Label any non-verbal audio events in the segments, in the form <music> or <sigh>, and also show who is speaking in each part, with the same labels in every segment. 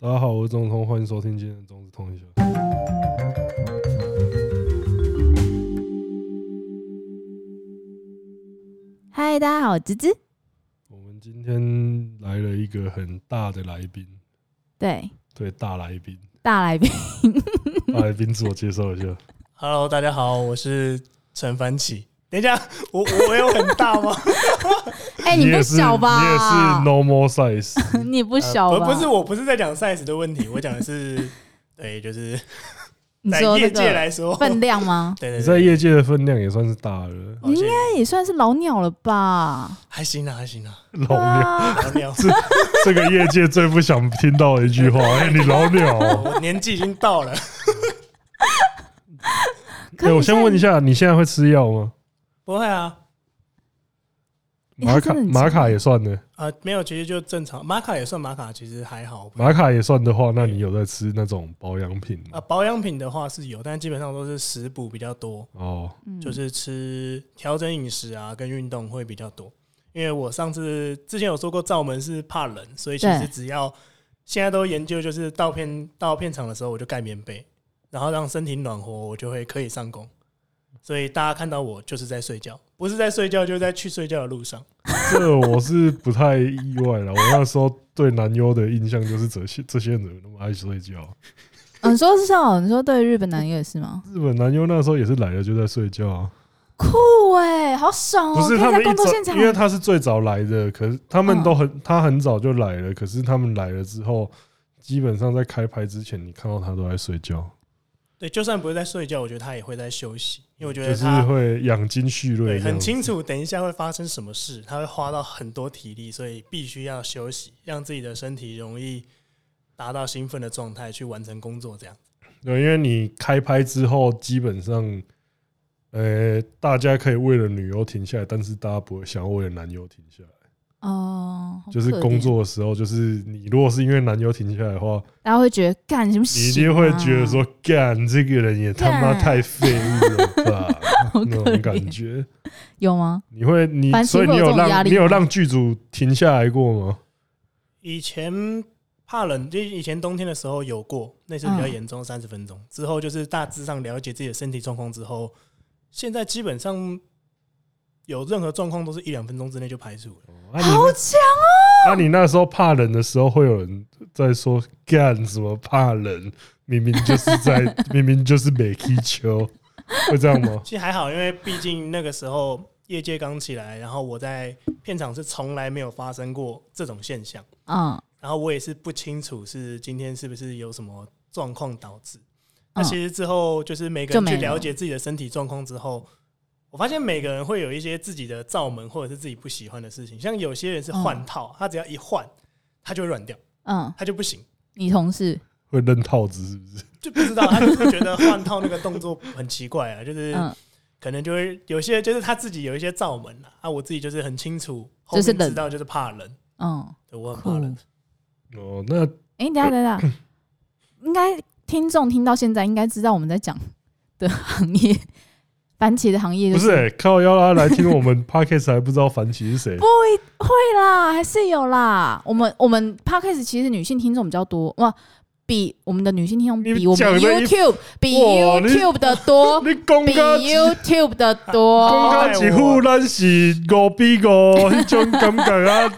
Speaker 1: 大家好，我是钟通，欢迎收听今天的钟子通一下。
Speaker 2: 嗨，大家好，芝芝。
Speaker 1: 我们今天来了一个很大的来宾，
Speaker 2: 对，
Speaker 1: 对，大来
Speaker 2: <laughs>
Speaker 1: 宾，
Speaker 2: 大来
Speaker 1: <laughs>
Speaker 2: 宾。
Speaker 1: 大来宾自我介绍一下。
Speaker 3: Hello，大家好，我是陈凡奇。等一下，我我我有很大
Speaker 1: <laughs>
Speaker 3: 吗？
Speaker 2: 哎、你不
Speaker 1: 也是，
Speaker 2: 小吧？
Speaker 1: 你也是 normal size，
Speaker 2: <laughs> 你不小
Speaker 3: 呃
Speaker 2: 吧？
Speaker 3: 不不是，，我不是在讲 size 的问题，我讲
Speaker 2: <laughs>
Speaker 3: 的是，对，就是
Speaker 2: 你
Speaker 3: 在
Speaker 2: 说那
Speaker 3: 业界
Speaker 2: 个
Speaker 3: 来说，
Speaker 2: 分
Speaker 1: <laughs>
Speaker 2: 量吗？
Speaker 3: 对
Speaker 1: 你
Speaker 3: 对
Speaker 1: 在
Speaker 3: 对，
Speaker 1: 业界的分量也算是大了。
Speaker 3: 好谢谢
Speaker 2: 那也算是老鸟了吧？
Speaker 3: 还行啊，还行啊，
Speaker 1: 老鸟， <laughs>
Speaker 2: 啊，
Speaker 3: 老鸟，
Speaker 1: 这个业界最不想听到的一
Speaker 2: <laughs>
Speaker 1: 句话，哎，你老鸟哦。
Speaker 3: 我年纪已经到了，
Speaker 2: 可
Speaker 1: 哎，我
Speaker 2: 你现
Speaker 1: 先
Speaker 2: 在
Speaker 1: 问一，下，你现在会吃药吗？
Speaker 3: 不会啊，
Speaker 2: 哎
Speaker 1: 玛卡
Speaker 2: 他真的很
Speaker 1: 玛
Speaker 2: 强
Speaker 1: 卡也算的，
Speaker 3: 啊，没有，其实就正常，玛卡也算玛卡，其实还好。
Speaker 1: 玛卡也算的话，那你有在吃那种保养品
Speaker 3: 啊，
Speaker 1: 吗？
Speaker 3: 保养品的话是有，但基本上都是食补比较多，
Speaker 1: 哦，
Speaker 2: 嗯
Speaker 3: 就是吃调整饮食啊，跟运动会比较多。因为我上次之前有说过，罩门是怕冷，所以其
Speaker 2: 对
Speaker 3: 实只要现在都研究，就是到片到片场的时候，我就盖棉被，然后让身体暖和，我就会可以上工。所以大家看到我就是在睡觉，不是在睡觉，就是在去睡觉的路上。
Speaker 1: 这我是不太意外了。我那时候对男优的印象就是这些这些人怎么那么爱睡觉。
Speaker 2: 嗯，你说是哦，你说对日本男友也是吗？
Speaker 1: 日本男优那时候也是来了就在睡觉啊、
Speaker 2: 酷哎、好爽哦！
Speaker 1: 不是
Speaker 2: 可以
Speaker 1: 他们
Speaker 2: 在
Speaker 1: 一
Speaker 2: 工作
Speaker 1: 早
Speaker 2: 现，场，
Speaker 1: 因为他是最早来的，可是他们
Speaker 2: 嗯
Speaker 1: 都很他很早就来了，可是他们来了之后，基本上在开拍之前，你看到他都在睡觉，
Speaker 3: 对，就算不是在睡觉，我觉得他也会在休息，因为我觉
Speaker 1: 就
Speaker 3: 得
Speaker 1: 是
Speaker 3: 他
Speaker 1: 会养精蓄锐
Speaker 3: 对，
Speaker 1: 这样
Speaker 3: 很
Speaker 1: 子，
Speaker 3: 清楚，等一下会发生什么事，他会花到很多体力，所以必须要休息，让自己的身体容易达到兴奋的状态去完成工作。这样，
Speaker 1: 对，因为你开拍之后，基本上，呃，大家可以为了女优停下来，但是大家不会想要为了男优停下来。
Speaker 2: 哦，好
Speaker 1: 就是
Speaker 2: 可
Speaker 1: 工
Speaker 2: 怜，
Speaker 1: 作的时候，就是你如果是因为男友停下来的话，
Speaker 2: 大家会觉得干什么、啊？
Speaker 1: 你一定会觉得说，干这个人也他妈
Speaker 2: 干
Speaker 1: 太废物了吧，
Speaker 2: <laughs> <laughs> 好
Speaker 1: 那
Speaker 2: 可
Speaker 1: 种
Speaker 2: 怜
Speaker 1: 感觉。
Speaker 2: 有吗？
Speaker 1: 你会你
Speaker 2: 反
Speaker 1: 所
Speaker 2: 省
Speaker 1: 以你
Speaker 2: 会有这种压
Speaker 1: 让
Speaker 2: 力
Speaker 1: 你有让剧组停下来过吗？
Speaker 3: 以前怕冷，就以前冬天的时候有过，那次比较严重，三十分钟之后就是大致上了解自己的身体状况之后，现在基本上有任何状况都是一两分钟之内就排除了。
Speaker 1: 啊你
Speaker 2: 好强哦！
Speaker 1: 那啊你那时候怕冷的时候，会有人在说干什么怕冷？明明就是在
Speaker 2: <laughs>
Speaker 1: 明明就是北气球，会这样吗？
Speaker 3: 其实还好，因为毕竟那个时候业界刚起来，然后我在片场是从来没有发生过这种现象，
Speaker 2: 嗯，
Speaker 3: 然后我也是不清楚是今天是不是有什么状况导致。那
Speaker 2: 嗯
Speaker 3: 其实之后就是每个
Speaker 2: 就
Speaker 3: 人
Speaker 2: 没
Speaker 3: 去
Speaker 2: 了
Speaker 3: 了解自己的身体状况之后，我发现每个人会有一些自己的罩门或者是自己不喜欢的事情，像有些人是换套，他只要一换，他就会软掉，
Speaker 2: 嗯，
Speaker 3: 他就不行。
Speaker 2: 你同事，
Speaker 1: 会扔套子是不是？
Speaker 3: 就不知道，他就是觉得换套那个动作很奇怪啊，就是
Speaker 2: 嗯
Speaker 3: 可能就会有些就是他自己有一些罩门啊，啊，我自己就是很清楚，后
Speaker 2: 就是
Speaker 3: 面
Speaker 2: 冷
Speaker 3: 知道就是怕冷，
Speaker 2: 嗯，
Speaker 3: 对我很
Speaker 2: 酷
Speaker 3: 怕。冷。
Speaker 1: 哦，那
Speaker 2: 哎、等一下等一下，应该听众听到现在应该知道我们在讲的行业，番茄的行业、
Speaker 1: 不、
Speaker 2: 就是
Speaker 1: 欸、靠腰啦来听我们 <laughs> podcast 还不知道樊奇是谁？
Speaker 2: 会啦，还是有啦。我们我们 podcast 其实女性听众比较多，哇，比我们的女性听众
Speaker 1: 你
Speaker 2: 比我
Speaker 1: 讲
Speaker 2: 们
Speaker 1: 得一
Speaker 2: YouTube 比
Speaker 1: 哇你
Speaker 2: YouTube 的多，
Speaker 1: 你公
Speaker 2: 哦比
Speaker 1: 家
Speaker 2: YouTube 的
Speaker 1: 公
Speaker 2: 多，
Speaker 1: 家几户咱是五比
Speaker 2: <laughs>
Speaker 1: 五迄种感觉啊，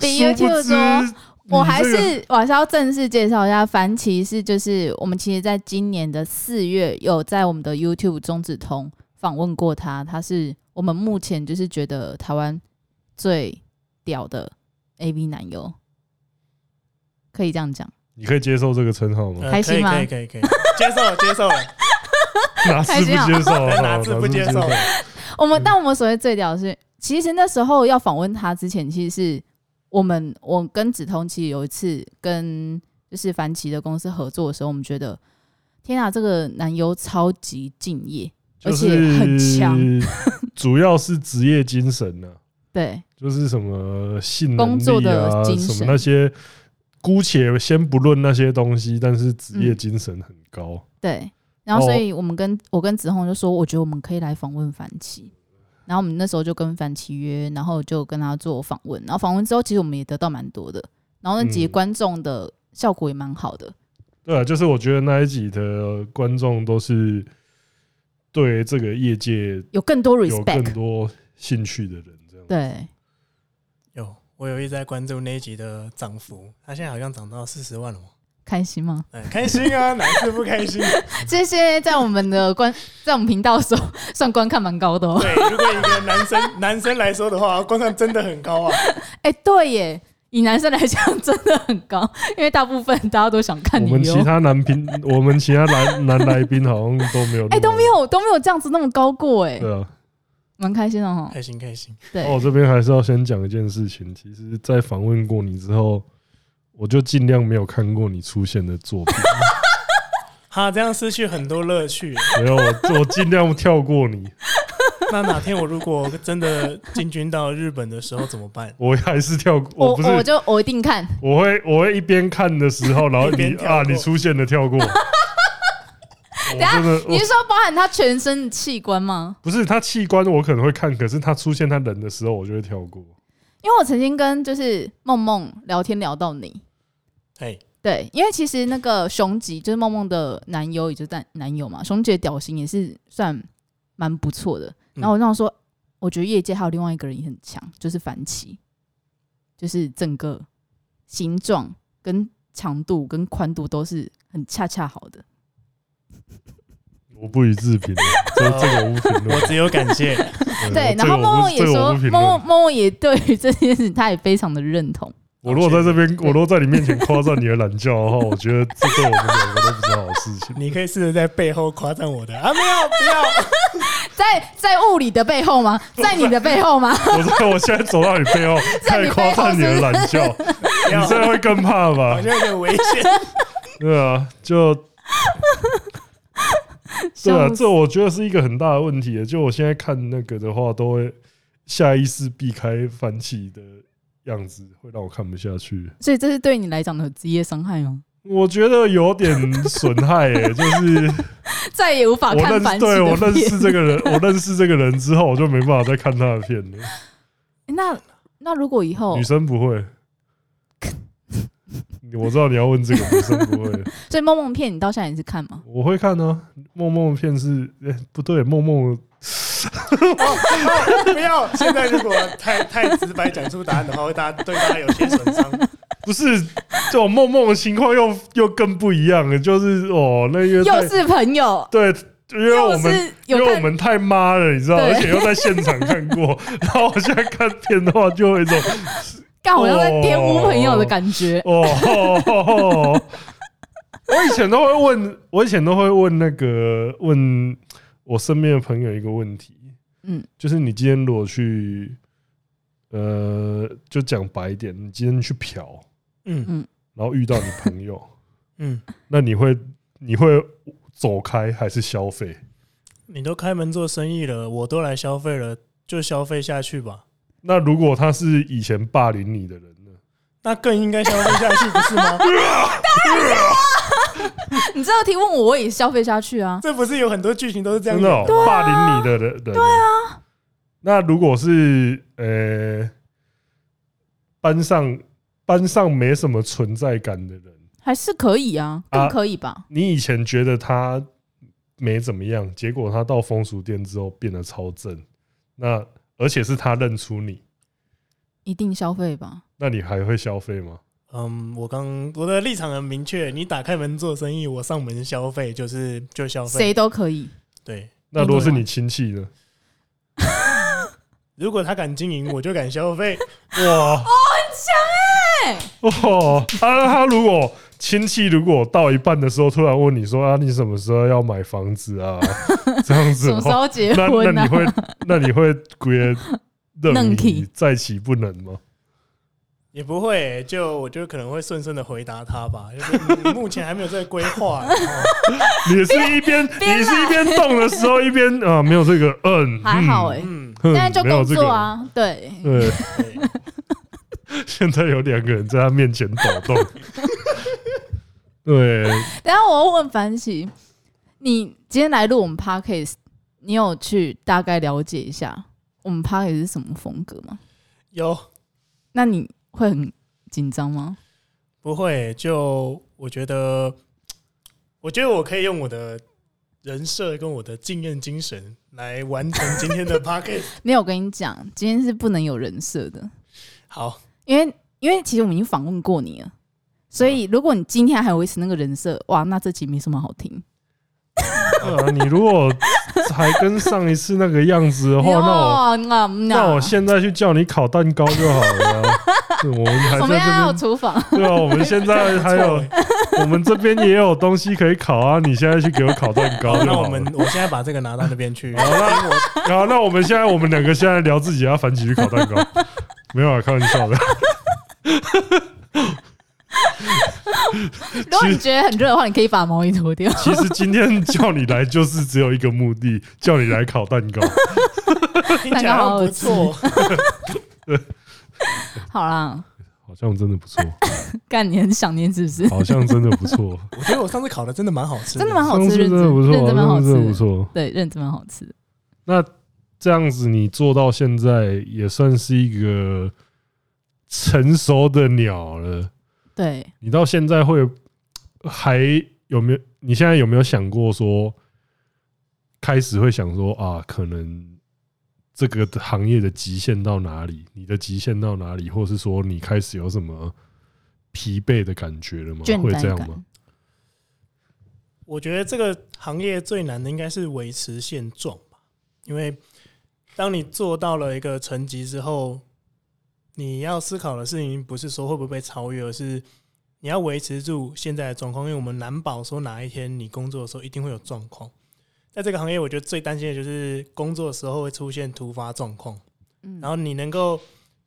Speaker 2: 比
Speaker 1: 殊不
Speaker 2: YouTube
Speaker 1: 知嗯
Speaker 2: 多。我还
Speaker 1: 你这个
Speaker 2: 是我还是要正式介绍一下，凡奇是就是我们其实在今年的四月有在我们的 YouTube 中子通访问过他，他是我们目前就是觉得台湾最屌的 AV 男优，可以这样讲。
Speaker 1: 你可以接受这个称号吗？
Speaker 3: 呃 <laughs>
Speaker 2: 开心吗
Speaker 3: 可以可以可以，可以接受了接受了，
Speaker 1: 哪次不接受？哦
Speaker 3: 开心啊 <laughs> 哪次不接受
Speaker 1: 哪次
Speaker 2: 我
Speaker 1: 嗯
Speaker 2: 们但我们所谓最屌的是，其实那时候要访问他之前，其实是我们我跟梓潼其实有一次跟就是凡奇的公司合作的时候，我们觉得天啊，这个男优超级敬业，而且很强，
Speaker 1: 就是 <laughs> 主要是职业精神呢、
Speaker 2: 对，
Speaker 1: 就是什么性能力啊
Speaker 2: 工作的精神
Speaker 1: 什么那些，姑且先不论那些东西，但是职业精神很
Speaker 2: 嗯
Speaker 1: 高。
Speaker 2: 对，然
Speaker 1: 哦
Speaker 2: 后所以我们跟、我跟子红就说，我觉得我们可以来访问凡奇。然后我们那时候就跟凡奇约，然后就跟他做访问。然后访问之后，其实我们也得到蛮多的。然后那
Speaker 1: 嗯
Speaker 2: 几个观众的效果也蛮好的。
Speaker 1: 对啊，就是我觉得那一集的观众都是对这个业界
Speaker 2: 有更多
Speaker 1: 有更
Speaker 2: respect。
Speaker 1: 多兴趣的人，这样
Speaker 2: 对，
Speaker 3: 有，我有一直在关注那一集的涨幅，它现在好像涨到四十万了嘛。
Speaker 2: 开心吗？
Speaker 3: 哎，开心啊，哪次不开心？
Speaker 2: 这些在我们的观， <laughs> 在我们频道的时候算观看蛮高的哦。
Speaker 3: 对，如果以一个男生男生来说的话，观看真的很高啊。
Speaker 2: <laughs> 哎、对耶，以男生来讲真的很高，因为大部分大家都想看
Speaker 1: 我
Speaker 2: 你哦
Speaker 1: 们
Speaker 2: 哟
Speaker 1: 其。他男宾， <laughs> 我们其他男男来宾好像都没有，
Speaker 2: 哎、都没，有都没有这样子那么高过哎，
Speaker 1: 对啊。
Speaker 2: 蛮开心的哈。
Speaker 3: 开心开心，
Speaker 2: 对，
Speaker 1: 哦，我这边还是要先讲一件事情，其实，在访问过你之后，我就尽量没有看过你出现的作
Speaker 2: <laughs>
Speaker 1: 品，
Speaker 3: 哈，这样失去很多乐趣。
Speaker 1: 没有，我我尽量跳过你，
Speaker 3: 那哪天我如果真的进军到日本的时候怎么办？
Speaker 1: 我还是跳过，
Speaker 2: 我
Speaker 1: 我不是，
Speaker 2: 就我一定看，
Speaker 1: 我会我会一边看的时
Speaker 2: <laughs>
Speaker 1: 候，然后
Speaker 3: 一边
Speaker 1: 你
Speaker 3: 跳过
Speaker 1: 啊，你出现了跳过。我
Speaker 2: 下
Speaker 1: 真的，
Speaker 2: 你
Speaker 1: 我
Speaker 2: 是说包含他全身的器官吗？
Speaker 1: 不是他器官我可能会看，可是他出现他人的时候，我就会跳过。
Speaker 2: 因为我曾经跟就是梦梦聊天聊到你，
Speaker 3: 哎，
Speaker 2: 对，因为其实那个熊吉就是梦梦的男友，也就是男男友嘛，熊姐屌型也是算蛮不错的。
Speaker 1: 嗯
Speaker 2: 然后我就想说，我觉得业界还有另外一个人也很强，就是樊奇，就是整个形状跟长度跟宽度都是很恰恰好的。
Speaker 1: 我不予置评，这这个我不评
Speaker 3: 我
Speaker 1: 论。
Speaker 3: 只有感谢。
Speaker 2: 哦对，
Speaker 1: 这
Speaker 2: 然
Speaker 1: 个
Speaker 2: 后
Speaker 1: 我不
Speaker 2: 梦梦
Speaker 1: 啊
Speaker 2: 也
Speaker 1: 这个我
Speaker 2: 说，
Speaker 1: 不评
Speaker 2: 梦
Speaker 1: 论
Speaker 2: 梦梦梦也对于这件事，她也非常的认同。
Speaker 1: 我如果在这边，我如果在你面前夸赞你的懒觉的话，我觉得这对我们两个都不是好事情。 <laughs>
Speaker 3: 你可以试着在背后夸赞我的啊，没有不要，
Speaker 2: 在在物理的背后吗？在你的背后吗？ <laughs>
Speaker 1: 我在我现在走到你背后，开始夸赞你的懒
Speaker 2: <laughs>
Speaker 1: 觉，
Speaker 3: 不
Speaker 1: 你
Speaker 3: 要
Speaker 1: 现在会更怕吧
Speaker 3: 好？像有点危险。 <laughs>
Speaker 1: 对啊，
Speaker 2: <laughs>
Speaker 1: 就对啊，这我觉得是一个很大的问题。就我现在看那个的话，都会下意识避开反起的样子，会让我看不下去。
Speaker 2: 所以这是对你来讲的职业伤害吗？ <laughs>
Speaker 1: 我觉得有点损害、欸，就是
Speaker 2: 再也无法
Speaker 1: 我
Speaker 2: 啊看
Speaker 1: 认
Speaker 2: 樊
Speaker 1: 识，
Speaker 2: 奇
Speaker 1: 对我
Speaker 2: 的
Speaker 1: 认
Speaker 2: 片。
Speaker 1: 识这
Speaker 2: <laughs>
Speaker 1: 个人，我认识这个人之后，我就没办法再看他的片了。
Speaker 2: 那那如果以后
Speaker 1: 女，生不
Speaker 2: <laughs>
Speaker 1: 会，我知道你要问这个，女生不会，
Speaker 2: 所以梦梦片你到现在也是看吗？
Speaker 1: 我会看呢、梦梦的片是，欸不对，梦梦
Speaker 3: 不要！现在如果太太直白讲出答案的话，会大家对大家有些损伤。
Speaker 1: 不是这种梦梦的情况又又更不一样了，就是哦，那因为太
Speaker 2: 又是朋友，
Speaker 1: 对，因为我
Speaker 2: 又
Speaker 1: 们
Speaker 2: 是
Speaker 1: 因
Speaker 2: 有
Speaker 1: 为我
Speaker 2: 看
Speaker 1: 们太妈了，你知道，
Speaker 2: 对
Speaker 1: 而且又在现场看
Speaker 2: <laughs>
Speaker 1: 过，然后我现在看片的话，就有一种
Speaker 2: 干好像在玷污朋友的感 <laughs> 觉。
Speaker 1: 哦。我以前都会问，我以前都会问那个问我身边的朋友一个问题，
Speaker 2: 嗯，
Speaker 1: 就是你今天如果去，呃，就讲白一点，你今天去嫖，
Speaker 3: 嗯
Speaker 1: 然后遇到你朋友， <laughs>
Speaker 3: 嗯，
Speaker 1: 那你会你会走开还是消费？
Speaker 3: 你都开门做生意了，我都来消费了，就消费下去吧。
Speaker 1: 那如果他是以前霸凌你的人呢？
Speaker 3: 那更应该消费下去，不
Speaker 1: <laughs>
Speaker 3: 是吗？
Speaker 2: 你这个提问我我也消费下去啊。
Speaker 3: 这不是有很多剧情都是这样啊
Speaker 1: 真的、
Speaker 3: 的
Speaker 1: 哦，霸凌你的人，对啊。那如果是呃班上班上没什么存在感的人，
Speaker 2: 还是可以啊，
Speaker 1: 啊
Speaker 2: 更可以吧？
Speaker 1: 你以前觉得他没怎么样，结果他到风俗店之后变得超正，那而且是他认出你，
Speaker 2: 一定消费吧？
Speaker 1: 那你还会消费吗？
Speaker 3: 嗯，我刚我的立场很明确，你打开门做生意，我上门消费就是就消
Speaker 2: 谁
Speaker 3: 费。
Speaker 2: 都可以。
Speaker 3: 对，
Speaker 1: 那如果是你亲戚呢？ <laughs>
Speaker 3: 如果他敢经营，我就敢消费。
Speaker 1: <laughs> 哇，
Speaker 2: 哎，
Speaker 1: 哦，啊，他如果亲戚如果到一半的时候突然问你说啊，你什么时候要买房子啊？ <laughs> 这样子
Speaker 2: 什
Speaker 1: 的
Speaker 2: 么时
Speaker 1: 话，
Speaker 2: 候结
Speaker 1: 哦 <laughs>
Speaker 2: <laughs>
Speaker 1: 那
Speaker 2: 婚
Speaker 1: 那
Speaker 2: 啊
Speaker 1: 你？会那你会觉得
Speaker 2: 愣
Speaker 1: 任你
Speaker 2: 体
Speaker 1: 再起不能吗？
Speaker 3: 也不会欸、就我就可能会顺顺的回答他吧，就是嗯目前还没有这个规
Speaker 1: <laughs>
Speaker 3: 划。然后
Speaker 1: 你是一边
Speaker 2: 边
Speaker 1: 你是一边动的时候一边啊，没有这个嗯，
Speaker 2: 还好哎，
Speaker 3: 嗯，
Speaker 1: 现
Speaker 2: 现在就工作。啊。对，
Speaker 1: 没有这个
Speaker 3: 对
Speaker 1: 对，现在有两个人在他面前抖动。对，
Speaker 2: 等一下我要问凡喜，你今天来录我们 podcast，你有去大概了解一下我们 podcast 是什么风格吗？
Speaker 3: 有
Speaker 2: 那你会很紧张吗？
Speaker 3: 不会，就我觉得，我觉得我可以用我的人设跟我的敬业精神来完成今
Speaker 1: <laughs>
Speaker 3: 天的 p o c k e t
Speaker 2: 没有，我跟你讲，今天是不能有人设的，
Speaker 3: 好，
Speaker 1: <laughs>
Speaker 2: 因为因为其实我们已经访问过你了，所以如果你今天还维持那个人设，哇，那这集没什么好听。
Speaker 1: 对啊，你如果还跟上一次那个样子的话，那我
Speaker 2: 哦，那
Speaker 1: 那
Speaker 2: 那
Speaker 1: 我现在去叫你烤蛋糕就好了啊、对我们还在
Speaker 2: 我们要
Speaker 1: 这
Speaker 2: 有
Speaker 1: 边，
Speaker 2: 厨房，
Speaker 1: 对啊，我们现在还有
Speaker 3: 不错
Speaker 1: <laughs>
Speaker 3: 欸
Speaker 1: 我们这边也有东西可以烤啊！你现在去给我烤蛋
Speaker 2: <laughs>
Speaker 1: 糕就好了。
Speaker 3: 那我们我现在把这个拿到那边去，
Speaker 1: 好那我好，那我们现在我们两个现在聊自己要反几去烤蛋
Speaker 2: <laughs>
Speaker 1: 糕，没有啊，开玩笑的。
Speaker 2: 如果你觉得很热的话，你可以把毛衣脱掉。 <laughs>
Speaker 1: 其实今天叫你来就是只有一个目的，叫你来烤蛋
Speaker 2: <laughs>
Speaker 1: 糕。
Speaker 3: 听起来好像不错。
Speaker 2: 好啦，
Speaker 1: 好像真的不错，
Speaker 2: 干你很想念是不是？
Speaker 1: 好像真的不错，
Speaker 3: 我觉得我上次烤的真的蛮好吃，
Speaker 2: <laughs> 真的蛮 <laughs> 好
Speaker 1: 上
Speaker 2: 吃，
Speaker 1: 次
Speaker 2: 认
Speaker 1: 真
Speaker 2: 真
Speaker 1: 的不错，
Speaker 2: 认真蛮好
Speaker 1: 上次
Speaker 2: 吃
Speaker 1: 真的不
Speaker 2: 的，
Speaker 1: 错。
Speaker 2: 对，认真蛮好吃的。
Speaker 1: 这样子你做到现在也算是一个成熟的鸟了。
Speaker 2: 对，
Speaker 1: 你到现在会有还有没有？你现在有没有想过说，开始会想说啊，可能这个行业的极限到哪里？你的极限到哪里？或是说你开始有什么疲惫的感觉了吗
Speaker 2: 倦？
Speaker 1: 会这
Speaker 2: 怠
Speaker 1: 样吗
Speaker 2: 感？。
Speaker 3: 我觉得这个行业最难的应该是维持现状吧，因为当你做到了一个层级之后，你要思考的事情不是说会不会被超越，而是你要维持住现在的状况，因为我们难保说哪一天你工作的时候一定会有状况。在这个行业，我觉得最担心的就是工作的时候会出现突发状况，
Speaker 2: 嗯
Speaker 3: 然后你能够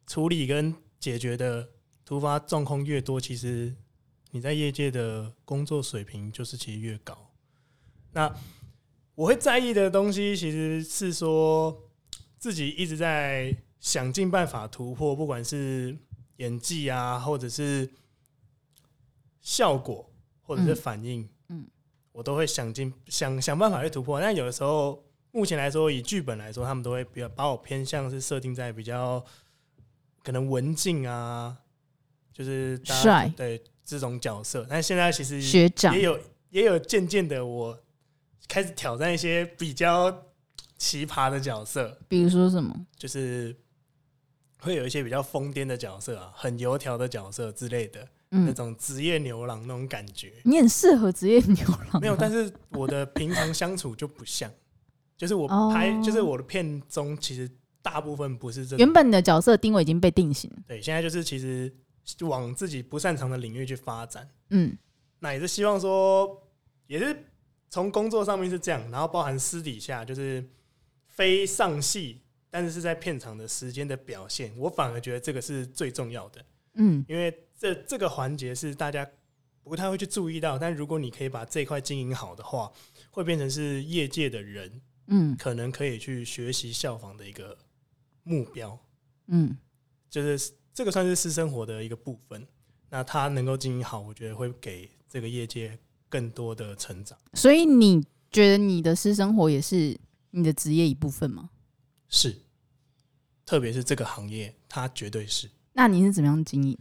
Speaker 3: 处理跟解决的突发状况越多，其实你在业界的工作水平就是其实越高。那我会在意的东西，其实是说自己一直在想尽办法突破，不管是演技啊，或者是效果，或者是
Speaker 2: 嗯
Speaker 3: 反应，
Speaker 2: 嗯
Speaker 3: 我都会想尽想想办法去突破。但有的时候，目前来说，以剧本来说，他们都会比较把我偏向是设定在比较可能文静啊，就是大家
Speaker 2: 帅
Speaker 3: 对这种角色。但现在其实
Speaker 2: 学长
Speaker 3: 也有也有渐渐的，我开始挑战一些比较奇葩的角色，
Speaker 2: 比如说什么？
Speaker 3: 就是会有一些比较疯癫的角色啊，很油条的角色之类的，那
Speaker 2: 嗯，
Speaker 3: 种职业牛郎那种感觉。
Speaker 2: 你很适合职业牛郎。 <laughs>
Speaker 3: 没有，但是我的平常相处就不像，就是我
Speaker 2: 哦
Speaker 3: 拍，就是我的片中其实大部分不是这种
Speaker 2: 原。本你的角色定位已经被定型了。
Speaker 3: 对，现在就是其实往自己不擅长的领域去发展。
Speaker 2: 嗯，
Speaker 3: 那也是希望说，也是从工作上面是这样，然后包含私底下就是非上戏，但是是在片场的时间的表现，我反而觉得这个是最重要的，
Speaker 2: 嗯，
Speaker 3: 因为这这个环节是大家不太会去注意到，但如果你可以把这一块经营好的话，会变成是业界的人
Speaker 2: 嗯，
Speaker 3: 可能可以去学习效仿的一个目标。
Speaker 2: 嗯，
Speaker 3: 就是这个算是私生活的一个部分。那他能够经营好，我觉得会给这个业界更多的成长。
Speaker 2: 所以你觉得你的私生活也是你的职业一部分吗？
Speaker 3: 是，特别是这个行业，它绝对是。
Speaker 2: 那你是怎么样经营？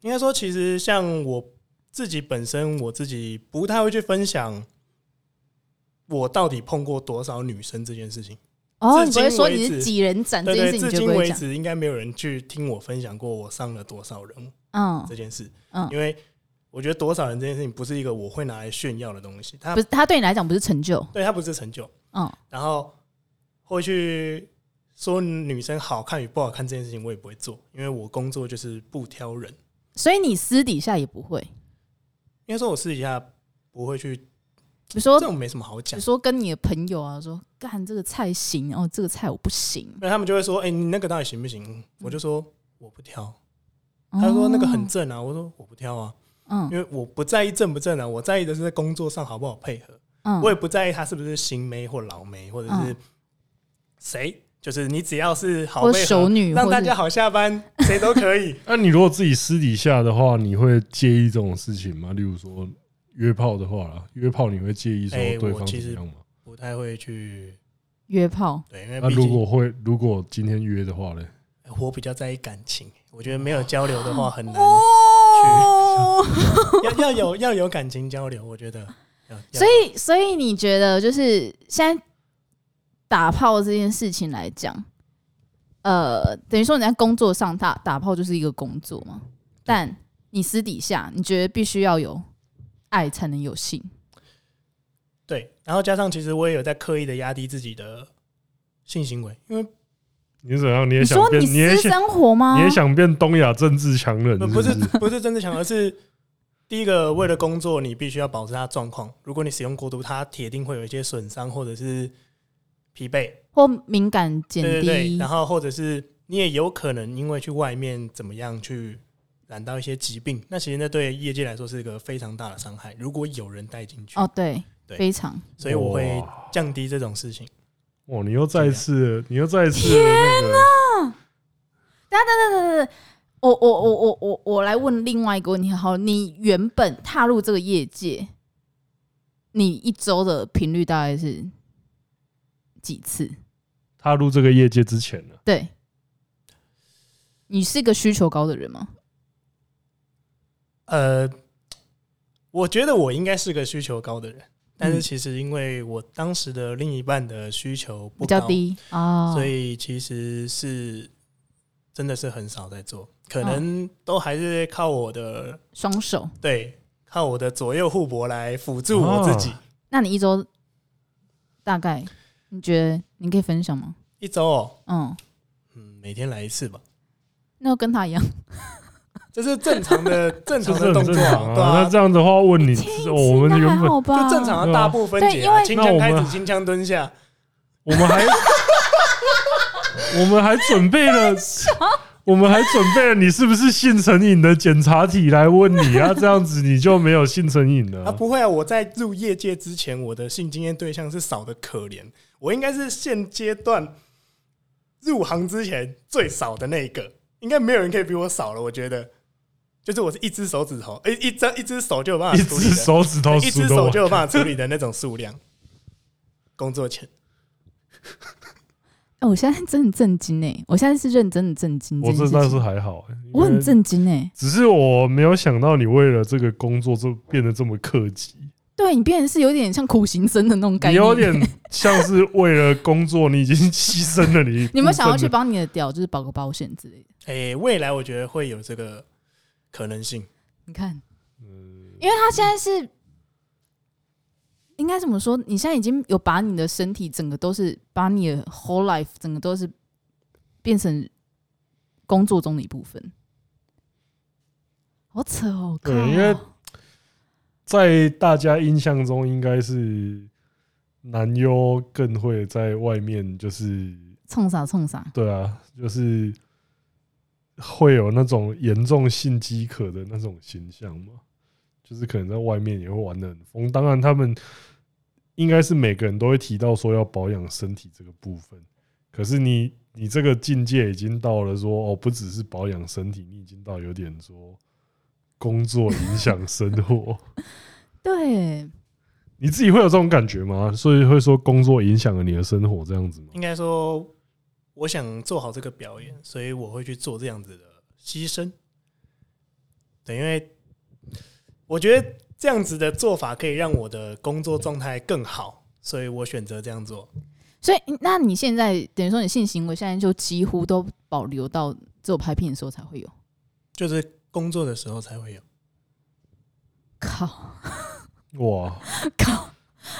Speaker 3: 应该说，其实像我自己本身，我自己不太会去分享我到底碰过多少女生这件事情。
Speaker 2: 哦，你
Speaker 3: 至
Speaker 2: 不
Speaker 3: 今
Speaker 2: 会说
Speaker 3: 为
Speaker 2: 你是
Speaker 3: 止
Speaker 2: 几人斩这
Speaker 3: 对
Speaker 2: 件事，
Speaker 3: 对，至
Speaker 2: 你就
Speaker 3: 今
Speaker 2: 不会
Speaker 3: 为
Speaker 2: 讲。
Speaker 3: 止应该没有人去听我分享过我上了多少人
Speaker 2: 嗯
Speaker 3: 这件事，
Speaker 2: 嗯，
Speaker 3: 因为我觉得多少人这件事情不是一个我会拿来炫耀的东西，它
Speaker 2: 不是，他对你来讲不是成就。
Speaker 3: 对它不是成就，
Speaker 2: 嗯，
Speaker 3: 然后会去说女生好看与不好看这件事情，我也不会做，因为我工作就是不挑人。
Speaker 2: 所以你私底下也不会，
Speaker 3: 应该说，我私底下不会去，
Speaker 2: 比如说
Speaker 3: 这种没什么好
Speaker 2: 比
Speaker 3: 讲
Speaker 2: 如。说跟你的朋友啊说，干这个菜行，哦，这个菜我不行。
Speaker 3: 那他们就会说：“哎、你那个到底行不行？”
Speaker 2: 嗯
Speaker 3: 我就说：“我不挑。”他说：“那个很正啊。”我说：“我不挑啊，
Speaker 2: 哦，
Speaker 3: 因
Speaker 2: 嗯
Speaker 3: 为我不在意正不正啊，我在意的是在工作上好不好配合。
Speaker 2: 嗯，
Speaker 3: 我也不在意他是不是新妹或老妹，或者是
Speaker 2: 嗯
Speaker 3: 谁，就是你只要是好
Speaker 2: 或
Speaker 3: 配
Speaker 2: 熟
Speaker 3: 合，
Speaker 2: 女，
Speaker 3: 让
Speaker 2: 或
Speaker 3: 大
Speaker 2: 是
Speaker 3: 家好下班，谁都
Speaker 2: <laughs>
Speaker 3: 可以。
Speaker 1: 那、啊你如果自己私底下的话，你会介意这种事情吗？例如说约炮的话啦，约炮你会介意说
Speaker 3: 哎
Speaker 1: 对
Speaker 3: 我
Speaker 1: 方
Speaker 3: 其
Speaker 1: 怎
Speaker 3: 实
Speaker 1: 么样吗？
Speaker 3: 不太会去
Speaker 2: 约炮，
Speaker 3: 对，因为
Speaker 1: 那、
Speaker 3: 毕
Speaker 1: 啊如
Speaker 3: 竟
Speaker 1: 果会，如果今天约的话嘞，
Speaker 3: 我比较在意感情，我觉得没有交流的话很难。
Speaker 2: 哦。
Speaker 3: 要要有要有感情交流，我觉得。要要
Speaker 2: 所以，所以你觉得就是现在打炮这件事情来讲，呃，等于说你在工作上打打炮就是一个工作嘛，但你私底下你觉得必须要有爱才能有性，
Speaker 3: 对，然后加上其实我也有在刻意的压低自己的性行为，因为
Speaker 1: 你怎样？你也
Speaker 2: 你
Speaker 1: 想
Speaker 2: 说
Speaker 1: 变？
Speaker 2: 你
Speaker 1: 你也
Speaker 2: 私
Speaker 1: 想？
Speaker 2: 生活吗？
Speaker 1: 你也想变东亚政治强人
Speaker 3: 不
Speaker 1: 是
Speaker 3: 不是
Speaker 1: 是？
Speaker 3: 不是政治强，而是第一个为了工作，你必须要保持它的状况。如果你使用过度，它铁定会有一些损伤或者是疲惫，
Speaker 2: 或敏感减
Speaker 3: 对对
Speaker 2: 低，
Speaker 3: 对，然后或者是你也有可能因为去外面怎么样去染到一些疾病，那其实那对业界来说是一个非常大的伤害。如果有人带进去，
Speaker 2: 哦，对，
Speaker 3: 对
Speaker 2: 非常
Speaker 3: 所以我会
Speaker 1: 哇
Speaker 3: 降低这种事情。
Speaker 1: 哇，你又再一次，你又再一次那个，
Speaker 2: 我我我我我我来问另外一个问题，好，你原本踏入这个业界，你一周的频率大概是几次？
Speaker 1: 踏入这个业界之前呢，
Speaker 2: 对，你是个需求高的人吗？
Speaker 3: 呃，我觉得我应该是个需求高的人，但
Speaker 1: 嗯
Speaker 3: 是其实因为我当时的另一半的需求不
Speaker 2: 比较
Speaker 3: 高，
Speaker 2: 低
Speaker 1: 哦
Speaker 2: 啊，
Speaker 3: 所以其实是真的是很少在做，可
Speaker 1: 嗯
Speaker 3: 能都还是靠我的
Speaker 2: 双手。
Speaker 3: 对，靠我的左右互搏来辅助我自己。
Speaker 1: 啊
Speaker 2: 那你一周大概你觉得你可以分享吗？
Speaker 3: 一周哦，
Speaker 2: 嗯，
Speaker 3: 嗯，每天来一次吧，
Speaker 2: 那就跟他一样，
Speaker 3: 这是正
Speaker 1: <laughs>
Speaker 3: 常的正
Speaker 1: 这
Speaker 3: 常
Speaker 1: 是
Speaker 3: 的
Speaker 1: 很
Speaker 3: 动
Speaker 1: 正
Speaker 3: 作
Speaker 1: 常
Speaker 3: 对
Speaker 1: 啊。那这样的话，问你，是哦我们
Speaker 2: 那还
Speaker 1: 原本
Speaker 2: 好吧，
Speaker 3: 就正常的
Speaker 1: 对啊
Speaker 3: 大部分
Speaker 2: 对
Speaker 3: 解
Speaker 2: 因
Speaker 3: 啊，
Speaker 2: 为
Speaker 3: 轻
Speaker 1: 那
Speaker 3: 枪
Speaker 1: 我
Speaker 3: 开
Speaker 1: 们
Speaker 3: 始，轻枪蹲下，
Speaker 1: 我们
Speaker 2: <laughs>
Speaker 1: 还我们还准备了，我们还准备了，你是不是性成瘾的检查体来问你啊？这样子你就没有性成瘾了
Speaker 3: 啊，。不会啊！我在入业界之前，我的性经验对象是少的可怜，我应该是现阶段入行之前最少的那一个，应该没有人可以比我少了。我觉得，就是我是一只手指头，一一张一只手就有办
Speaker 1: 一
Speaker 3: 法处理
Speaker 1: 只
Speaker 3: 啊的，
Speaker 1: 手指头
Speaker 3: 一
Speaker 1: 数
Speaker 3: 只
Speaker 1: 得
Speaker 3: 手
Speaker 1: 完
Speaker 3: 就，有办法处理的那种数量。工作前，
Speaker 2: 哎、我现在真的很震惊哎、我现在是认真的震惊这
Speaker 1: 我
Speaker 2: 件事
Speaker 1: 这
Speaker 2: 情，
Speaker 1: 倒是还好、欸，
Speaker 2: 我很震惊哎、
Speaker 1: 只是我没有想到你为了这个工作就变得这么克己，
Speaker 2: 对你变成是有点像苦行僧的那种感
Speaker 1: 你
Speaker 2: 觉，
Speaker 1: 有点像是为了工作，你已经牺牲
Speaker 2: <laughs>
Speaker 1: 了你。
Speaker 2: 你有没有想要去？帮你的屌就是保个保险之类的？
Speaker 3: 诶、未来我觉得会有这个可能性。
Speaker 2: 你看，因为他现在是应该怎么说？你现在已经有把你的身体整个都是把你的 whole life 整个都是变成工作中的一部分，好扯哦！
Speaker 1: 对
Speaker 2: 靠
Speaker 1: 因为在大家印象中，应该是男优更会在外面，就是
Speaker 2: 冲啥冲啥，
Speaker 1: 对啊，就是会有那种严重性饥渴的那种形象嘛，就是可能在外面也会玩的很疯。当然，他们应该是每个人都会提到说要保养身体这个部分，可是你你这个境界已经到了说哦，不只是保养身体，你已经到有点说工作影响生活。 <laughs>
Speaker 2: 对，
Speaker 1: 你自己会有这种感觉吗？所以会说工作影响了你的生活这样子吗？
Speaker 3: 应该说，我想做好这个表演，所以我会去做这样子的牺牲。对，因为我觉得这样子的做法可以让我的工作状态更好，所以我选择这样做。
Speaker 2: 所以，那你现在等于说你性行为现在就几乎都保留到只有拍片的时候才会有。
Speaker 3: 就是工作的时候才会有，
Speaker 2: 靠，
Speaker 1: 哇，
Speaker 2: 靠，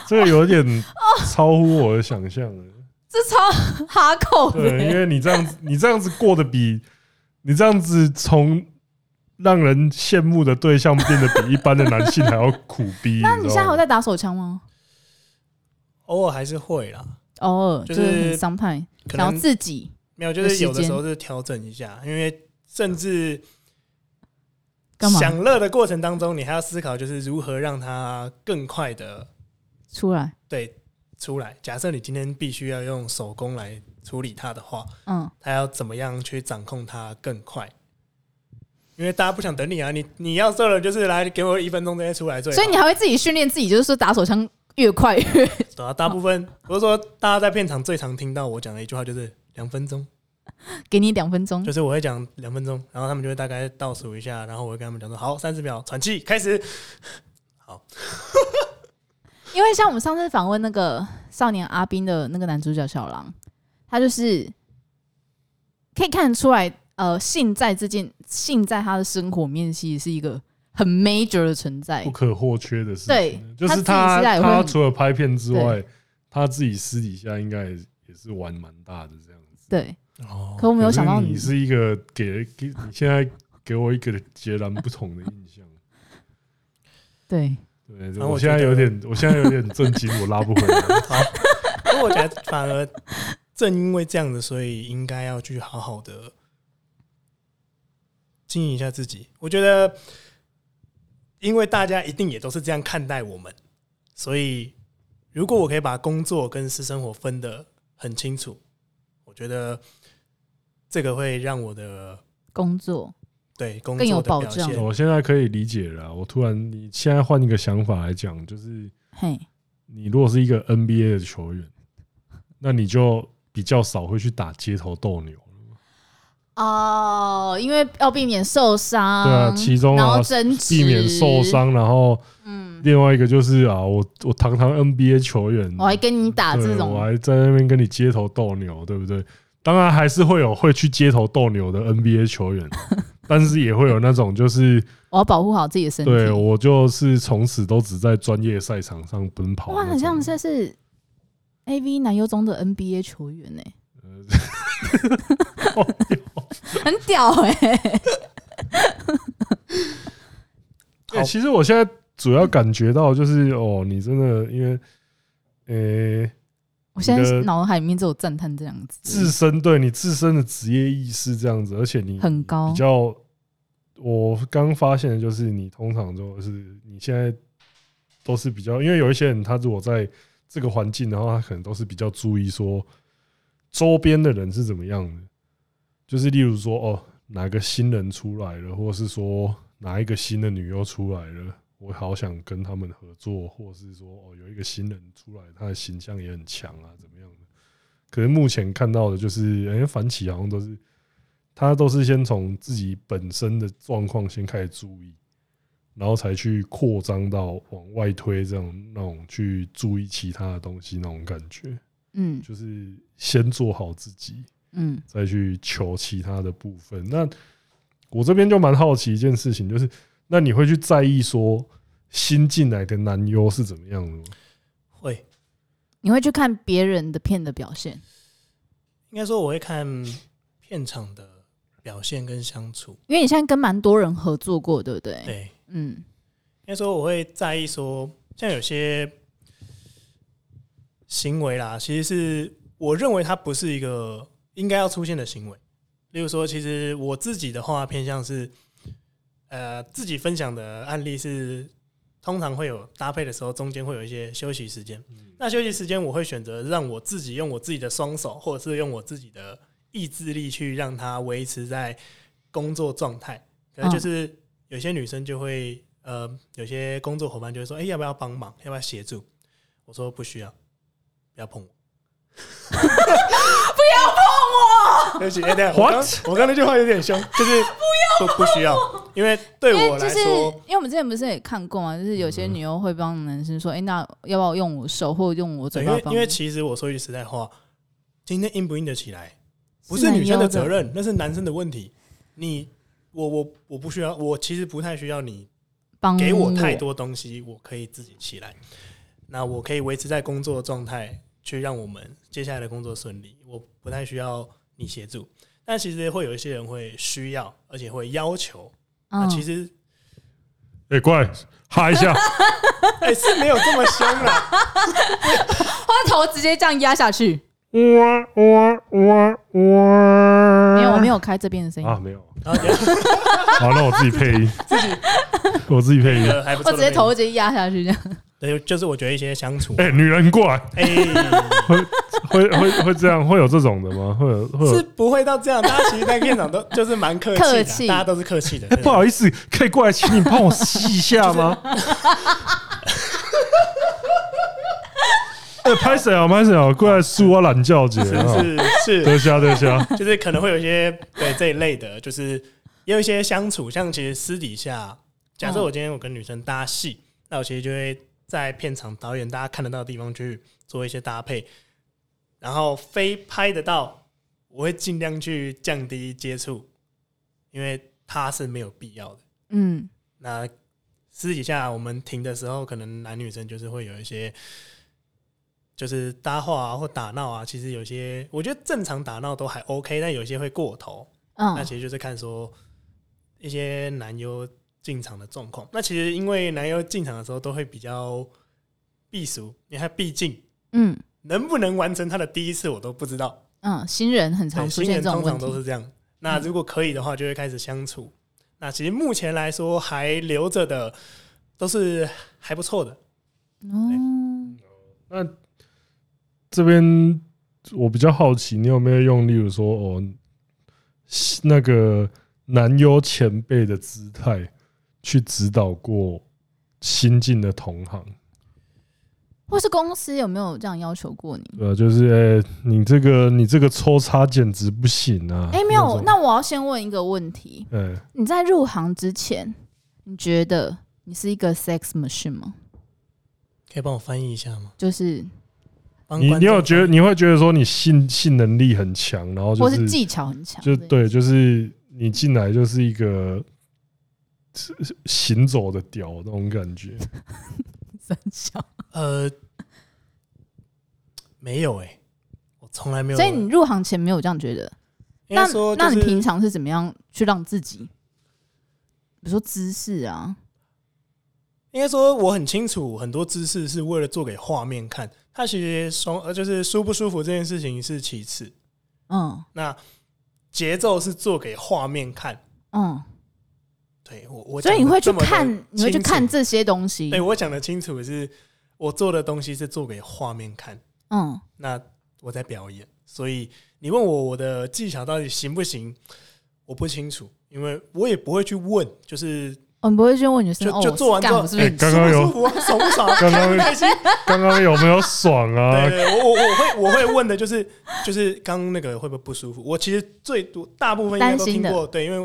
Speaker 1: 这个有点超乎我的想象 <laughs> 了。
Speaker 2: 这超哈口的
Speaker 1: 对，因
Speaker 2: 欸，
Speaker 1: 为你这样子，哦 <laughs> 你这样子过得比你这样子从让人羡慕的对象变得比一般的男性还要苦逼。 <laughs>
Speaker 2: 那你
Speaker 1: 知
Speaker 2: 现在
Speaker 1: 道
Speaker 2: 还
Speaker 1: 吗
Speaker 2: 有在打手枪吗？
Speaker 3: 偶尔还是会啦。
Speaker 2: 偶尔哦就
Speaker 3: 就
Speaker 2: 是是很 sometime，
Speaker 3: 可
Speaker 2: 然后
Speaker 3: 能
Speaker 2: 自己
Speaker 3: 没有，就是有的时候是调整一下，因为甚至
Speaker 2: 干嘛
Speaker 3: 享乐的过程当中，你还要思考就是如何让它更快的
Speaker 2: 出来，
Speaker 3: 对出来。假设你今天必须要用手工来处理它的话，
Speaker 2: 嗯，
Speaker 3: 他要怎么样去掌控它更快？因为大家不想等你啊，你你要做了就是来给我一分钟直接出来最好。
Speaker 2: 所以你还会自己训练自己，就是说打手枪越快越 <laughs>
Speaker 3: 对啊，大部分我是说大家在片场最常听到我讲的一句话就是两分钟，
Speaker 2: 给你两分钟
Speaker 3: 就，是我会讲两分钟，然后他们就会大概倒数一下，然后我会跟他们讲说：“好，三十秒，喘气，开始。
Speaker 2: 因为像我们上次访问那个少年阿兵的那个男主角小狼，他就是可以看得出来，呃，性在这件性在他的生活面其实是一个很 major 的存在
Speaker 1: 不，可或缺的事情。
Speaker 2: 对
Speaker 1: 就是
Speaker 2: 他自己私
Speaker 1: 他
Speaker 2: 下也会
Speaker 1: 他
Speaker 2: 很
Speaker 1: 除了拍片之外
Speaker 2: 对，
Speaker 1: 他自己私底下应该也也是玩蛮大的这样子。
Speaker 2: 对。”
Speaker 3: 哦
Speaker 2: 可我没有想到
Speaker 1: 可是你是一个给给你现在给我一个截然不同的印象。
Speaker 2: 对，
Speaker 1: 对，
Speaker 3: 啊
Speaker 1: 我
Speaker 3: 我
Speaker 1: 现在
Speaker 3: 觉得
Speaker 1: 有点，我现在有点震惊，我拉不回来。
Speaker 2: <laughs>
Speaker 3: <laughs> 可我觉得反而正因为这样子，所以应该要去好好的经营一下自己。我觉得，因为大家一定也都是这样看待我们，所以如果我可以把工作跟私生活分得很清楚，我觉得这个会让我的
Speaker 2: 工作
Speaker 3: 对工
Speaker 2: 更有
Speaker 3: 作的
Speaker 2: 保
Speaker 3: 表
Speaker 2: 障
Speaker 3: 现
Speaker 1: 我现在可以理解了啊。我突然，你现在换一个想法来讲，就是
Speaker 2: 嘿，
Speaker 1: 你如果是一个 NBA 的球员，那你就比较少会去打街头斗牛。
Speaker 2: 嗯哦，因为要避免受伤，
Speaker 1: 对啊其中啊
Speaker 2: 然后争执，
Speaker 1: 避免受，伤，然后
Speaker 2: 嗯，
Speaker 1: 另外一个就是啊，我我堂堂 NBA 球员，
Speaker 2: 我还跟你打
Speaker 1: 对
Speaker 2: 这
Speaker 1: 我
Speaker 2: 种，
Speaker 1: 还在那边跟你街头斗牛，对不对？当然还是会有会去街头斗牛的 NBA 球
Speaker 2: <laughs>
Speaker 1: 员，但是也会有那种就是，
Speaker 2: 我要保护好自己的身体。
Speaker 1: 对我就是从此都只在专业赛场上奔跑那
Speaker 2: 哇，
Speaker 1: 种。
Speaker 2: 很像这是 A V 男优中的 NBA 球员呢、欸
Speaker 3: 呃 <laughs>
Speaker 2: 很屌哎、
Speaker 1: 对，
Speaker 3: 好
Speaker 1: 哎其实我现在主要感觉到就是哦，你真的因为，呃、
Speaker 2: 我现
Speaker 1: 你
Speaker 2: 在
Speaker 1: 的
Speaker 2: 脑海里面只有赞叹这两个
Speaker 1: 自
Speaker 2: 字，
Speaker 1: 身对你自身的职业意识这样子，而且你
Speaker 2: 很高
Speaker 1: 比较，我刚发现的就是你通常就是你现在都是比较，因为有一些人他如果在这个环境的话，他可能都是比较注意说周边的人是怎么样的，就是例如说哦哪个新人出来了，或是说哪一个新的女优出来了。我好想跟他们合作，或是说哦，有一个新人出来，他的形象也很强啊，怎么样的？可是目前看到的就是，哎、反起好像都是他都是先从自己本身的状况先开始注意，然后才去扩张到往外推这种那种去注意其他的东西那种感觉，
Speaker 2: 嗯
Speaker 1: 就是先做好自己，
Speaker 2: 嗯，
Speaker 1: 再去求其他的部分。那我这边就蛮好奇一件事情，就是那你会去在意说新进来的男优是怎么样的吗？
Speaker 3: 会
Speaker 2: 你会去看别人的片的表现，
Speaker 3: 应该说我会看片场的表现跟相处。
Speaker 2: 因为你现在跟蛮多人合作过，对不对？
Speaker 3: 对，
Speaker 2: 嗯，
Speaker 3: 应该说我会在意说，像有些行为啦，其实是我认为它不是一个应该要出现的行为。例如说，其实我自己的话偏向是，呃，自己分享的案例是，通常会有搭配的时候，中间会有一些休息时间。那休息时间我会选择让我自己用我自己的双手，或者是用我自己的意志力去让它维持在工作状态。可能就是有些女生就会，呃，有些工作伙伴就会说，哎、要不要帮忙？要不要协助？我说不需要，不要碰我。不要碰我！ <laughs> 对不起，哎、对，我刚
Speaker 1: What？
Speaker 3: 我刚那句话有点 <laughs> 凶，就是不不需要，因为对
Speaker 2: 因
Speaker 3: 我
Speaker 2: 为就
Speaker 3: 来
Speaker 2: 是
Speaker 3: 说，嗯
Speaker 2: 因为我们之前不是也看过嘛，就是有些女优会帮男生说，哎、那要不要用我手或用我
Speaker 3: 对，
Speaker 2: 嘴
Speaker 3: 因
Speaker 2: 巴
Speaker 3: 为
Speaker 2: 帮你？
Speaker 3: 因为其实我说句实在话，今天硬不硬得起来，不
Speaker 2: 是
Speaker 3: 是
Speaker 2: 男
Speaker 3: 女生的
Speaker 2: 优的
Speaker 3: 责任，那是男生的问题。你我我我不需要，我其实不太需要你
Speaker 2: 帮
Speaker 3: 给我太多东西，我可以自己起来。那我可以维持在工作状态，去让我们接下来的工作顺利。我不太需要你协助，但其实会有一些人会需要，而且会要求。那
Speaker 2: 嗯，
Speaker 3: 其实
Speaker 1: 哎、过来哈 <laughs> 一下，
Speaker 3: <laughs> 哎、是没有这么凶啦，
Speaker 2: 他的头直接这样压下去。
Speaker 1: 哇哇哇哇！
Speaker 2: 没有，我没有开这边的声音，
Speaker 1: 啊，没有。
Speaker 3: 然后也
Speaker 1: 好，那我自己配音， <laughs> 自己， <laughs> 我自己配音。
Speaker 3: 呃还不
Speaker 2: 我
Speaker 3: 错
Speaker 2: 直
Speaker 3: 的
Speaker 2: 接
Speaker 3: 配音。
Speaker 2: 头直接压下去这样。
Speaker 3: 对，就是我觉得一些相处，
Speaker 1: 哎、女人过来， <laughs>
Speaker 3: 哎、
Speaker 1: 会会会这样，会有这种的吗？会有会
Speaker 3: 是
Speaker 1: 有。
Speaker 3: 不会到这样，大家其实，在片场都就是蛮客气的，
Speaker 2: 客气
Speaker 3: 大家都是客气的。
Speaker 1: 哎、不好意思，可以过来，请你帮我吸一下吗？ <laughs> 哎，拍谁啊？拍谁啊？过来输我懒觉姐啊！
Speaker 3: 是是
Speaker 1: 得下得下，
Speaker 3: 是，就是可能会有一些对这一类的，就是也有一些相处，像其实私底下，假设我今天我跟女生搭戏，那我其实就会在片场导演大家看得到的地方去做一些搭配，然后非拍得到，我会尽量去降低接触，因为它是没有必要的。
Speaker 2: 嗯，
Speaker 3: 那私底下我们停的时候，可能男女生就是会有一些，就是搭话啊或打闹啊。其实有些我觉得正常打闹都还 OK，但有些会过头。那
Speaker 2: 嗯，
Speaker 3: 其实就是看说一些男优进场的状况。那其实因为男优进场的时候都会比较避俗，因为他毕竟
Speaker 2: 嗯，
Speaker 3: 能不能完成他的第一次我都不知道。
Speaker 2: 嗯，新人很常
Speaker 3: 对，
Speaker 2: 出
Speaker 3: 新
Speaker 2: 现
Speaker 3: 人
Speaker 2: 这种
Speaker 3: 通
Speaker 2: 问
Speaker 3: 常都
Speaker 2: 题。
Speaker 3: 是这样。那如果可以的话，就会开始相处。那其实目前来说还留着的都是还不错的。
Speaker 2: 哦，
Speaker 1: 这边我比较好奇，你有没有用，例如说哦，那个男优前辈的姿态去指导过新进的同行？
Speaker 2: 或是公司有没有这样要求过你？
Speaker 1: 对啊，就是、欸、你这个你这个抽插简直不行啊！
Speaker 2: 哎、没有，
Speaker 1: 种
Speaker 2: 那我要先问一个问题：
Speaker 1: 嗯、
Speaker 2: 你在入行之前，你觉得你是一个 sex machine 吗？
Speaker 3: 可以帮我翻译一下吗？
Speaker 2: 就是，
Speaker 3: 帮
Speaker 1: 你
Speaker 3: 观
Speaker 1: 你有
Speaker 3: 众啊
Speaker 1: 觉得你会觉得说你性性能力很强，然哦后就
Speaker 2: 或
Speaker 1: 是
Speaker 2: 是技巧很强？
Speaker 1: 就，对，就是你进来就是一个是是行走的屌那种感觉。
Speaker 2: 三小。
Speaker 3: 呃没有哎、我从来没有。
Speaker 2: 所以你入行前没有这样觉得？
Speaker 3: 应该说、就
Speaker 2: 那
Speaker 3: 是，
Speaker 2: 那你平常是怎么样去让自己，比如说姿势啊？
Speaker 3: 应该说我很清楚，很多姿势是为了做给画面看。它其实双呃就是舒不舒服这件事情是其次，
Speaker 2: 嗯
Speaker 3: 那节奏是做给画面看。
Speaker 2: 嗯，
Speaker 3: 对我我
Speaker 2: 所以
Speaker 3: 讲
Speaker 2: 你
Speaker 3: 得
Speaker 2: 会去
Speaker 3: 这么的
Speaker 2: 看，你会去
Speaker 3: 清楚
Speaker 2: 看这些东西
Speaker 3: 对。我讲的清楚的是，我做的东西是做给画面看，
Speaker 2: 嗯
Speaker 3: 那我在表演，所以你问我我的技巧到底行不行，我不清楚，因为我也不会去问，就是
Speaker 2: 哦，你不会去问女生
Speaker 3: 就
Speaker 2: 哦，
Speaker 3: 就
Speaker 2: 我
Speaker 3: 做完之
Speaker 2: 干
Speaker 3: 后
Speaker 2: 我是不是很
Speaker 1: 哎刚刚
Speaker 3: 舒
Speaker 1: 有
Speaker 3: 不舒服啊，爽不爽啊，
Speaker 1: 刚刚
Speaker 3: 开不 <laughs> 开心。
Speaker 1: 刚刚有没有爽啊
Speaker 3: 对？对，对我我我会我会问的就是就是刚刚那个会不会不舒服？我其实最多大部分应该都
Speaker 2: 担心
Speaker 3: 听
Speaker 2: 的
Speaker 3: 过，对，因为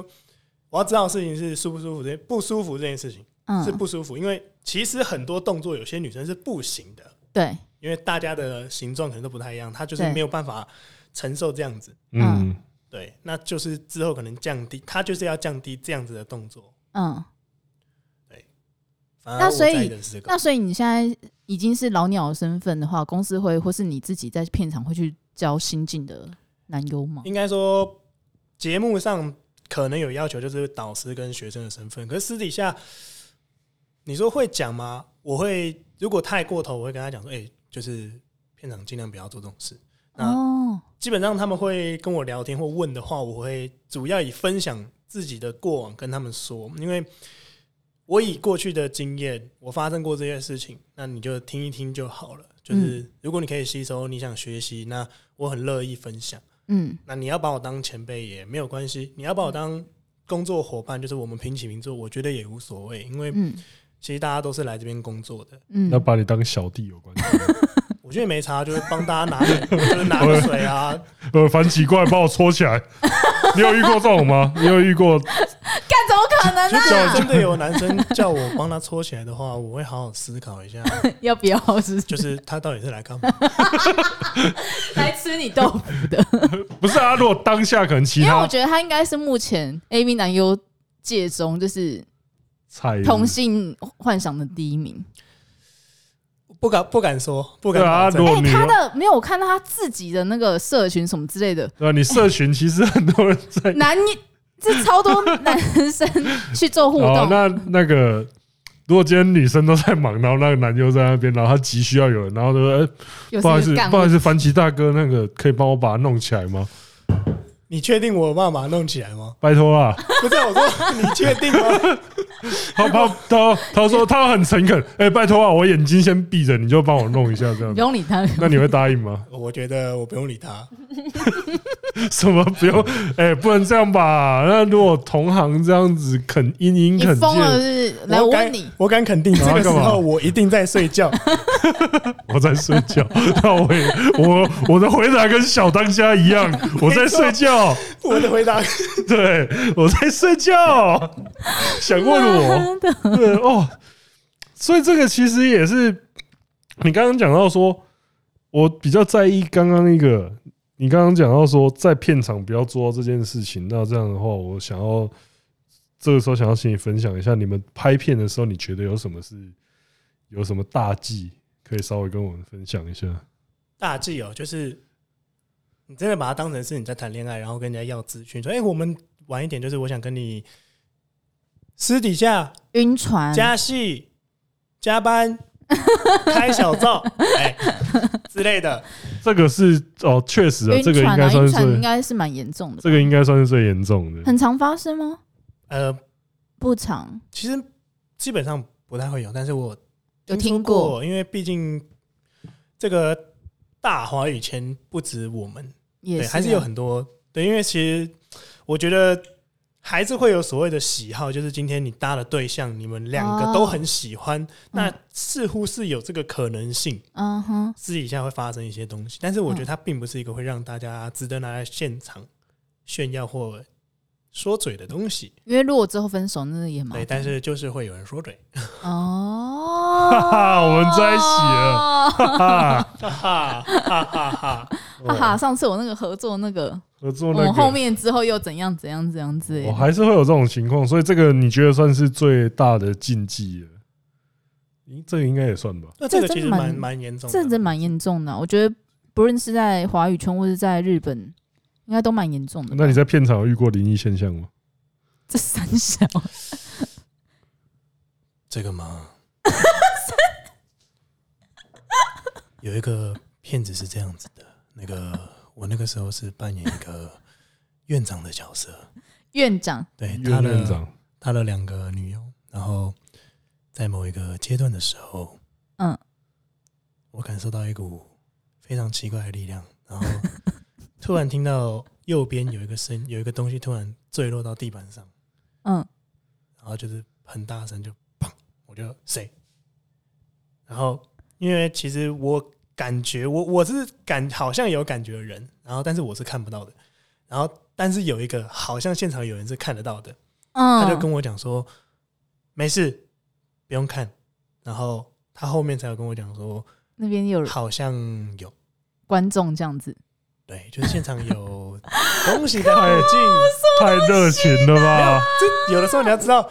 Speaker 3: 我要知道的事情是舒不舒服这不舒服这件事情是
Speaker 2: 嗯，
Speaker 3: 不舒服，因为其实很多动作有些女生是不行的。
Speaker 2: 对，
Speaker 3: 因为大家的形状可能都不太一样，他就是
Speaker 2: 对
Speaker 3: 没有办法承受这样子。
Speaker 1: 嗯，
Speaker 3: 对，那就是之后可能降低，他就是要降低这样子的动作。
Speaker 2: 嗯，
Speaker 3: 反而
Speaker 2: 那
Speaker 3: 我
Speaker 2: 所以
Speaker 3: 在意的是这个
Speaker 2: 那所以你现在已经是老鸟的身份的话，公司会或是你自己在片场会去教新进的男优吗？
Speaker 3: 应该说节目上可能有要求，就是导师跟学生的身份，可是私底下你说会讲吗？我会如果太过头，我会跟他讲说，哎、就是片场尽量不要做这种事。那
Speaker 2: 哦，
Speaker 3: 基本上他们会跟我聊天或问的话，我会主要以分享自己的过往跟他们说，因为我以过去的经验，我发生过这些事情，那你就听一听就好了。就是如果你可以吸收，你想学习，那我很乐意分享。
Speaker 2: 嗯
Speaker 3: 那你要把我当前辈也没有关系，你要把我当工作伙伴，就是我们平起平坐，我觉得也无所谓，因为
Speaker 2: 嗯
Speaker 3: 其实大家都是来这边工作的，
Speaker 2: 嗯，
Speaker 1: 那把你当小弟有关系吗。
Speaker 3: 我觉得没差，就是帮大家拿水，就是拿个水啊，
Speaker 1: 呃，反奇怪，把我戳起来。你有遇过这种吗？你有遇过？
Speaker 2: 干怎么可
Speaker 1: 啊
Speaker 2: 能
Speaker 3: 如
Speaker 2: 啊呢、
Speaker 3: 果真的有男生叫我帮他搓起来的话，我会好好思考
Speaker 2: <laughs>
Speaker 3: 一下，
Speaker 2: 要不要是不是
Speaker 3: 就是他到底是来干嘛？
Speaker 2: 来吃你
Speaker 3: <laughs>
Speaker 2: 豆腐的？
Speaker 1: 不是啊，如果当下可能其
Speaker 2: 因为我
Speaker 1: 他
Speaker 2: 觉得他应该是目前 A V 男优界中就是
Speaker 1: 菜
Speaker 2: 同性幻想的第一名。
Speaker 3: 不敢不敢说，不
Speaker 1: 对
Speaker 3: 敢
Speaker 1: 啊，
Speaker 3: 保
Speaker 1: 如
Speaker 3: 证。
Speaker 1: 果
Speaker 2: 哎、
Speaker 1: 你
Speaker 2: 他的没有我看到他自己的那个社群什么之类
Speaker 1: <laughs>
Speaker 2: 的，
Speaker 1: 对啊，你社群其实很多人在。
Speaker 2: 男这超多男生去做互
Speaker 1: 哦，
Speaker 2: 动，
Speaker 1: 那那个，如果今天女生都在忙，然后那个男优在那边，然后他急需要有人，然后就说、哎
Speaker 2: 有
Speaker 1: 不好意思
Speaker 2: 谁，干
Speaker 1: 不好
Speaker 2: 过
Speaker 1: 意？思，凡奇大哥，那个可以帮我把它弄起来吗？
Speaker 3: 你确定我有办法把它弄起来吗？
Speaker 1: 拜托
Speaker 2: <laughs>
Speaker 1: 啊！
Speaker 3: 不是我说，你确定吗？
Speaker 1: 他他他他说他很诚恳，哎、拜托啊，我眼睛先闭着，你就帮我弄一下这样
Speaker 2: 不。用理他。
Speaker 1: 那你会答应吗？
Speaker 3: 我觉得我不用理他，
Speaker 1: <laughs> 什么不用？哎、不能这样吧？那如果同行这样子肯殷殷
Speaker 2: 你
Speaker 1: 恳
Speaker 2: 疯了
Speaker 1: 切，
Speaker 2: 是不是？来，我
Speaker 3: 我敢
Speaker 2: 问你，
Speaker 3: 我敢肯定，这
Speaker 1: 然后
Speaker 3: 个时
Speaker 1: 干嘛
Speaker 3: 候我一定在睡觉。 <laughs>
Speaker 1: 我在睡觉，那我也我我的回答跟小当家一样，我在睡觉，
Speaker 3: 我的
Speaker 2: <laughs>
Speaker 3: 回答，
Speaker 1: <laughs> 对我在睡觉，想问我。
Speaker 2: 真的
Speaker 1: 对哦，所以这个其实也是你刚刚讲到说，我比较在意刚刚那个，你刚刚讲到说在片场不要做到这件事情。那这样的话，我想要这个时候想要请你分享一下，你们拍片的时候，你觉得有什么是有什么大忌，可以稍微跟我们分享一下？
Speaker 3: 大忌哦，就是你真的把它当成是你在谈恋爱，然后跟人家要资讯，说哎、我们晚一点，就是我想跟你私底下
Speaker 2: 晕船，
Speaker 3: 加戏、加班、开小灶， <laughs> 哎、之类的。
Speaker 1: 这个是哦，确实啊，这
Speaker 2: 晕
Speaker 1: 个应
Speaker 2: 船
Speaker 1: 该
Speaker 2: 啊，
Speaker 1: 算是
Speaker 2: 晕船应
Speaker 1: 最
Speaker 2: 该是蛮严重的吧，
Speaker 1: 这个应该算是最严重的。，
Speaker 2: 很常发生吗？
Speaker 3: 呃，
Speaker 2: 不常，
Speaker 3: 其实基本上不太会有，但是我
Speaker 2: 有
Speaker 3: 听说
Speaker 2: 听过，
Speaker 3: 因为毕竟这个大华语圈不止我们，
Speaker 2: 也
Speaker 3: 对，
Speaker 2: 是啊
Speaker 3: 还是有很多对，因为其实我觉得还是会有所谓的喜好，就是今天你搭的对象，你们两个
Speaker 2: 哦
Speaker 3: 都很喜欢，那似乎是有这个可能性，
Speaker 2: 嗯哼，
Speaker 3: 私底下会发生一些东西，但是我觉得
Speaker 2: 嗯
Speaker 3: 它并不是一个会让大家值得拿来现场炫耀或说嘴的东西，
Speaker 2: 因为如果之后分手，那也麻
Speaker 3: 对，
Speaker 2: 烦。
Speaker 3: 但是就是会有人说嘴。
Speaker 2: <laughs> 哦
Speaker 1: 哈哈 <laughs> 我们在一起了
Speaker 2: 了，
Speaker 1: 哈哈，
Speaker 3: 哈哈哈哈哈！
Speaker 2: <laughs> 哈哈。上次我那个合作那个，
Speaker 1: 合作
Speaker 2: 我
Speaker 1: 那个
Speaker 2: 们后面之后又怎样怎样怎样之类
Speaker 1: 我
Speaker 2: 的，
Speaker 1: 还是会有这种情况，所以这个你觉得算是最大的禁忌了？咦，这个应该也算吧？
Speaker 3: 那
Speaker 2: 这
Speaker 3: 这
Speaker 2: 个
Speaker 3: 个
Speaker 2: 真
Speaker 3: 其
Speaker 2: 的
Speaker 3: 实
Speaker 2: 蛮
Speaker 3: 蛮蛮严重
Speaker 2: 这真
Speaker 3: 的，
Speaker 2: 蛮严重的啊。我觉得不论是在华语圈或是在日本，应该都蛮严重的吧。
Speaker 1: 那你在片场有遇过灵异现象吗？
Speaker 2: 这三小，
Speaker 3: 这
Speaker 2: <laughs>
Speaker 3: 个吗？有一个骗子是这样子的，那个我那个时候是扮演一个院长的角色，
Speaker 2: 院长
Speaker 3: 对他
Speaker 1: 院院
Speaker 3: 的
Speaker 1: 长，
Speaker 3: 他的两个女佣，然后在某一个阶段的时候，
Speaker 2: 嗯，
Speaker 3: 我感受到一股非常奇怪的力量，然后突然听到右边有一个声， <laughs> 有一个东西突然坠落到地板上。
Speaker 2: 嗯，
Speaker 3: 然后就是很大声就砰，我就谁，然后因为其实我感觉我我是感好像有感觉的人，然后但是我是看不到的，然后但是有一个好像现场有人是看得到的，
Speaker 2: 嗯，
Speaker 3: 他就跟我讲说没事，不用看，然后他后面才有跟我讲说
Speaker 2: 那边有
Speaker 3: 好像有。
Speaker 2: 观众这样子，
Speaker 3: 对，就是现场有
Speaker 2: <laughs>
Speaker 3: 东西在耳进，
Speaker 1: 太
Speaker 2: 啊
Speaker 1: 热情了吧？
Speaker 3: 这有的时候你要知道，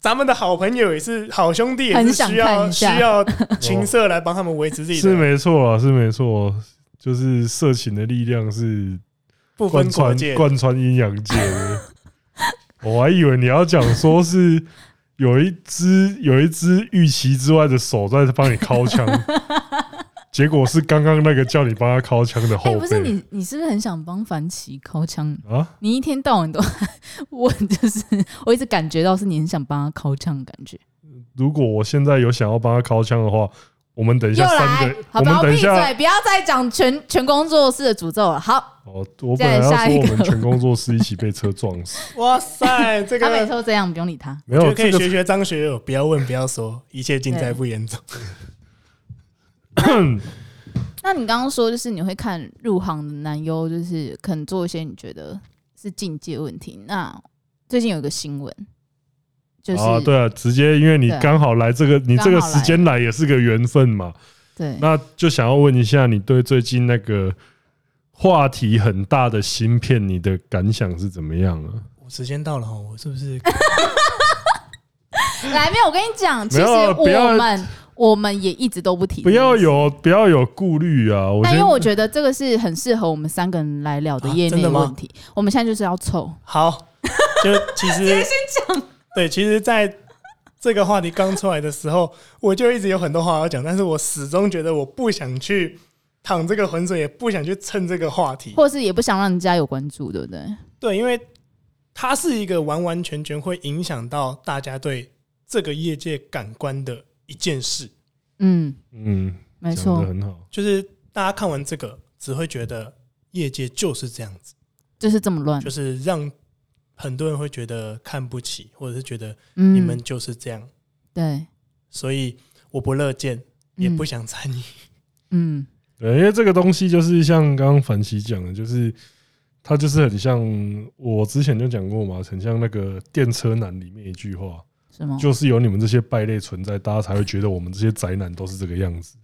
Speaker 3: 咱们的好朋友也是好兄弟，也
Speaker 2: 很
Speaker 3: 是
Speaker 2: 想
Speaker 3: 需
Speaker 2: 看
Speaker 3: 要
Speaker 2: 一
Speaker 3: 需
Speaker 2: 下
Speaker 3: 要情色来帮他们维持自己
Speaker 1: 是
Speaker 3: 的
Speaker 1: 没错啊，是没错，就是色情的力量是
Speaker 3: 不
Speaker 1: 贯
Speaker 3: 分国
Speaker 1: 穿
Speaker 3: 界。
Speaker 1: 贯穿阴阳界的。我还以为你要讲说是有一只有一只预期之外的手在帮你敲
Speaker 2: <laughs>
Speaker 1: 枪，结果是刚刚那个叫你帮他敲枪的
Speaker 2: 哎、
Speaker 1: 后
Speaker 2: 不是
Speaker 1: 辈
Speaker 2: 你，你是不是很想帮凡奇敲枪？
Speaker 1: 啊。
Speaker 2: 你一天到晚都 <laughs> 问，就是我一直感觉到是你很想帮他敲枪，感觉
Speaker 1: 如果我现在有想要帮他敲枪的话，我们等一
Speaker 2: 又
Speaker 1: 下
Speaker 2: 来
Speaker 1: 三个，，
Speaker 2: 好
Speaker 1: 我
Speaker 2: 吧，
Speaker 1: 们
Speaker 2: 我
Speaker 1: 等一
Speaker 2: 闭
Speaker 1: 下
Speaker 2: 嘴，，不要再讲全全工作室的诅咒了。好，
Speaker 1: 哦，我本来要
Speaker 2: 再来下一
Speaker 1: 说我
Speaker 2: 个
Speaker 1: 们全工作室一起被车撞
Speaker 3: <laughs>
Speaker 1: 死，
Speaker 3: 哇塞，这
Speaker 2: 他每次
Speaker 3: 个
Speaker 2: 都这样，不用理他。
Speaker 1: 没
Speaker 3: 我觉
Speaker 1: 有
Speaker 3: 得可以
Speaker 1: 这
Speaker 3: 学
Speaker 1: 个
Speaker 3: 学张学友，不要问，不要说，一切尽在不言中。
Speaker 2: 那你刚刚说，就是你会看入行的男优，就是可能做一些你觉得是境界问题。那最近有一个新闻，就是、
Speaker 1: 啊，对啊，直接因为你
Speaker 2: 对
Speaker 1: 刚好来这个，你这个
Speaker 2: 刚好来
Speaker 1: 时间来也是个缘分嘛，
Speaker 2: 对
Speaker 1: 那就想要问一下你对最近那个话题很大的芯片，你的感想是怎么样啊？
Speaker 2: 嗯
Speaker 3: 我时间到了哈，我是不是？
Speaker 2: 来，没有，我跟你讲，其实
Speaker 1: 没有啊不要
Speaker 2: 我们我们也一直都不提，
Speaker 1: 不要。有不要有顾虑啊！我
Speaker 2: 但
Speaker 1: 先
Speaker 2: 因为我觉得这个是很适合我们三个人来聊的
Speaker 3: 啊
Speaker 2: 业
Speaker 3: 真
Speaker 2: 内
Speaker 3: 的吗
Speaker 2: 问题。我们现在就是要凑，
Speaker 3: 好，就其实对，其实在这个话题刚出来的时候，我就一直有很多话要讲，但是我始终觉得我不想去淌这个浑水，也不想去蹭这个话题。
Speaker 2: 或是也不想让人家有关注，对不对？
Speaker 3: 对，因为它是一个完完全全会影响到大家对这个业界感官的一件事。
Speaker 2: 嗯，
Speaker 1: 嗯，
Speaker 2: 没
Speaker 1: 讲
Speaker 2: 错
Speaker 1: 的，很好，
Speaker 3: 就是大家看完这个，只会觉得业界就是这样子，
Speaker 2: 就是这么乱
Speaker 3: 就，是让很多人会觉得看不起，或者是觉得
Speaker 2: 嗯，
Speaker 3: 你们就是这样，
Speaker 2: 对，
Speaker 3: 所以我不乐见，也不
Speaker 2: 嗯，
Speaker 3: 想参与。
Speaker 2: 嗯，
Speaker 1: 对，因为这个东西就是像刚刚凡奇讲的，就是它就是很像我之前就讲过嘛，很像那个电车男里面一句话，
Speaker 2: 什么？
Speaker 1: 就是有你们这些败类存在，大家才会觉得我们这些宅男都是这个样子。